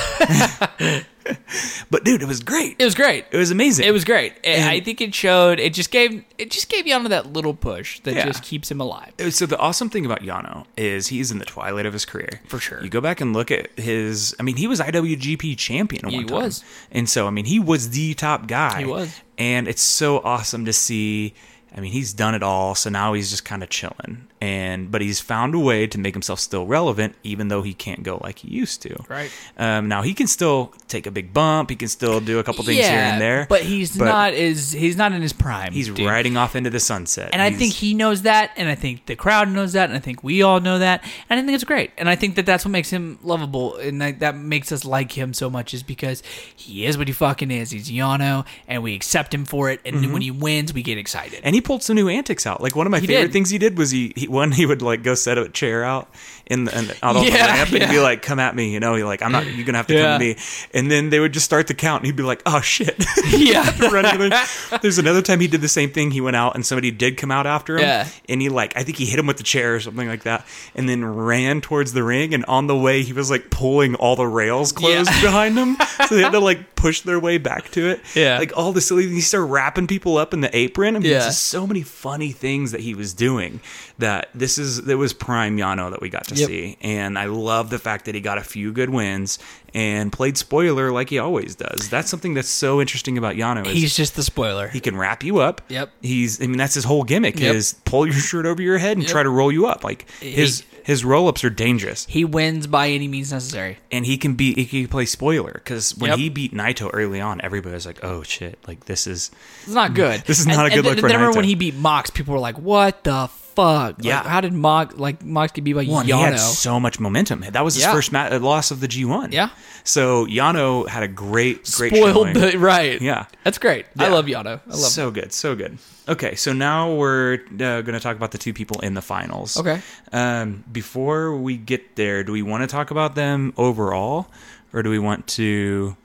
[SPEAKER 1] But dude, it was great.
[SPEAKER 2] it was great.
[SPEAKER 1] It was amazing.
[SPEAKER 2] It was great. It-
[SPEAKER 1] And-
[SPEAKER 2] I think it showed. It just gave. It just gave Yano that little push that
[SPEAKER 1] Yeah.
[SPEAKER 2] just keeps him alive.
[SPEAKER 1] So the awesome thing about Yano is he's in the twilight of his career.
[SPEAKER 2] For sure.
[SPEAKER 1] You go back and look at his I mean, he was IWGP champion at
[SPEAKER 2] He
[SPEAKER 1] one time.
[SPEAKER 2] was.
[SPEAKER 1] And so I mean he was the top guy.
[SPEAKER 2] He was.
[SPEAKER 1] And it's so awesome to see I mean, he's done it all, so now he's just kind of chilling. And but he's found a way to make himself still relevant, even though he can't go like he used to.
[SPEAKER 2] Right.
[SPEAKER 1] Um, now he can still take a big bump. He can still do a couple things here and there.
[SPEAKER 2] but he's
[SPEAKER 1] but
[SPEAKER 2] not as he's not in his prime.
[SPEAKER 1] He's
[SPEAKER 2] dude.
[SPEAKER 1] riding off into the sunset.
[SPEAKER 2] And I think
[SPEAKER 1] He's-
[SPEAKER 2] he knows that, and I think the crowd knows that, and I think we all know that, and I think it's great. And I think that that's what makes him lovable, and that, that makes us like him so much is because he is what he fucking is. He's Yano, and we accept him for it. And when he wins, we get excited.
[SPEAKER 1] Mm-hmm. and he pulled some new antics out. Like one of my favorite
[SPEAKER 2] did.
[SPEAKER 1] things he did was he, he one he would like go set a chair out in the, and out on the
[SPEAKER 2] Yeah,
[SPEAKER 1] ramp and he'd be
[SPEAKER 2] yeah.
[SPEAKER 1] like, "Come at me," you know. He like, "I'm not. You're gonna have to
[SPEAKER 2] Yeah.
[SPEAKER 1] come to me." And then they would just start the count, and he'd be like, "Oh shit!" [LAUGHS]
[SPEAKER 2] [LAUGHS] yeah,
[SPEAKER 1] Running away.
[SPEAKER 2] [LAUGHS]
[SPEAKER 1] There's another time he did the same thing. He went out and somebody did come out after him,
[SPEAKER 2] Yeah.
[SPEAKER 1] and he like I think he hit him with the chair or something like that, and then ran towards the ring. And on the way, he was like pulling all the rails closed
[SPEAKER 2] [LAUGHS] Yeah.
[SPEAKER 1] behind him, so they had to like push their way back to it.
[SPEAKER 2] Yeah.
[SPEAKER 1] like all the silly. He started wrapping people up in the apron. I mean,
[SPEAKER 2] Yeah.
[SPEAKER 1] yeah. just so many funny things that he was doing. That this is that was prime Yano that we got to
[SPEAKER 2] Yep.
[SPEAKER 1] see, and I love the fact that he got a few good wins. And played spoiler like he always does. That's something that's so interesting about Yano. Is
[SPEAKER 2] he's just the spoiler.
[SPEAKER 1] he can wrap you up.
[SPEAKER 2] Yep.
[SPEAKER 1] He's I mean that's his whole gimmick
[SPEAKER 2] Yep.
[SPEAKER 1] is pull your shirt over your head and try to roll you up. Like his his roll ups are dangerous.
[SPEAKER 2] he wins by any means necessary.
[SPEAKER 1] And he can be he can play spoiler because when
[SPEAKER 2] Yep.
[SPEAKER 1] he beat Naito early on, everybody was like, "Oh shit! Like this is
[SPEAKER 2] It's not good.
[SPEAKER 1] Mm. This is not a good look
[SPEAKER 2] then-
[SPEAKER 1] for
[SPEAKER 2] then remember
[SPEAKER 1] Naito.
[SPEAKER 2] when he beat Mox, people were like, "What the fuck? Like,
[SPEAKER 1] Yeah.
[SPEAKER 2] how did Mox like Mox get beat by
[SPEAKER 1] one.
[SPEAKER 2] Yano?"
[SPEAKER 1] He had so much momentum. That was his
[SPEAKER 2] Yeah.
[SPEAKER 1] first ma- uh, loss of the G one.
[SPEAKER 2] Yeah.
[SPEAKER 1] So Yano had a great great
[SPEAKER 2] Spoiled
[SPEAKER 1] showing.
[SPEAKER 2] the right.
[SPEAKER 1] Yeah.
[SPEAKER 2] that's great. I
[SPEAKER 1] Yeah.
[SPEAKER 2] love Yano. I love.
[SPEAKER 1] so good, so good. Okay, so now we're uh, going to talk about the two people in the finals.
[SPEAKER 2] Okay.
[SPEAKER 1] Um, before we get there, do we want to talk about them overall, or do we want to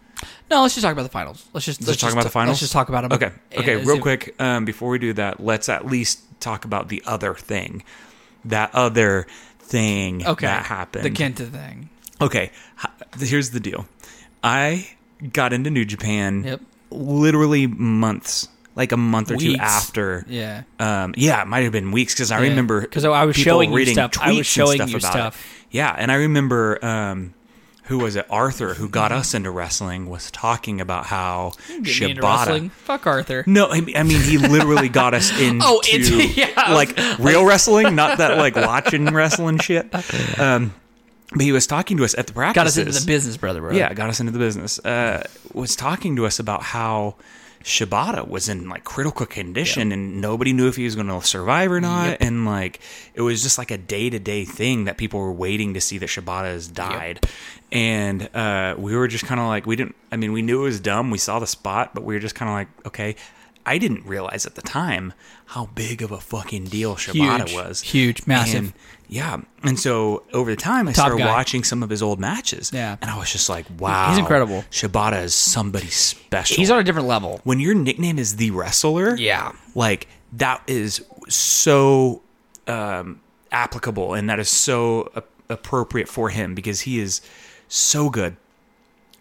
[SPEAKER 2] No, let's just talk about the finals. Let's just let's,
[SPEAKER 1] just talk about the finals?
[SPEAKER 2] Let's just talk about them.
[SPEAKER 1] Okay.
[SPEAKER 2] And
[SPEAKER 1] Okay.
[SPEAKER 2] as
[SPEAKER 1] Real
[SPEAKER 2] if-
[SPEAKER 1] quick, um, before we do that, let's at least talk about the other thing, that other thing
[SPEAKER 2] Okay,
[SPEAKER 1] that happened.
[SPEAKER 2] The Kenta thing.
[SPEAKER 1] Okay, h- here's the deal. I got into New Japan
[SPEAKER 2] Yep.
[SPEAKER 1] literally months, like a month or two
[SPEAKER 2] Weeks.
[SPEAKER 1] after.
[SPEAKER 2] Yeah.
[SPEAKER 1] Um, yeah, it might have been weeks because I
[SPEAKER 2] Yeah.
[SPEAKER 1] remember
[SPEAKER 2] 'Cause I was
[SPEAKER 1] people
[SPEAKER 2] showing you
[SPEAKER 1] reading
[SPEAKER 2] stuff. I
[SPEAKER 1] tweets
[SPEAKER 2] was
[SPEAKER 1] and
[SPEAKER 2] showing you
[SPEAKER 1] about
[SPEAKER 2] stuff.
[SPEAKER 1] It. Yeah, and I remember um, who was it? Arthur, who got us into wrestling, was talking about how
[SPEAKER 2] Get me into
[SPEAKER 1] Shibata.
[SPEAKER 2] wrestling. Fuck Arthur.
[SPEAKER 1] No, I mean, I mean, he literally got us into
[SPEAKER 2] [LAUGHS] Oh, into- [LAUGHS] yeah, I was-
[SPEAKER 1] like real wrestling, not that like watching wrestling
[SPEAKER 2] [LAUGHS]
[SPEAKER 1] shit. Um, but he was talking to us at the practices.
[SPEAKER 2] Got us into the business, brother. Bro.
[SPEAKER 1] Yeah, got us into the business. Uh, was talking to us about how Shibata was in like critical condition and nobody knew if he was going to survive or not.
[SPEAKER 2] Yep.
[SPEAKER 1] And like it was just like a day to day thing that people were waiting to see that Shibata has died. And uh, we were just kind of like, we didn't, I mean, we knew it was dumb. We saw the spot, but we were just kind of like, okay. I didn't realize at the time how big of a fucking deal Shibata
[SPEAKER 2] Huge.
[SPEAKER 1] was.
[SPEAKER 2] Huge. Massive.
[SPEAKER 1] And, yeah. And so over the time, I started
[SPEAKER 2] guy.
[SPEAKER 1] watching some of his old matches.
[SPEAKER 2] Yeah.
[SPEAKER 1] And I was just like, wow.
[SPEAKER 2] He's incredible.
[SPEAKER 1] Shibata is somebody special.
[SPEAKER 2] He's on a different level.
[SPEAKER 1] when your nickname is The Wrestler,
[SPEAKER 2] Yeah.
[SPEAKER 1] like that is so um, applicable and that is so a- appropriate for him because he is so good.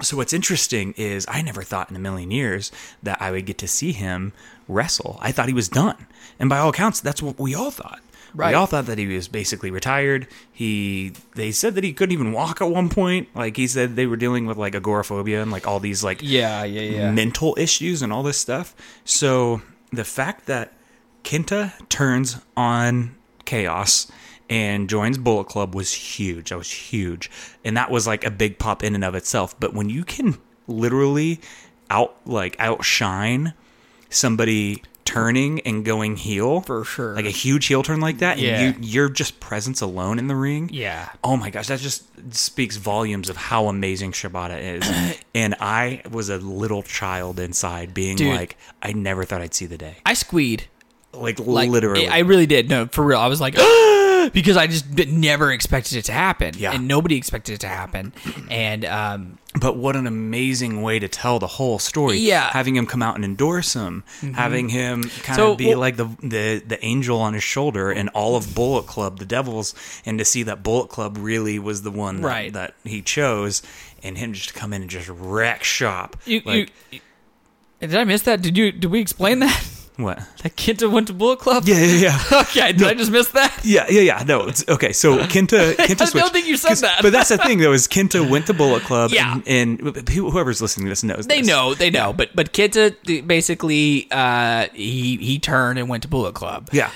[SPEAKER 1] So what's interesting is I never thought in a million years that I would get to see him wrestle. I thought he was done, and by all accounts, that's what we all thought.
[SPEAKER 2] Right.
[SPEAKER 1] We all thought that he was basically retired. He they said that he couldn't even walk at one point. Like he said they were dealing with like agoraphobia and like all these like
[SPEAKER 2] Yeah. Yeah. Yeah.
[SPEAKER 1] mental issues and all this stuff. So the fact that Kenta turns on Chaos and joins Bullet Club was huge. That was huge. And that was like a big pop in and of itself. But when you can literally out like outshine somebody turning and going heel
[SPEAKER 2] For sure.
[SPEAKER 1] like a huge heel turn like that,
[SPEAKER 2] Yeah.
[SPEAKER 1] and you your just presence alone in the ring,
[SPEAKER 2] Yeah.
[SPEAKER 1] Oh my gosh, that just speaks volumes of how amazing Shibata
[SPEAKER 2] [CLEARS THROAT]
[SPEAKER 1] is. and I was a little child inside, being
[SPEAKER 2] Dude.
[SPEAKER 1] like, I never thought I'd see the day.
[SPEAKER 2] I squeed.
[SPEAKER 1] Like,
[SPEAKER 2] Like,
[SPEAKER 1] literally,
[SPEAKER 2] I really did. No, for real. I was like, [GASPS] because I just did- never expected it to happen.
[SPEAKER 1] Yeah.
[SPEAKER 2] And nobody expected it to happen. And um,
[SPEAKER 1] But what an amazing way to tell the whole story.
[SPEAKER 2] Yeah. Mm-hmm.
[SPEAKER 1] Having him come out and endorse him, having him kind
[SPEAKER 2] So,
[SPEAKER 1] of be
[SPEAKER 2] well-
[SPEAKER 1] like the, the the angel on his shoulder and all of Bullet Club, the Devils, and to see that Bullet Club really was the one that,
[SPEAKER 2] Right.
[SPEAKER 1] that he chose and him just come in and just wreck shop.
[SPEAKER 2] you,
[SPEAKER 1] like
[SPEAKER 2] you, did I miss that? Did you? Did we explain that? [LAUGHS]
[SPEAKER 1] what?
[SPEAKER 2] That Kenta went to Bullet Club?
[SPEAKER 1] Yeah, yeah, yeah.
[SPEAKER 2] [LAUGHS] Okay, did I just miss that?
[SPEAKER 1] Yeah, yeah, yeah. No, it's okay.
[SPEAKER 2] [LAUGHS]
[SPEAKER 1] So Kenta, Kenta.
[SPEAKER 2] don't
[SPEAKER 1] switched-
[SPEAKER 2] think you said
[SPEAKER 1] 'cause-
[SPEAKER 2] that.
[SPEAKER 1] But that's the thing, though, is Kenta went to Bullet Club.
[SPEAKER 2] Yeah.
[SPEAKER 1] and, and who- whoever's listening to this knows.
[SPEAKER 2] They
[SPEAKER 1] this.
[SPEAKER 2] know, they know, but but Kenta th- basically uh, he he turned and went to Bullet Club.
[SPEAKER 1] Yeah,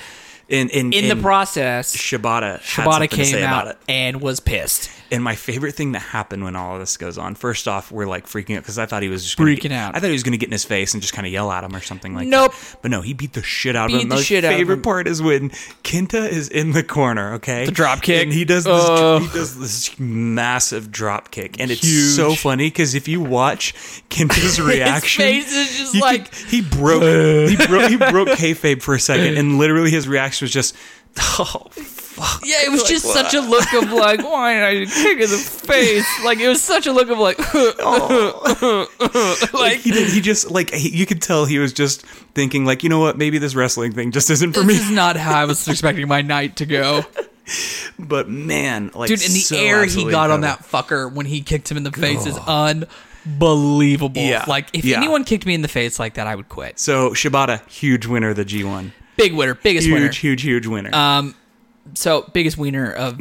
[SPEAKER 1] and and
[SPEAKER 2] In the
[SPEAKER 1] and
[SPEAKER 2] process,
[SPEAKER 1] Shibata had something
[SPEAKER 2] Shibata
[SPEAKER 1] to say
[SPEAKER 2] came
[SPEAKER 1] about
[SPEAKER 2] out
[SPEAKER 1] it.
[SPEAKER 2] and was pissed.
[SPEAKER 1] And my favorite thing that happened when all of this goes on, first off, we're like freaking out because I thought he was just gonna
[SPEAKER 2] Freaking
[SPEAKER 1] get-
[SPEAKER 2] out.
[SPEAKER 1] I thought he was going to get in his face and just kind of yell at him or something like
[SPEAKER 2] Nope.
[SPEAKER 1] that. But no, he beat the shit out of
[SPEAKER 2] Beat
[SPEAKER 1] him.
[SPEAKER 2] the
[SPEAKER 1] my
[SPEAKER 2] shit out of
[SPEAKER 1] favorite
[SPEAKER 2] him.
[SPEAKER 1] part is when Kenta is in the corner, okay?
[SPEAKER 2] The drop kick.
[SPEAKER 1] And he does this,
[SPEAKER 2] Oh.
[SPEAKER 1] he does this massive drop kick. And it's
[SPEAKER 2] Huge.
[SPEAKER 1] so funny because if you watch
[SPEAKER 2] [LAUGHS]
[SPEAKER 1] Kenta's reaction,
[SPEAKER 2] face is just
[SPEAKER 1] you
[SPEAKER 2] like-
[SPEAKER 1] could- he broke
[SPEAKER 2] [LAUGHS]
[SPEAKER 1] he broke he broke kayfabe for a second and literally his reaction was just [LAUGHS] oh fuck.
[SPEAKER 2] Yeah, it was just such a look
[SPEAKER 1] [LAUGHS]
[SPEAKER 2] of like, why did I kick in the face? Like it was such a look of like,
[SPEAKER 1] [LAUGHS]
[SPEAKER 2] [LAUGHS] like
[SPEAKER 1] he did, he just like he, you could tell he was just thinking like you know what maybe this wrestling thing just isn't for
[SPEAKER 2] this
[SPEAKER 1] me
[SPEAKER 2] is not how I was expecting my night to go,
[SPEAKER 1] [LAUGHS] but man like
[SPEAKER 2] dude. And the
[SPEAKER 1] so
[SPEAKER 2] air he
[SPEAKER 1] absolutely
[SPEAKER 2] got on that
[SPEAKER 1] incredible.
[SPEAKER 2] fucker when he kicked him in the face is unbelievable.
[SPEAKER 1] Yeah.
[SPEAKER 2] Like if
[SPEAKER 1] Yeah.
[SPEAKER 2] anyone kicked me in the face like that, I would quit.
[SPEAKER 1] so Shibata huge winner of the G1
[SPEAKER 2] Big winner, biggest
[SPEAKER 1] huge
[SPEAKER 2] winner.
[SPEAKER 1] huge huge winner
[SPEAKER 2] Um, so biggest wiener
[SPEAKER 1] [LAUGHS]
[SPEAKER 2] of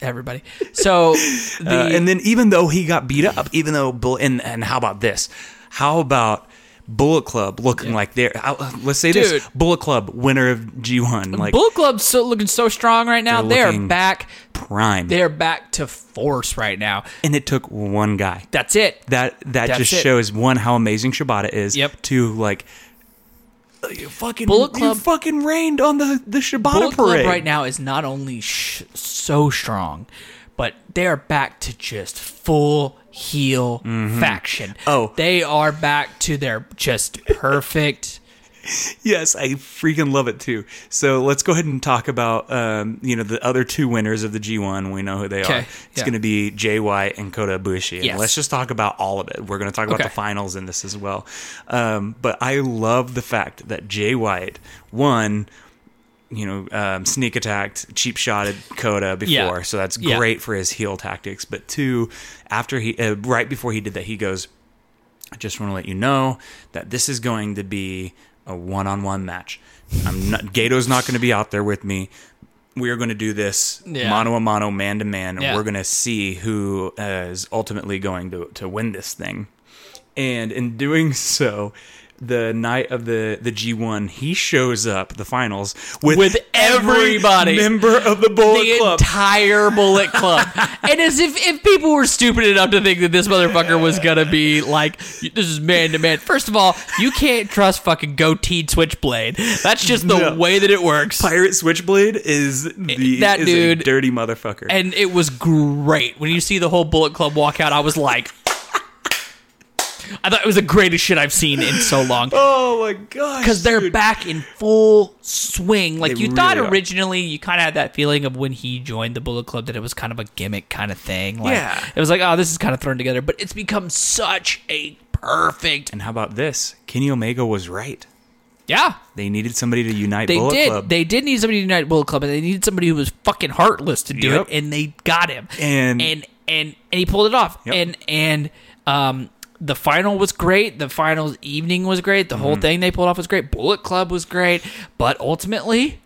[SPEAKER 2] everybody. So the
[SPEAKER 1] Uh, and then even though he got beat up even though Bull- and and how about this how about Bullet Club looking like they're I- uh, let's say
[SPEAKER 2] Dude.
[SPEAKER 1] this Bullet Club winner of G1 like
[SPEAKER 2] Bullet Club's so, looking so strong right now.
[SPEAKER 1] They're
[SPEAKER 2] They're
[SPEAKER 1] looking-
[SPEAKER 2] back.
[SPEAKER 1] prime
[SPEAKER 2] They're back to force right now.
[SPEAKER 1] and it took one guy
[SPEAKER 2] That's it.
[SPEAKER 1] that that
[SPEAKER 2] That's
[SPEAKER 1] just
[SPEAKER 2] it.
[SPEAKER 1] shows one how amazing Shibata is.
[SPEAKER 2] Yep.
[SPEAKER 1] Two like uh, you fucking
[SPEAKER 2] Bullet Club-
[SPEAKER 1] You fucking rained on the the Shibata
[SPEAKER 2] Bullet Club
[SPEAKER 1] parade
[SPEAKER 2] right now is not only sh- so strong, but they are back to just full heel faction.
[SPEAKER 1] Mm-hmm. Oh.
[SPEAKER 2] they are back to their just perfect.
[SPEAKER 1] Yes, I freaking love it too. So let's go ahead and talk about um, you know the other two winners of the G1. We know who they are.
[SPEAKER 2] Okay,
[SPEAKER 1] It's
[SPEAKER 2] yeah.
[SPEAKER 1] going to be JY and Kota Ibushi. And
[SPEAKER 2] Yes.
[SPEAKER 1] Let's just talk about all of it. We're going to talk about
[SPEAKER 2] Okay.
[SPEAKER 1] the finals in this as well. Um, but I love the fact that Jay White won. You know, um, sneak attacked, cheap shotted Kota before,
[SPEAKER 2] Yeah.
[SPEAKER 1] so that's
[SPEAKER 2] Yeah.
[SPEAKER 1] great for his heel tactics. But two, after he uh, right before he did that, he goes, I just want to let you know that this is going to be a one-on-one match. I'm not Gato's not going to be out there with me. We are going to do this
[SPEAKER 2] Yeah.
[SPEAKER 1] mano a mano, man to man, and
[SPEAKER 2] Yeah.
[SPEAKER 1] we're going to see who uh, is ultimately going to to win this thing. And in doing so, the night of the the G1, he shows up the finals with,
[SPEAKER 2] With
[SPEAKER 1] every
[SPEAKER 2] everybody.
[SPEAKER 1] member of the [LAUGHS] Bullet
[SPEAKER 2] the
[SPEAKER 1] Club.
[SPEAKER 2] entire
[SPEAKER 1] [LAUGHS]
[SPEAKER 2] Bullet Club. and as if if people were stupid enough to think that this motherfucker was gonna be like, this is man to man. First of all, you can't trust fucking goateed Switchblade. That's just the
[SPEAKER 1] No.
[SPEAKER 2] way that it works.
[SPEAKER 1] Pirate Switchblade is the
[SPEAKER 2] Eh, That
[SPEAKER 1] is a
[SPEAKER 2] dude-
[SPEAKER 1] dirty motherfucker.
[SPEAKER 2] And it was great when you see the whole Bullet Club walk out. I was like. I thought it was the greatest shit I've seen in so long.
[SPEAKER 1] oh my gosh.
[SPEAKER 2] because they're
[SPEAKER 1] dude.
[SPEAKER 2] back in full swing. Like
[SPEAKER 1] They
[SPEAKER 2] you thought
[SPEAKER 1] really are.
[SPEAKER 2] originally, you kind of had that feeling of when he joined the Bullet Club that it was kind of a gimmick kind of thing. Like,
[SPEAKER 1] Yeah.
[SPEAKER 2] it was like, oh, this is kind of thrown together, but it's become such a perfect.
[SPEAKER 1] And how about this? Kenny Omega was right.
[SPEAKER 2] Yeah,
[SPEAKER 1] They needed somebody to unite
[SPEAKER 2] they
[SPEAKER 1] Bullet
[SPEAKER 2] did.
[SPEAKER 1] Club.
[SPEAKER 2] They did need somebody to unite Bullet Club, and they needed somebody who was fucking heartless to do
[SPEAKER 1] Yep.
[SPEAKER 2] it, and they got him.
[SPEAKER 1] And-
[SPEAKER 2] and and and he pulled it off.
[SPEAKER 1] Yep.
[SPEAKER 2] And and um. The final was great. The finals evening was great. The
[SPEAKER 1] Mm-hmm.
[SPEAKER 2] whole thing they pulled off was great. Bullet Club was great. But ultimately,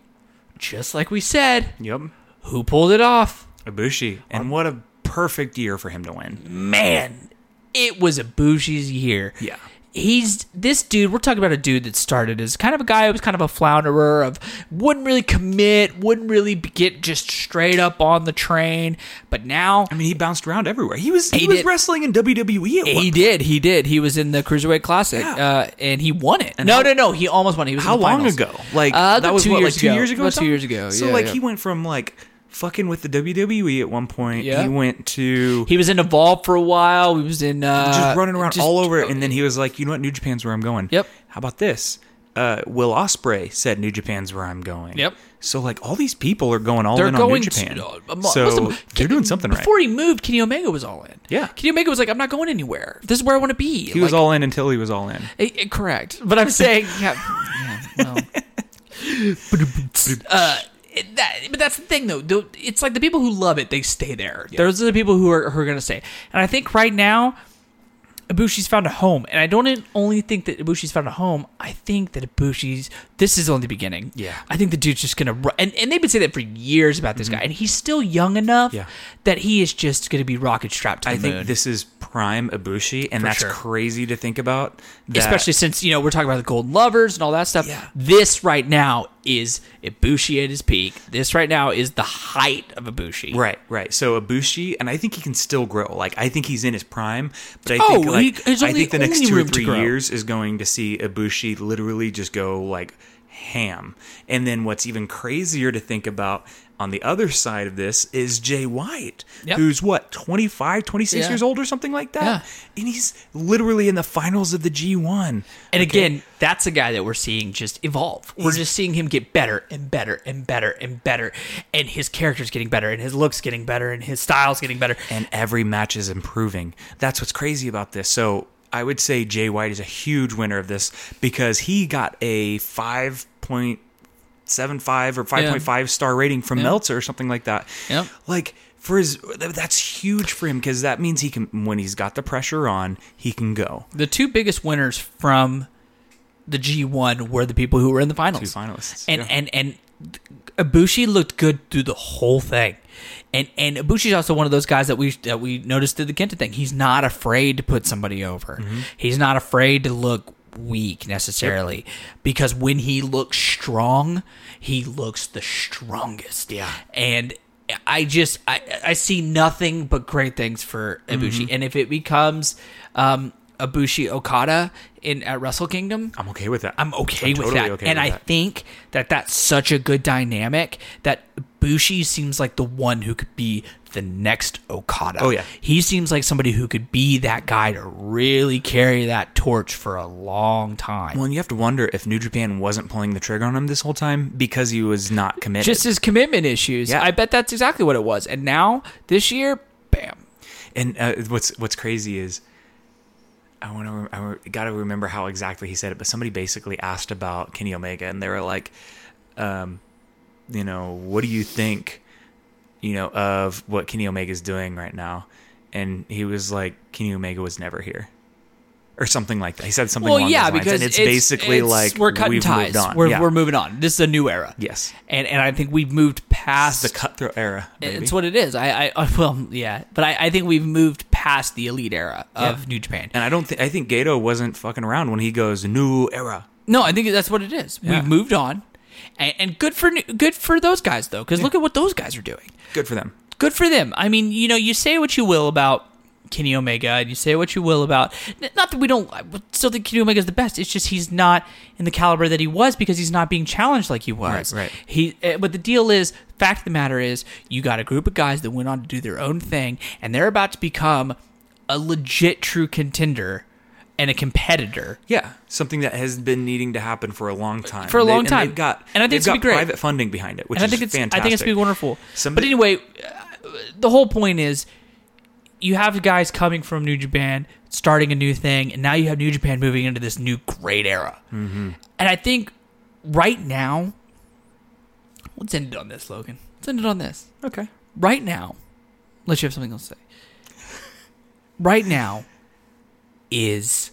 [SPEAKER 2] just like we said,
[SPEAKER 1] yep.
[SPEAKER 2] who pulled it off?
[SPEAKER 1] Ibushi. And what a perfect year for him to win.
[SPEAKER 2] Man, it was a Bushi's year.
[SPEAKER 1] Yeah.
[SPEAKER 2] he's this dude. We're talking about a dude that started as kind of a guy who was kind of a flounderer of wouldn't really commit, wouldn't really be- get just straight up on the train. But now
[SPEAKER 1] I mean, he bounced around everywhere. He was he,
[SPEAKER 2] He
[SPEAKER 1] was
[SPEAKER 2] did.
[SPEAKER 1] wrestling in WWE. At
[SPEAKER 2] he
[SPEAKER 1] one.
[SPEAKER 2] did, he did. He was in the cruiserweight classic, uh, and he won it. no,
[SPEAKER 1] how-
[SPEAKER 2] no, no. He almost won. it. He was in
[SPEAKER 1] How
[SPEAKER 2] the
[SPEAKER 1] long
[SPEAKER 2] finals.
[SPEAKER 1] ago? Like
[SPEAKER 2] Uh,
[SPEAKER 1] that
[SPEAKER 2] about
[SPEAKER 1] was
[SPEAKER 2] two
[SPEAKER 1] what,
[SPEAKER 2] years
[SPEAKER 1] like two
[SPEAKER 2] ago.
[SPEAKER 1] years ago. or
[SPEAKER 2] About two
[SPEAKER 1] something?
[SPEAKER 2] years ago,
[SPEAKER 1] So
[SPEAKER 2] yeah,
[SPEAKER 1] like
[SPEAKER 2] yeah.
[SPEAKER 1] he went from like fucking with the WWE at one point.
[SPEAKER 2] Yeah.
[SPEAKER 1] He went to
[SPEAKER 2] He was in Evolve for a while. He was in uh,
[SPEAKER 1] just running around
[SPEAKER 2] just- oh.
[SPEAKER 1] all over, and then he was like, "You know what? New Japan's where I'm going."
[SPEAKER 2] Yep.
[SPEAKER 1] How about this? Uh, Will Osprey said, "New Japan's where I'm going."
[SPEAKER 2] Yep.
[SPEAKER 1] So like all these people are going all
[SPEAKER 2] They're
[SPEAKER 1] in on
[SPEAKER 2] going
[SPEAKER 1] New
[SPEAKER 2] to-
[SPEAKER 1] Japan.
[SPEAKER 2] uh, mo- most
[SPEAKER 1] so
[SPEAKER 2] of-
[SPEAKER 1] they're doing something right.
[SPEAKER 2] Before he moved, Kenny Omega was all in.
[SPEAKER 1] Yeah.
[SPEAKER 2] Kenny Omega was like, I'm not going anywhere. This is where I want to be.
[SPEAKER 1] He was all in until he was all in.
[SPEAKER 2] Eh, eh, correct, but [LAUGHS] I'm saying, yeah, yeah,
[SPEAKER 1] [LAUGHS]
[SPEAKER 2] well. uh, it- that, but that's the thing, though. Though, It's like the people who love it, they stay there. Those are the people who are who are going to stay. And I think right now, Ibushi's found a home. And I don't only think that Ibushi's found a home. I think that Ibushi's this is only the beginning.
[SPEAKER 1] Yeah.
[SPEAKER 2] I think the dude's just gonna ru- and and they've been saying that for years about this guy, and he's still young enough
[SPEAKER 1] Mm-hmm. Yeah.
[SPEAKER 2] that he is just gonna be rocket strapped to the
[SPEAKER 1] I
[SPEAKER 2] moon.
[SPEAKER 1] think this is prime Ibushi, and that's
[SPEAKER 2] sure.
[SPEAKER 1] crazy to think about. that-
[SPEAKER 2] especially since you know we're talking about the golden lovers and all that stuff.
[SPEAKER 1] Yeah.
[SPEAKER 2] This right now is Ibushi at his peak. This right now is the height of Ibushi.
[SPEAKER 1] Right, right. So Ibushi, and I think he can still grow. Like I think he's in his prime, but I
[SPEAKER 2] Oh,
[SPEAKER 1] think like,
[SPEAKER 2] he- there's
[SPEAKER 1] I
[SPEAKER 2] only-
[SPEAKER 1] think the next
[SPEAKER 2] only
[SPEAKER 1] two or
[SPEAKER 2] room to
[SPEAKER 1] three
[SPEAKER 2] grow.
[SPEAKER 1] years is going to see Ibushi literally just go like ham. And then what's even crazier to think about on the other side of this is Jay White,
[SPEAKER 2] Yep.
[SPEAKER 1] who's what 25, 26
[SPEAKER 2] Yeah.
[SPEAKER 1] years old or something like that,
[SPEAKER 2] Yeah.
[SPEAKER 1] and he's literally in the finals of the G one.
[SPEAKER 2] And again, that's a guy that we're seeing just evolve. We're just seeing him get better and better and better and better, and his character's getting better, and his looks getting better, and his style's getting better.
[SPEAKER 1] and every match is improving. That's what's crazy about this. So I would say Jay White is a huge winner of this because he got a five point seven five or five point five star rating from Meltzer or something like that.
[SPEAKER 2] Yeah.
[SPEAKER 1] Like for his th- that's huge for him because that means he can when he's got the pressure on, he can go.
[SPEAKER 2] The two biggest winners from the G one were the people who were in the finals.
[SPEAKER 1] Two finalists,
[SPEAKER 2] And
[SPEAKER 1] yeah.
[SPEAKER 2] and and Ibushi looked good through the whole thing. And and Ibushi's also one of those guys that we that we noticed through the Kenta thing. He's not afraid to put somebody over. He's not afraid to look weak necessarily because when he looks strong, he looks the strongest. Yeah. And I just I I see nothing but great things for Ibushi. And if it becomes um Ibushi Okada in at Wrestle Kingdom,
[SPEAKER 1] I'm okay with that.
[SPEAKER 2] I'm okay
[SPEAKER 1] I'm
[SPEAKER 2] with
[SPEAKER 1] totally
[SPEAKER 2] that.
[SPEAKER 1] okay
[SPEAKER 2] and
[SPEAKER 1] with
[SPEAKER 2] I
[SPEAKER 1] that.
[SPEAKER 2] think that that's such a good dynamic that Bushi seems like the one who could be the next Okada.
[SPEAKER 1] Oh, yeah.
[SPEAKER 2] He seems like somebody who could be that guy to really carry that torch for a long time.
[SPEAKER 1] Well, and you have to wonder if New Japan wasn't pulling the trigger on him this whole time because he was not committed.
[SPEAKER 2] Just his commitment issues.
[SPEAKER 1] Yeah.
[SPEAKER 2] I bet that's exactly what it was. And now, this year, bam.
[SPEAKER 1] And uh, what's what's crazy is, I want to I re- gotta remember how exactly he said it, but somebody basically asked about Kenny Omega, and they were like, um, you know, what do you think, you know, of what Kenny Omega's doing right now? And he was like, Kenny Omega was never here. Or something like that. He said something
[SPEAKER 2] Well,
[SPEAKER 1] along
[SPEAKER 2] yeah,
[SPEAKER 1] those lines,
[SPEAKER 2] because
[SPEAKER 1] and it's, basically
[SPEAKER 2] it's-
[SPEAKER 1] like
[SPEAKER 2] we're cutting
[SPEAKER 1] we've
[SPEAKER 2] ties.
[SPEAKER 1] Moved on.
[SPEAKER 2] We're,
[SPEAKER 1] yeah.
[SPEAKER 2] we're moving on. This is a new era.
[SPEAKER 1] Yes.
[SPEAKER 2] And and I think we've moved past
[SPEAKER 1] the cut through era. Baby.
[SPEAKER 2] It's what it is. I, I [LAUGHS] well, yeah, but I, I think we've moved past the elite era of New Japan.
[SPEAKER 1] and I don't think I think Gato wasn't fucking around when he goes new era.
[SPEAKER 2] No, I think that's what it is.
[SPEAKER 1] Yeah.
[SPEAKER 2] We've moved on, and, and good for new- good for those guys though, because look at what those guys are doing.
[SPEAKER 1] Good for them.
[SPEAKER 2] Good for them. I mean, you know, you say what you will about Kenny Omega, and you say what you will about. n- Not that we don't I would still think Kenny Omega is the best. It's just he's not in the caliber that he was because he's not being challenged like he was.
[SPEAKER 1] Right, right.
[SPEAKER 2] He, eh, but the deal is, fact of the matter is, you got a group of guys that went on to do their own thing, and they're about to become a legit true contender and a competitor.
[SPEAKER 1] Yeah, something that has been needing to happen for a long time.
[SPEAKER 2] For a
[SPEAKER 1] And
[SPEAKER 2] long
[SPEAKER 1] and
[SPEAKER 2] time.
[SPEAKER 1] they've got
[SPEAKER 2] And I think
[SPEAKER 1] they've
[SPEAKER 2] it's gonna
[SPEAKER 1] got
[SPEAKER 2] be great.
[SPEAKER 1] private funding behind it, which
[SPEAKER 2] and I
[SPEAKER 1] is
[SPEAKER 2] think it's
[SPEAKER 1] fantastic.
[SPEAKER 2] I think it's gonna be wonderful.
[SPEAKER 1] Somebody-
[SPEAKER 2] but anyway, uh, the whole point is you have guys coming from New Japan starting a new thing, and now you have New Japan moving into this new great era. Mm-hmm. And I think right now, let's end it on this, Logan. Let's end it on this
[SPEAKER 1] Okay,
[SPEAKER 2] right now, unless you have something else to say, right now is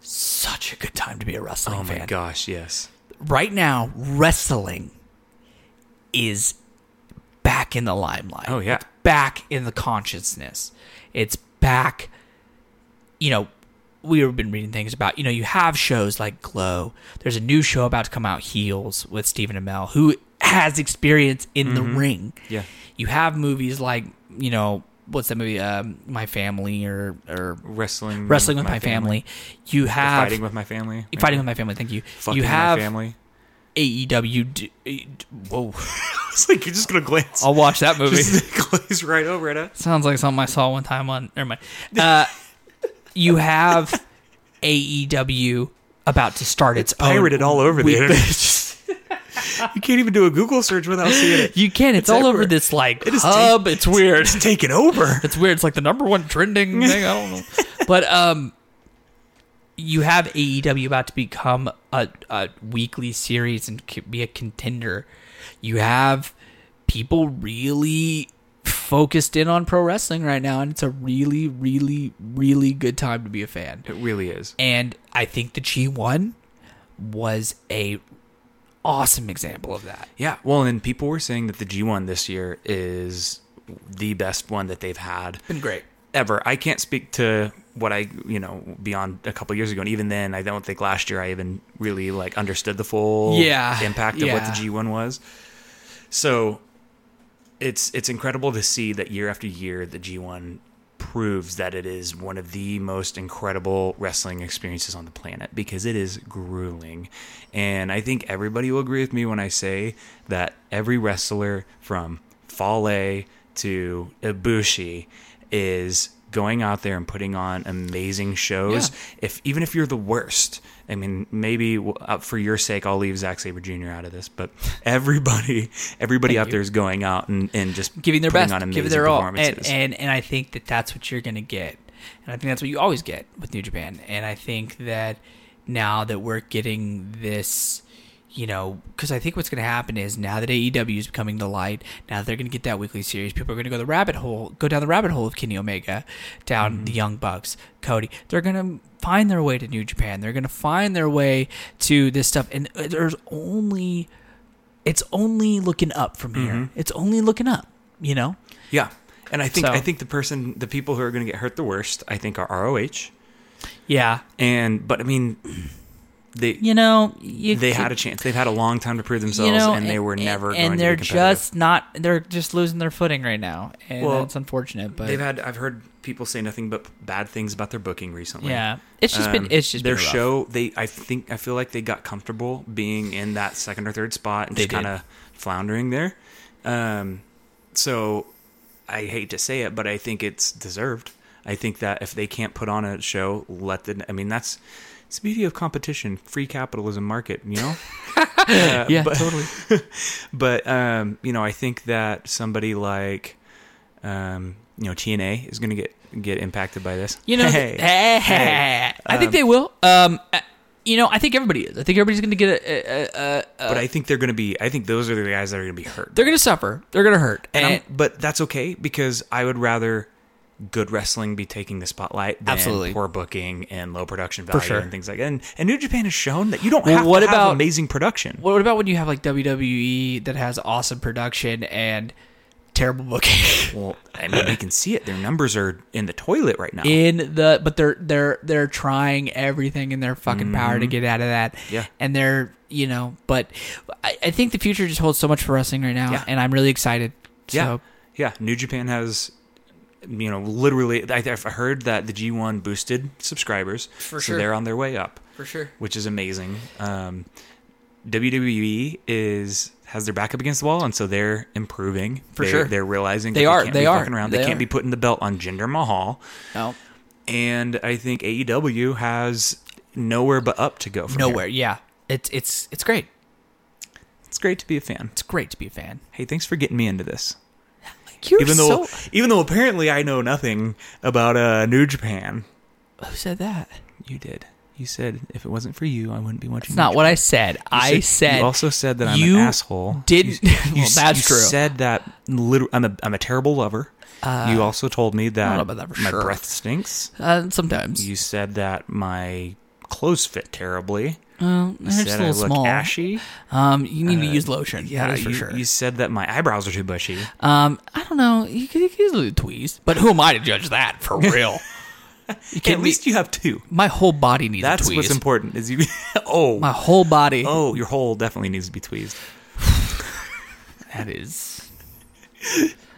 [SPEAKER 2] such a good time to be a wrestling
[SPEAKER 1] oh my
[SPEAKER 2] fan
[SPEAKER 1] gosh, yes,
[SPEAKER 2] right now wrestling is back in the limelight.
[SPEAKER 1] Oh, yeah.
[SPEAKER 2] It's back in the consciousness. It's back you know we've been reading things about, you know, you have shows like Glow. There's a new show about to come out, Heels, with Stephen Amell, who has experience in the
[SPEAKER 1] Mm-hmm.
[SPEAKER 2] ring.
[SPEAKER 1] Yeah.
[SPEAKER 2] You have movies like, you know, what's that movie? Um, my Family or, or
[SPEAKER 1] Mm, Wrestling.
[SPEAKER 2] Wrestling with My, family. You have.
[SPEAKER 1] Fighting with my family.
[SPEAKER 2] Fighting with My Family, thank you.
[SPEAKER 1] Fucking
[SPEAKER 2] you have
[SPEAKER 1] my
[SPEAKER 2] [LAUGHS]
[SPEAKER 1] family.
[SPEAKER 2] AEW. E d- eh, d- Whoa.
[SPEAKER 1] It's like you're just gonna [LAUGHS] glance.
[SPEAKER 2] I'll watch [LAUGHS] that movie.
[SPEAKER 1] just glaze right over at us.
[SPEAKER 2] Sounds like something I saw one time on. Never mind. Uh, you have AEW about to start its, own.
[SPEAKER 1] Pirated all over the
[SPEAKER 2] week- [LAUGHS]
[SPEAKER 1] internet. [LAUGHS] you can't even do a Google search without seeing
[SPEAKER 2] [LAUGHS]
[SPEAKER 1] it.
[SPEAKER 2] You can. It's, all over
[SPEAKER 1] everywhere.
[SPEAKER 2] this like
[SPEAKER 1] is
[SPEAKER 2] hub. it's [LAUGHS] weird.
[SPEAKER 1] It's taken over.
[SPEAKER 2] It's weird. It's like the number one trending thing. I don't know. [LAUGHS] But um, you have AEW about to become a, a weekly series and c- be a contender. You have people really focused in on pro wrestling right now, and it's a really, really, really good time to be a fan.
[SPEAKER 1] It really is.
[SPEAKER 2] And I think the G1 was a awesome example of that.
[SPEAKER 1] Yeah. Well, and people were saying that the G1 this year is the best one that they've had
[SPEAKER 2] Been great.
[SPEAKER 1] ever. I can't speak to what I, you know, beyond a couple years ago. And even then, I don't think last year I even really like understood the full
[SPEAKER 2] Yeah,
[SPEAKER 1] impact of what the
[SPEAKER 2] yeah.
[SPEAKER 1] G1 was. So it's it's incredible to see that year after year the G1 proves that it is one of the most incredible wrestling experiences on the planet because it is grueling. And I think everybody will agree with me when I say that every wrestler from Fale to Ibushi is going out there and putting on amazing shows
[SPEAKER 2] Yeah.
[SPEAKER 1] if even if you're the worst i mean maybe uh, for your sake i'll leave Zack sabre jr out of this but [LAUGHS] everybody everybody out
[SPEAKER 2] you.
[SPEAKER 1] there is going out and, and just
[SPEAKER 2] giving their
[SPEAKER 1] putting
[SPEAKER 2] best,
[SPEAKER 1] on amazing
[SPEAKER 2] giving their all, and,
[SPEAKER 1] performances.
[SPEAKER 2] and and I think that that's what you're gonna get, and I think that's what you always get with New Japan, and I think that now that we're getting this, you know, because I think what's gonna happen is now that AEW is becoming the light, now that they're gonna get that weekly series, people are gonna go the rabbit hole, go down the rabbit hole of Kenny Omega, down
[SPEAKER 1] Mm-hmm.
[SPEAKER 2] the Young Bucks, Cody, they're gonna find their way to New Japan, they're gonna find their way to this stuff, and uh, there's only it's only looking up from here.
[SPEAKER 1] Mm-hmm.
[SPEAKER 2] It's only looking up, you know?
[SPEAKER 1] yeah and i think
[SPEAKER 2] So-
[SPEAKER 1] i think the person the people who are going to get hurt the worst i think are roh
[SPEAKER 2] Yeah.
[SPEAKER 1] and but i mean they
[SPEAKER 2] You know, you
[SPEAKER 1] they
[SPEAKER 2] could-
[SPEAKER 1] had a chance they've had a long time to prove
[SPEAKER 2] you
[SPEAKER 1] themselves
[SPEAKER 2] know,
[SPEAKER 1] and they were never
[SPEAKER 2] and,
[SPEAKER 1] going
[SPEAKER 2] and
[SPEAKER 1] to
[SPEAKER 2] they're
[SPEAKER 1] be competitive.
[SPEAKER 2] just not they're just losing their footing right now. And
[SPEAKER 1] Well,
[SPEAKER 2] that's unfortunate, but
[SPEAKER 1] they've had i've heard people say nothing but bad things about their booking recently
[SPEAKER 2] yeah. It's just been
[SPEAKER 1] Um,
[SPEAKER 2] it's just
[SPEAKER 1] their
[SPEAKER 2] been rough.
[SPEAKER 1] show. They, I think, I feel like they got comfortable being in that second or third spot and
[SPEAKER 2] They
[SPEAKER 1] just
[SPEAKER 2] did.
[SPEAKER 1] kind of floundering there. Um, so I hate to say it, but I think it's deserved. I think that if they can't put on a show, let the. I mean, that's it's the beauty of competition, free capitalism market. You
[SPEAKER 2] [LAUGHS]
[SPEAKER 1] know. Uh,
[SPEAKER 2] Yeah,
[SPEAKER 1] but-
[SPEAKER 2] totally.
[SPEAKER 1] but um, you know, I think that somebody like um, you know TNA is going to get get impacted by this.
[SPEAKER 2] [LAUGHS] You know,
[SPEAKER 1] [LAUGHS]
[SPEAKER 2] [LAUGHS]
[SPEAKER 1] Hey. Hey.
[SPEAKER 2] I think
[SPEAKER 1] Um,
[SPEAKER 2] they will. Um uh, you know, I think everybody is. I think everybody's going to get a, a, a, a
[SPEAKER 1] but I think they're going to be. I think those are the guys that are going to be hurt.
[SPEAKER 2] they're going to suffer. They're going to hurt.
[SPEAKER 1] And I'm-
[SPEAKER 2] And,
[SPEAKER 1] but that's okay because I would rather good wrestling be taking the spotlight than
[SPEAKER 2] Absolutely.
[SPEAKER 1] poor booking and low production value
[SPEAKER 2] sure.
[SPEAKER 1] and things like that. And, and New Japan has shown that you don't
[SPEAKER 2] Well,
[SPEAKER 1] have
[SPEAKER 2] what
[SPEAKER 1] to have
[SPEAKER 2] about-
[SPEAKER 1] amazing production.
[SPEAKER 2] what about when you have like WWE that has awesome production and terrible booking? [LAUGHS]
[SPEAKER 1] well, I mean, we can see it. Their numbers are in the toilet right now.
[SPEAKER 2] in the but they're they're they're trying everything in their fucking power to get out of that
[SPEAKER 1] Mm-hmm. Yeah.
[SPEAKER 2] and they're you know but I, I think the future just holds so much for wrestling right now
[SPEAKER 1] Yeah.
[SPEAKER 2] and i'm really excited
[SPEAKER 1] yeah,
[SPEAKER 2] so
[SPEAKER 1] yeah. New Japan has. You know, literally, I, I've heard that the G1 boosted subscribers,
[SPEAKER 2] For
[SPEAKER 1] so
[SPEAKER 2] sure.
[SPEAKER 1] they're on their way up.
[SPEAKER 2] for sure
[SPEAKER 1] which is amazing. Um, WWE is has their back up against the wall, and so they're improving.
[SPEAKER 2] For
[SPEAKER 1] they're,
[SPEAKER 2] sure.
[SPEAKER 1] they're realizing
[SPEAKER 2] They
[SPEAKER 1] that
[SPEAKER 2] are,
[SPEAKER 1] They, can't
[SPEAKER 2] they
[SPEAKER 1] be
[SPEAKER 2] are,
[SPEAKER 1] fucking around. They,
[SPEAKER 2] they
[SPEAKER 1] can't
[SPEAKER 2] are.
[SPEAKER 1] be putting the belt on Jinder Mahal,
[SPEAKER 2] no
[SPEAKER 1] and I think AEW has nowhere but up to go. From here.
[SPEAKER 2] nowhere yeah it's it's it's great
[SPEAKER 1] It's great to be a fan.
[SPEAKER 2] it's great to be a fan
[SPEAKER 1] Hey, thanks for getting me into this.
[SPEAKER 2] You're
[SPEAKER 1] even though,
[SPEAKER 2] so-
[SPEAKER 1] even though apparently I know nothing about uh, New Japan,
[SPEAKER 2] who said that
[SPEAKER 1] you did. You said if it wasn't for you, I wouldn't be watching.
[SPEAKER 2] it's not what i said i said
[SPEAKER 1] You also said that I'm
[SPEAKER 2] you
[SPEAKER 1] an asshole.
[SPEAKER 2] didn't [LAUGHS] well,
[SPEAKER 1] s-
[SPEAKER 2] that's true
[SPEAKER 1] said that liter- I'm a I'm a terrible lover. you also told me that,
[SPEAKER 2] Uh, know about that for
[SPEAKER 1] my
[SPEAKER 2] sure.
[SPEAKER 1] breath stinks.
[SPEAKER 2] uh, sometimes
[SPEAKER 1] You said that my clothes fit terribly.
[SPEAKER 2] well,
[SPEAKER 1] You
[SPEAKER 2] they're
[SPEAKER 1] said
[SPEAKER 2] just a
[SPEAKER 1] I
[SPEAKER 2] little
[SPEAKER 1] look
[SPEAKER 2] small
[SPEAKER 1] ashy. Uh,
[SPEAKER 2] um you need to use lotion that is for
[SPEAKER 1] you,
[SPEAKER 2] sure Uh,
[SPEAKER 1] you said that my eyebrows are too bushy. [LAUGHS]
[SPEAKER 2] Um, I don't know. He could, he could use a tweeze, but who am I to judge that for real? can't
[SPEAKER 1] At least you have two.
[SPEAKER 2] My whole body needs
[SPEAKER 1] That's
[SPEAKER 2] a tweeze.
[SPEAKER 1] what's important. Is you? [LAUGHS] oh,
[SPEAKER 2] My whole body.
[SPEAKER 1] oh, your hole definitely needs to be tweezed. [LAUGHS]
[SPEAKER 2] That is.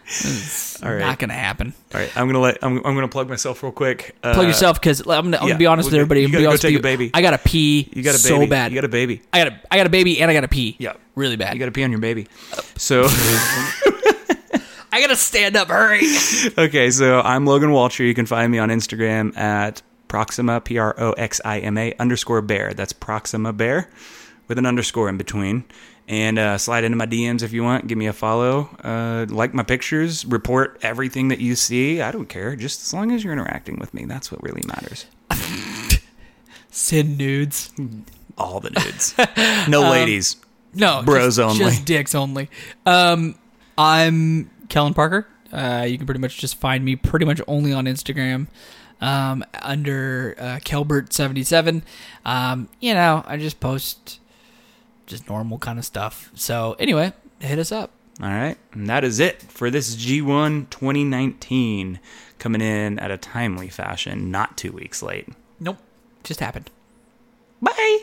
[SPEAKER 2] It's
[SPEAKER 1] All right.
[SPEAKER 2] not gonna happen.
[SPEAKER 1] All right, I'm gonna let I'm, I'm gonna plug myself real quick. Uh,
[SPEAKER 2] Plug yourself because I'm gonna, I'm gonna
[SPEAKER 1] yeah,
[SPEAKER 2] be honest
[SPEAKER 1] we
[SPEAKER 2] with
[SPEAKER 1] got-
[SPEAKER 2] everybody.
[SPEAKER 1] you
[SPEAKER 2] I'm gonna be
[SPEAKER 1] gotta go
[SPEAKER 2] honest
[SPEAKER 1] take
[SPEAKER 2] with
[SPEAKER 1] a
[SPEAKER 2] you.
[SPEAKER 1] baby.
[SPEAKER 2] I got to pee.
[SPEAKER 1] You got a
[SPEAKER 2] so
[SPEAKER 1] baby.
[SPEAKER 2] bad.
[SPEAKER 1] You got a baby.
[SPEAKER 2] I got a I got a baby and I got to pee.
[SPEAKER 1] Yeah.
[SPEAKER 2] really bad.
[SPEAKER 1] You got to pee on your baby. So [LAUGHS]
[SPEAKER 2] I got to stand up. Hurry.
[SPEAKER 1] okay, so I'm Logan Walter. You can find me on Instagram at Proxima P R O X I M A underscore Bear. That's Proxima Bear with an underscore in between. And uh, slide into my DMs if you want. Give me a follow. Uh, like my pictures. Report everything that you see. I don't care. Just as long as you're interacting with me, that's what really matters.
[SPEAKER 2] Send nudes.
[SPEAKER 1] All the [LAUGHS] dudes, no ladies.
[SPEAKER 2] No,
[SPEAKER 1] [LAUGHS] Bros
[SPEAKER 2] just,
[SPEAKER 1] only.
[SPEAKER 2] Just dicks only. Um, I'm Kellen Parker. Uh, you can pretty much just find me pretty much only on Instagram um, under uh, Kelbert77. Um, you know, I just post just normal kind of stuff. So anyway, hit us up.
[SPEAKER 1] All right. And that is it for this G1 2019 coming in at a timely fashion, not two weeks late.
[SPEAKER 2] Nope, just happened.
[SPEAKER 1] Bye.